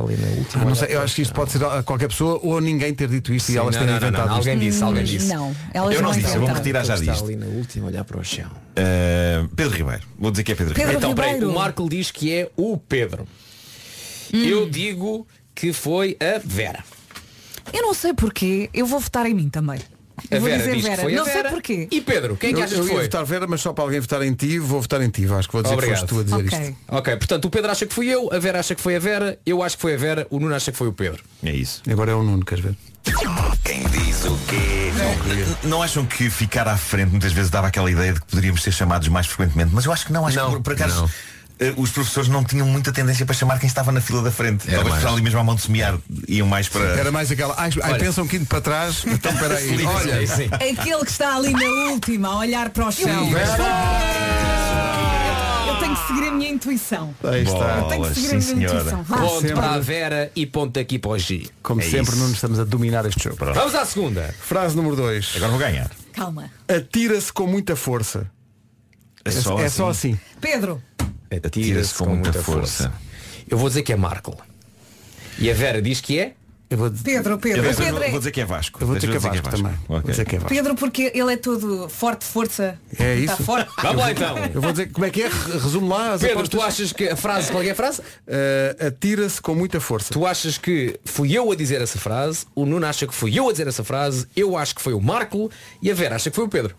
[SPEAKER 1] Ah, não sei, eu acho que isto pode ser a qualquer pessoa ou ninguém ter dito isto e
[SPEAKER 6] Sim,
[SPEAKER 1] elas
[SPEAKER 6] não,
[SPEAKER 1] terem
[SPEAKER 6] não, não,
[SPEAKER 1] inventado
[SPEAKER 6] não, alguém
[SPEAKER 1] isto.
[SPEAKER 6] disse, alguém disse.
[SPEAKER 2] Não, elas
[SPEAKER 5] Eu Hum, não
[SPEAKER 2] não
[SPEAKER 5] disse, eu vou
[SPEAKER 2] inventaram.
[SPEAKER 5] retirar já
[SPEAKER 6] Aquele que
[SPEAKER 5] disto.
[SPEAKER 6] Está ali na última, a olhar para o chão.
[SPEAKER 5] Eh, Pedro Ribeiro. Vou dizer que é Pedro, Ribeiro.
[SPEAKER 6] então, peraí, o Marco diz que é o Pedro. Eu digo que foi a Vera.
[SPEAKER 2] Eu não sei porquê, eu vou votar em mim também. Eu
[SPEAKER 6] A
[SPEAKER 2] vou
[SPEAKER 6] Vera
[SPEAKER 2] dizer
[SPEAKER 6] diz que
[SPEAKER 2] Vera.
[SPEAKER 6] foi a
[SPEAKER 2] não
[SPEAKER 6] Vera.
[SPEAKER 2] sei porquê.
[SPEAKER 6] E Pedro, quem é que
[SPEAKER 1] eu,
[SPEAKER 6] achas
[SPEAKER 1] eu
[SPEAKER 6] que
[SPEAKER 1] ia
[SPEAKER 6] foi?
[SPEAKER 1] votar Vera, mas só para alguém votar em ti, vou votar em ti. Acho que vou dizer
[SPEAKER 6] Obrigado.
[SPEAKER 1] que foste tu a dizer
[SPEAKER 2] Ok.
[SPEAKER 1] isto.
[SPEAKER 6] Ok, portanto, o Pedro acha que fui eu, a Vera acha que foi a Vera, eu acho que foi a Vera, o Nuno acha que foi o Pedro.
[SPEAKER 5] É isso.
[SPEAKER 1] Agora é o Nuno, queres ver?
[SPEAKER 5] Quem diz o quê? Não, não acham que ficar à frente muitas vezes dava aquela ideia de que poderíamos ser chamados mais frequentemente? Mas eu acho que não, acho que por, por acaso. eh, Os professores não tinham muita tendência para chamar quem estava na fila da frente. Talvez
[SPEAKER 1] mais.
[SPEAKER 5] para ali mesmo à mão de semear iam mais
[SPEAKER 6] É.
[SPEAKER 5] para.
[SPEAKER 1] Era mais aquela. Ai, ai
[SPEAKER 5] Olha.
[SPEAKER 1] pensam que indo para trás. Então peraí.
[SPEAKER 5] Sim,
[SPEAKER 1] Olha.
[SPEAKER 5] sim, sim.
[SPEAKER 2] Aquele que está ali na última, a olhar para o chão. Eu- Eu tenho que seguir a minha intuição.
[SPEAKER 1] Aí está.
[SPEAKER 2] Eu tenho que seguir a minha intuição. Vá.
[SPEAKER 6] Ponto para a Vera e ponto aqui para o G.
[SPEAKER 1] Como sempre, Nuno, estamos a dominar este jogo.
[SPEAKER 6] Vamos à segunda.
[SPEAKER 1] Frase número 2.
[SPEAKER 5] Agora vou ganhar.
[SPEAKER 2] Calma.
[SPEAKER 1] Atira-se com muita força.
[SPEAKER 5] É
[SPEAKER 6] só
[SPEAKER 1] é só assim.
[SPEAKER 2] Pedro,
[SPEAKER 6] Atira-se com, muita força. Eu vou dizer que é Marco. E a Vera diz que é?
[SPEAKER 2] Pedro, Pedro.
[SPEAKER 5] Eu
[SPEAKER 2] O
[SPEAKER 5] vou,
[SPEAKER 2] Pedro,
[SPEAKER 5] vou
[SPEAKER 2] é...
[SPEAKER 5] dizer que é Vasco.
[SPEAKER 1] Eu vou dizer
[SPEAKER 5] Deixa
[SPEAKER 1] que é Vasco também. Vou
[SPEAKER 5] Ok.
[SPEAKER 1] dizer que é Vasco.
[SPEAKER 2] Pedro porque ele é todo forte, força.
[SPEAKER 1] É
[SPEAKER 2] Está
[SPEAKER 1] isso?
[SPEAKER 2] forte.
[SPEAKER 6] Vamos lá então.
[SPEAKER 1] Eu vou dizer como é que é, Re- resume lá as
[SPEAKER 6] Pedro,
[SPEAKER 1] apostas.
[SPEAKER 6] tu achas que a frase, qual é a frase?
[SPEAKER 1] Eh, Atira-se com muita força.
[SPEAKER 6] Tu achas que fui eu a dizer essa frase, o Nuno acha que fui eu a dizer essa frase, eu acho que foi o Marco e a Vera acha que foi o Pedro.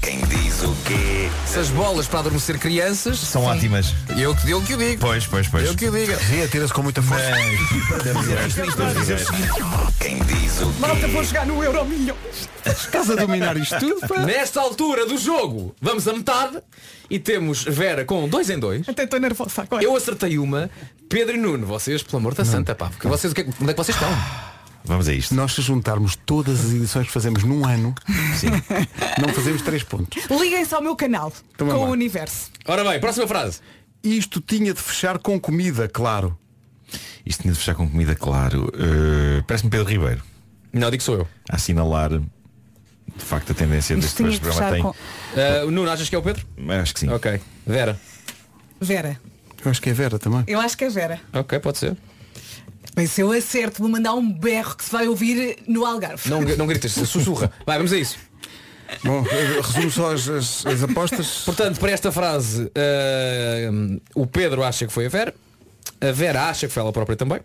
[SPEAKER 14] Quem diz o quê?
[SPEAKER 6] Essas bolas para adormecer crianças
[SPEAKER 5] São ótimas.
[SPEAKER 6] Eu, eu que o digo.
[SPEAKER 5] Pois, pois, pois.
[SPEAKER 6] Eu que o digo.
[SPEAKER 1] Sim, atira-se com muita força.
[SPEAKER 14] Quem diz o
[SPEAKER 2] Malta,
[SPEAKER 14] quê?
[SPEAKER 2] vou jogar no Euro Milhões.
[SPEAKER 1] Estás a dominar isto tudo, pá.
[SPEAKER 6] Nesta altura do jogo, vamos à metade e temos Vera com dois em dois.
[SPEAKER 2] Até estou nervosa agora.
[SPEAKER 6] Eu acertei uma. Pedro e Nuno, vocês, pelo amor da santa, pá, porque vocês, o que é que- onde é que vocês estão?
[SPEAKER 5] Vamos a isto.
[SPEAKER 1] Nós se juntarmos todas as edições que fazemos num ano, não fazemos três pontos.
[SPEAKER 2] Liguem-se ao meu canal
[SPEAKER 1] Então
[SPEAKER 2] com
[SPEAKER 1] vamos
[SPEAKER 2] o
[SPEAKER 1] lá.
[SPEAKER 2] universo.
[SPEAKER 6] Ora bem, próxima frase.
[SPEAKER 1] Isto tinha de fechar com comida, claro.
[SPEAKER 5] Isto tinha de fechar com comida, claro. Eh, Parece-me Pedro Ribeiro.
[SPEAKER 6] Não, digo sou eu.
[SPEAKER 5] A assinalar, de facto, a tendência
[SPEAKER 2] Isto
[SPEAKER 5] deste
[SPEAKER 2] tinha que
[SPEAKER 5] programa
[SPEAKER 2] fechar
[SPEAKER 5] tem.
[SPEAKER 2] com.
[SPEAKER 6] Ah, o Nuno, achas que é o Pedro?
[SPEAKER 5] Acho que sim.
[SPEAKER 6] Ok. Vera.
[SPEAKER 2] Vera,
[SPEAKER 1] Eu acho que é Vera também.
[SPEAKER 2] eu acho que é Vera.
[SPEAKER 6] Ok, pode ser.
[SPEAKER 2] Bem, se eu acerto, vou mandar um berro que se vai ouvir no Algarve.
[SPEAKER 6] Não, não gritas, sussurra. Vai, vamos a isso.
[SPEAKER 1] Bom, eh, resumo só as, as- as apostas.
[SPEAKER 6] Portanto, para esta frase, ah, hum, o Pedro acha que foi a Vera, a Vera acha que foi ela própria também,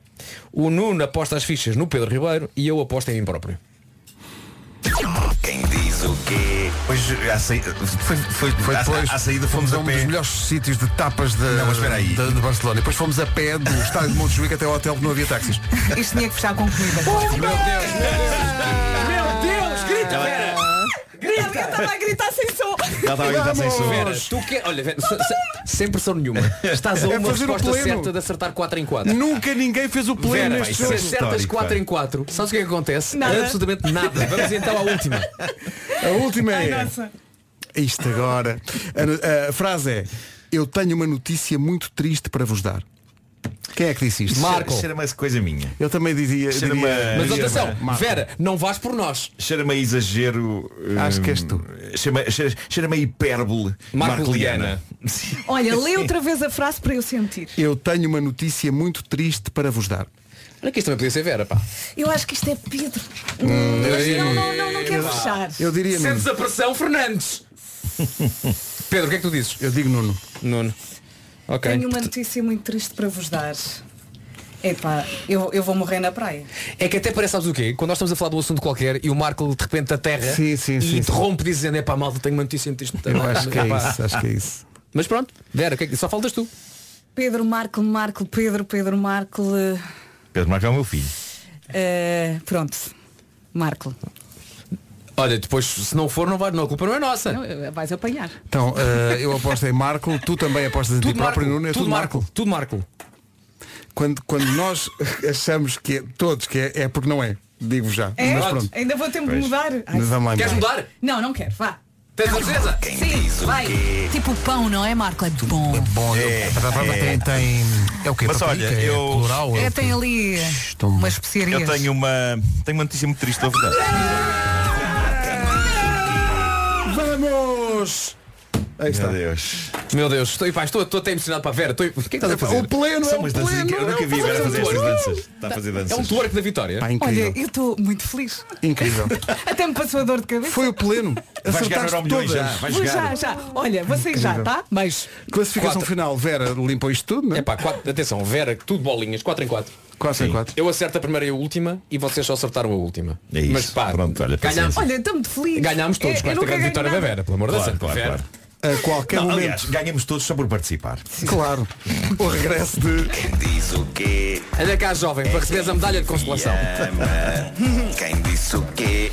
[SPEAKER 6] o Nuno aposta as fichas no Pedro Ribeiro e eu aposto em mim próprio.
[SPEAKER 14] Quem diz o quê?
[SPEAKER 5] Hoje, à saída, foi, foi,
[SPEAKER 1] Foi
[SPEAKER 5] à-
[SPEAKER 1] depois,
[SPEAKER 5] à, saída fomos
[SPEAKER 1] foi
[SPEAKER 5] a
[SPEAKER 1] um
[SPEAKER 5] pé.
[SPEAKER 1] dos melhores sítios de tapas de,
[SPEAKER 5] Não, mas espera aí.
[SPEAKER 1] de, de Barcelona. E Depois fomos a pé do estádio de Montjuic até ao hotel que não havia táxis.
[SPEAKER 2] Isto tinha que fechar com comida.
[SPEAKER 6] Meu Deus, meu Deus! Meu Deus, grita, Vera!
[SPEAKER 2] Grita, eu estava a gritar sem som.
[SPEAKER 5] Ela estava a gritar sem som.
[SPEAKER 6] Vera, tu que... é, Olha, Vera, se- se- sem pressão nenhuma. Estás a
[SPEAKER 1] É
[SPEAKER 6] uma
[SPEAKER 1] fazer o
[SPEAKER 6] resposta
[SPEAKER 1] pleno.
[SPEAKER 6] certa de acertar 4 em 4.
[SPEAKER 1] Nunca ninguém fez o pleno
[SPEAKER 6] Vera,
[SPEAKER 1] neste
[SPEAKER 6] se
[SPEAKER 1] jogo.
[SPEAKER 6] acertas
[SPEAKER 5] histórico,
[SPEAKER 6] 4
[SPEAKER 5] pá.
[SPEAKER 6] em 4, sabes o que é que acontece?
[SPEAKER 2] Nada.
[SPEAKER 6] Absolutamente nada. Vamos então à última.
[SPEAKER 1] A última
[SPEAKER 2] Ai,
[SPEAKER 1] é.
[SPEAKER 2] nossa.
[SPEAKER 1] Isto agora. A no- A, frase é. Eu tenho uma notícia muito triste para vos dar. Quem é que disse isto?
[SPEAKER 6] Marco.
[SPEAKER 5] Cheira-me a coisa minha.
[SPEAKER 1] Eu também dizia.
[SPEAKER 5] Cheira-me
[SPEAKER 1] diria-
[SPEAKER 5] a-
[SPEAKER 6] Mas
[SPEAKER 1] diria-
[SPEAKER 6] atenção,
[SPEAKER 1] Marco.
[SPEAKER 6] Vera, não vás por nós.
[SPEAKER 5] Cheira-me a exagero.
[SPEAKER 1] Acho
[SPEAKER 5] hum,
[SPEAKER 1] que és tu.
[SPEAKER 5] cheira-me- cheira- Cheira-me a hipérbole.
[SPEAKER 6] Marcoliana.
[SPEAKER 5] Sim.
[SPEAKER 2] Olha, lê outra vez a frase para eu sentir.
[SPEAKER 1] Eu tenho uma notícia muito triste para vos dar.
[SPEAKER 6] Olha que isto também podia ser Vera, pá.
[SPEAKER 2] Eu acho que isto é Pedro. Mas não, não, não, não quero fechar.
[SPEAKER 1] Eu diria mesmo.
[SPEAKER 6] Sentes a pressão, Fernandes. Pedro, o que é que tu dizes?
[SPEAKER 1] Eu digo Nuno.
[SPEAKER 15] Nuno. Ok.
[SPEAKER 2] Tenho uma notícia muito triste para vos dar. Epá, eu, eu vou morrer na praia.
[SPEAKER 6] É que até parece, sabes o quê? Quando nós estamos a falar de um assunto qualquer e o Marco de repente aterra
[SPEAKER 1] Sim, sim,
[SPEAKER 6] e
[SPEAKER 1] sim,
[SPEAKER 6] interrompe dizendo, é pá, malta, tenho uma notícia muito triste.
[SPEAKER 1] Eu acho que é
[SPEAKER 6] Epá.
[SPEAKER 1] isso, acho que é isso.
[SPEAKER 6] Mas pronto, Vera, o que é que- só faltas tu.
[SPEAKER 2] Pedro Marco, Marco, Pedro, Pedro Marco. eh,
[SPEAKER 5] Pedro Marco é o meu filho.
[SPEAKER 2] eh, pronto. Marco.
[SPEAKER 6] Olha, depois se não for, não vai, não, a culpa não é nossa.
[SPEAKER 2] Não, eh, vais apanhar.
[SPEAKER 1] Então, eh, eu aposto em Marco, tu também apostas em ti próprio, Nuno, é tudo, Marco.
[SPEAKER 6] Tudo Marco.
[SPEAKER 1] Quando, quando nós achamos que é, todos que é, é porque não é, digo já.
[SPEAKER 2] É?
[SPEAKER 1] Mas pronto.
[SPEAKER 2] Ainda vou tempo
[SPEAKER 1] Pois.
[SPEAKER 2] de mudar. Ai,
[SPEAKER 1] Mas vamos lá
[SPEAKER 2] queres
[SPEAKER 1] embora.
[SPEAKER 2] mudar? Não, não quero. Vá.
[SPEAKER 6] Tens certeza?
[SPEAKER 2] Sim, vai. Tipo pão, não é, Marco? É bom.
[SPEAKER 1] Bom,
[SPEAKER 5] é,
[SPEAKER 1] Tem, tem. É o quê?
[SPEAKER 5] Mas
[SPEAKER 1] Paprika?
[SPEAKER 5] olha,
[SPEAKER 1] É
[SPEAKER 5] eu-
[SPEAKER 1] plural?
[SPEAKER 2] É, tem ali uma especiaria.
[SPEAKER 5] Eu tenho uma, tenho uma notícia muito triste, a verdade.
[SPEAKER 1] Vamos! Aí está.
[SPEAKER 5] Meu Deus.
[SPEAKER 6] Meu Deus, estou, pá, estou, estou até emocionado para a Vera. Estou, o que é que estás a fazer?
[SPEAKER 1] O pleno,
[SPEAKER 5] São umas danças
[SPEAKER 1] é
[SPEAKER 5] incríveis. Eu nunca vi a Vera fazer estas danças. Está a fazer
[SPEAKER 6] É um
[SPEAKER 5] danças.
[SPEAKER 6] twerk da vitória.
[SPEAKER 2] Olha, eu estou muito feliz.
[SPEAKER 1] Ah, Incrível.
[SPEAKER 2] Até me passou a dor de cabeça.
[SPEAKER 1] Foi o pleno.
[SPEAKER 5] Vai jogar no
[SPEAKER 1] Acertaste
[SPEAKER 5] Euromilhões
[SPEAKER 1] todas.
[SPEAKER 5] já, vai
[SPEAKER 2] Vou
[SPEAKER 5] jogar.
[SPEAKER 2] já, já. Olha, vocês já, tá?
[SPEAKER 6] Mas
[SPEAKER 1] classificação final, Vera limpou isto tudo, não é?
[SPEAKER 6] pá, quatro, atenção, Vera, tudo bolinhas, 4 em 4.
[SPEAKER 1] 4 em 4.
[SPEAKER 6] Eu acerto a primeira e a última e vocês só acertaram a última.
[SPEAKER 5] É isso.
[SPEAKER 6] Mas pá,
[SPEAKER 5] Pronto, olha,
[SPEAKER 6] ganhámos,
[SPEAKER 2] Olha, estou muito feliz.
[SPEAKER 6] ganhámos todos
[SPEAKER 2] É,
[SPEAKER 6] com
[SPEAKER 2] eu
[SPEAKER 6] esta
[SPEAKER 2] nunca
[SPEAKER 6] grande
[SPEAKER 2] ganho
[SPEAKER 6] vitória da
[SPEAKER 2] nada.
[SPEAKER 6] Vera, pelo amor de Deus.
[SPEAKER 5] Claro, claro,
[SPEAKER 6] Vera.
[SPEAKER 5] claro.
[SPEAKER 1] A qualquer
[SPEAKER 5] Não,
[SPEAKER 1] momento.
[SPEAKER 5] aliás, ganhamos todos só por participar.
[SPEAKER 1] Claro. O regresso de.
[SPEAKER 14] Quem diz o quê?
[SPEAKER 6] Anda cá, jovem, para receberes a medalha de consolação.
[SPEAKER 14] Ama. Quem disse o quê?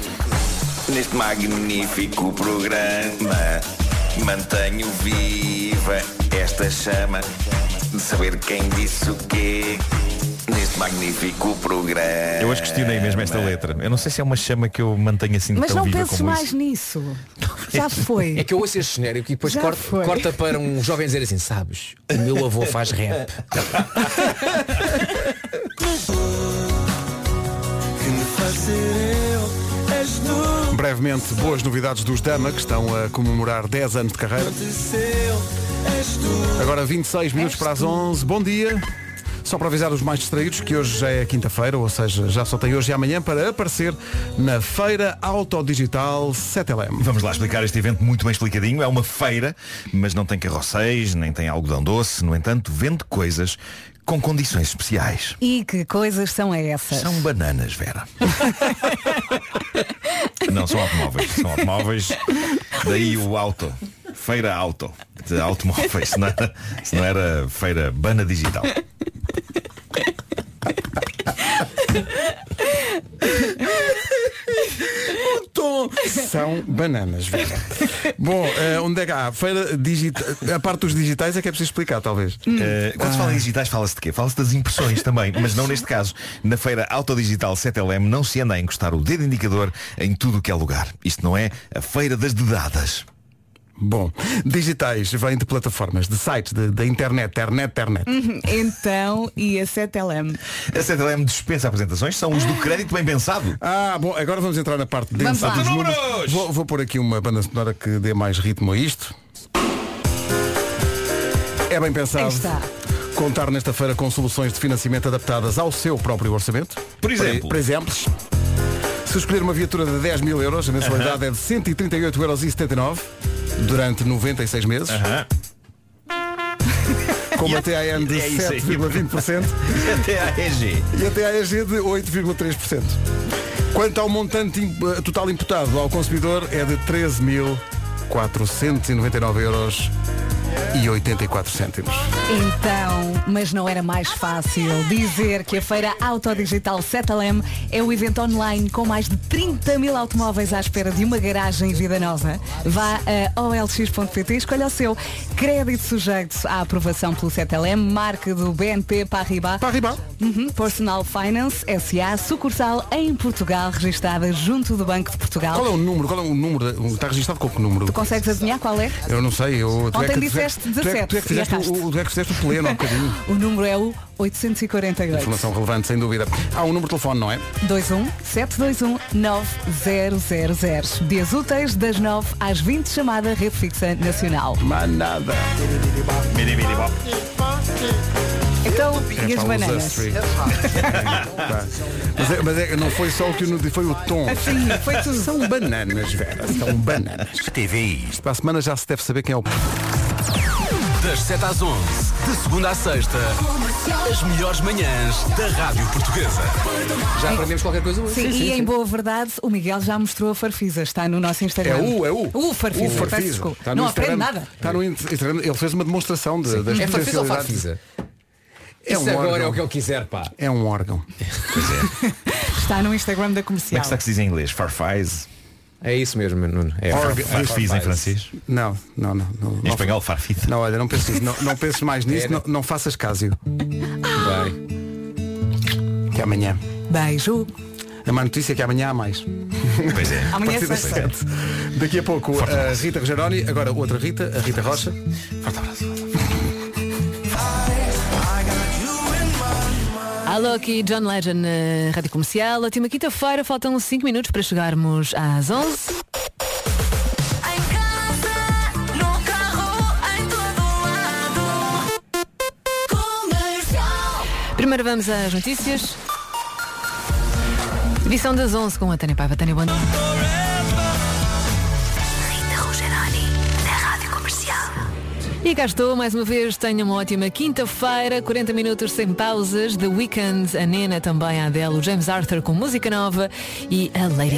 [SPEAKER 14] Neste magnífico programa mantenho viva esta chama de saber quem disse o quê neste magnífico programa.
[SPEAKER 5] Eu hoje questionei mesmo esta letra. Eu não sei se é uma chama que eu mantenho assim
[SPEAKER 2] Mas
[SPEAKER 5] tão
[SPEAKER 2] não
[SPEAKER 5] viva
[SPEAKER 2] penses
[SPEAKER 5] como
[SPEAKER 2] mais
[SPEAKER 5] isso.
[SPEAKER 2] nisso. Já
[SPEAKER 6] É
[SPEAKER 2] foi.
[SPEAKER 6] que eu ouço este genérico e depois
[SPEAKER 2] Já
[SPEAKER 6] corto-
[SPEAKER 2] foi.
[SPEAKER 6] corta para um jovem dizer assim, sabes, o meu avô faz rap.
[SPEAKER 1] Brevemente, boas novidades dos Dama, que estão a comemorar 10 anos de carreira. Agora 26 minutos para as 11. Bom dia. Só para avisar os mais distraídos que hoje já é quinta-feira, ou seja, já só tem hoje e amanhã para aparecer na Feira Autodigital 7LM.
[SPEAKER 5] Vamos lá explicar este evento muito bem explicadinho. É uma feira, mas não tem carrosséis, nem tem algodão doce. No entanto, vende coisas com condições especiais.
[SPEAKER 2] E que coisas são essas?
[SPEAKER 5] São bananas, Vera. não, são automóveis. São automóveis. Daí o auto. Feira auto. De automóveis. Se não era, se não era feira bana digital.
[SPEAKER 1] São bananas, Vera. Bom, eh, onde é que há? Feira digital. A parte dos digitais é que é preciso explicar, talvez.
[SPEAKER 5] Eh, quando se fala em digitais fala-se de quê? Fala-se das impressões também, mas não neste caso. Na feira Autodigital 7LM não se anda a encostar o dedo indicador em tudo o que é lugar. Isto não é a feira das dedadas.
[SPEAKER 1] Bom, digitais vêm de plataformas, de sites, de- da internet, internet, internet.
[SPEAKER 2] Uhum. Então, e a 7LM?
[SPEAKER 5] A 7LM dispensa apresentações, são os do crédito bem pensado.
[SPEAKER 1] Ah, bom, agora vamos entrar na parte de
[SPEAKER 2] Vamos
[SPEAKER 1] densa
[SPEAKER 2] lá. Então,
[SPEAKER 1] dos
[SPEAKER 5] Números!
[SPEAKER 1] números. Vou, vou pôr aqui uma banda sonora que dê mais ritmo a isto. É bem
[SPEAKER 2] Aí
[SPEAKER 1] pensado
[SPEAKER 2] está.
[SPEAKER 1] contar nesta feira com soluções de financiamento adaptadas ao seu próprio orçamento.
[SPEAKER 5] Por exemplo.
[SPEAKER 1] Por exemplos. Se escolher uma viatura de 10 mil euros, a mensalidade é de 138,79€ durante 96 meses,
[SPEAKER 5] Aham.
[SPEAKER 1] com uma TAN de
[SPEAKER 5] É isso aí.
[SPEAKER 1] 7,20%
[SPEAKER 5] Até a EG.
[SPEAKER 1] e a TAEG de 8,3%. Quanto ao montante im- eh, total imputado ao consumidor é de 13.499 euros e 84 cêntimos.
[SPEAKER 2] Então, mas não era mais fácil dizer que a Feira Autodigital 7LM é o evento online com mais de 30 mil automóveis à espera de uma garagem vida nova? Vá a olx.pt e escolha o seu. Crédito sujeito à aprovação pelo 7LM, marca do BNP Paribas.
[SPEAKER 1] Paribas.
[SPEAKER 2] Uhum, Personal Finance SA, sucursal em Portugal, registada junto do Banco de Portugal.
[SPEAKER 1] Qual é o número? Qual é o número? Está registado com que número?
[SPEAKER 2] Tu consegues adivinhar qual é?
[SPEAKER 1] Eu não sei, eu... tu
[SPEAKER 2] Ontem
[SPEAKER 1] que-
[SPEAKER 2] disseste
[SPEAKER 1] tu é que- tu é que
[SPEAKER 2] 17 e
[SPEAKER 1] fizeste
[SPEAKER 2] erraste.
[SPEAKER 1] o- o- tu é que fizeste o pleno há bocadinho.
[SPEAKER 2] O número é o 848.
[SPEAKER 1] Informação relevante, sem dúvida. Há um número de telefone, não é?
[SPEAKER 2] 21 721 9000. Dias úteis das 9 às 20, chamada Rede Fixa Nacional.
[SPEAKER 1] Mas nada.
[SPEAKER 5] é Mini, mini, bop.
[SPEAKER 2] Então, e
[SPEAKER 1] Epá,
[SPEAKER 2] as
[SPEAKER 1] É, tá, os
[SPEAKER 2] bananas?
[SPEAKER 1] Astray. Pá. mas, é, mas é- não foi só o que eu não disse, foi o tom.
[SPEAKER 2] Assim, foi tudo.
[SPEAKER 1] São bananas, Vera. São bananas. TV. é Isto para a semana já se deve saber quem é o.
[SPEAKER 11] Das 7 às 11, de segunda à sexta, as melhores manhãs da Rádio Portuguesa.
[SPEAKER 6] Já aprendemos qualquer coisa hoje.
[SPEAKER 2] Sim, e em boa verdade, o Miguel já mostrou a farfisa. Está no nosso Instagram.
[SPEAKER 1] É o, é o.
[SPEAKER 2] O farfisa,
[SPEAKER 1] O
[SPEAKER 2] peço
[SPEAKER 1] Farfisa.
[SPEAKER 2] desculpa.
[SPEAKER 1] Está no
[SPEAKER 2] Não
[SPEAKER 1] Instagram.
[SPEAKER 2] aprende nada.
[SPEAKER 1] Está no Instagram. Ele fez uma demonstração de, das
[SPEAKER 6] É Farfisa ou
[SPEAKER 1] potencialidades.
[SPEAKER 6] Farfisa?
[SPEAKER 1] É
[SPEAKER 6] Isso
[SPEAKER 1] um
[SPEAKER 6] agora
[SPEAKER 1] órgão.
[SPEAKER 6] é o que ele quiser, pá.
[SPEAKER 1] É um órgão.
[SPEAKER 2] Está no Instagram da
[SPEAKER 5] Como é
[SPEAKER 2] comercial.
[SPEAKER 5] que está que se diz em inglês? Farfise?
[SPEAKER 6] É isso mesmo, Nuno. É
[SPEAKER 5] Farfise em francês?
[SPEAKER 1] Não, não, não. não
[SPEAKER 5] Em
[SPEAKER 1] não-
[SPEAKER 5] espanhol, farfise.
[SPEAKER 1] Não, olha, não penses, não, não penses mais nisso,
[SPEAKER 5] É,
[SPEAKER 1] não, não faças caso.
[SPEAKER 6] Bem.
[SPEAKER 1] Que amanhã.
[SPEAKER 2] Beijo.
[SPEAKER 1] A má notícia é que amanhã há mais.
[SPEAKER 5] Pois é.
[SPEAKER 2] Amanhã
[SPEAKER 1] a partir das
[SPEAKER 2] sexta.
[SPEAKER 1] sete. Daqui a pouco a Rita Rogeroni, agora outra Rita, a Rita Rocha. Forte abraço.
[SPEAKER 16] Alô, aqui John Legend, na Rádio Comercial. Última quinta-feira, faltam 5 minutos para chegarmos às 11.
[SPEAKER 7] No carro, em todo lado. Comercial.
[SPEAKER 16] Primeiro vamos às notícias. Edição das 11 com a Tânia Paiva. Tânia, bom dia.
[SPEAKER 7] Rita Rogeroni, na Rádio Comercial.
[SPEAKER 16] E cá estou, mais uma vez, tenha uma ótima quinta-feira, 40 minutos sem pausas, The Weeknd, a Nena também, a Adele, o James Arthur com música nova e a Lady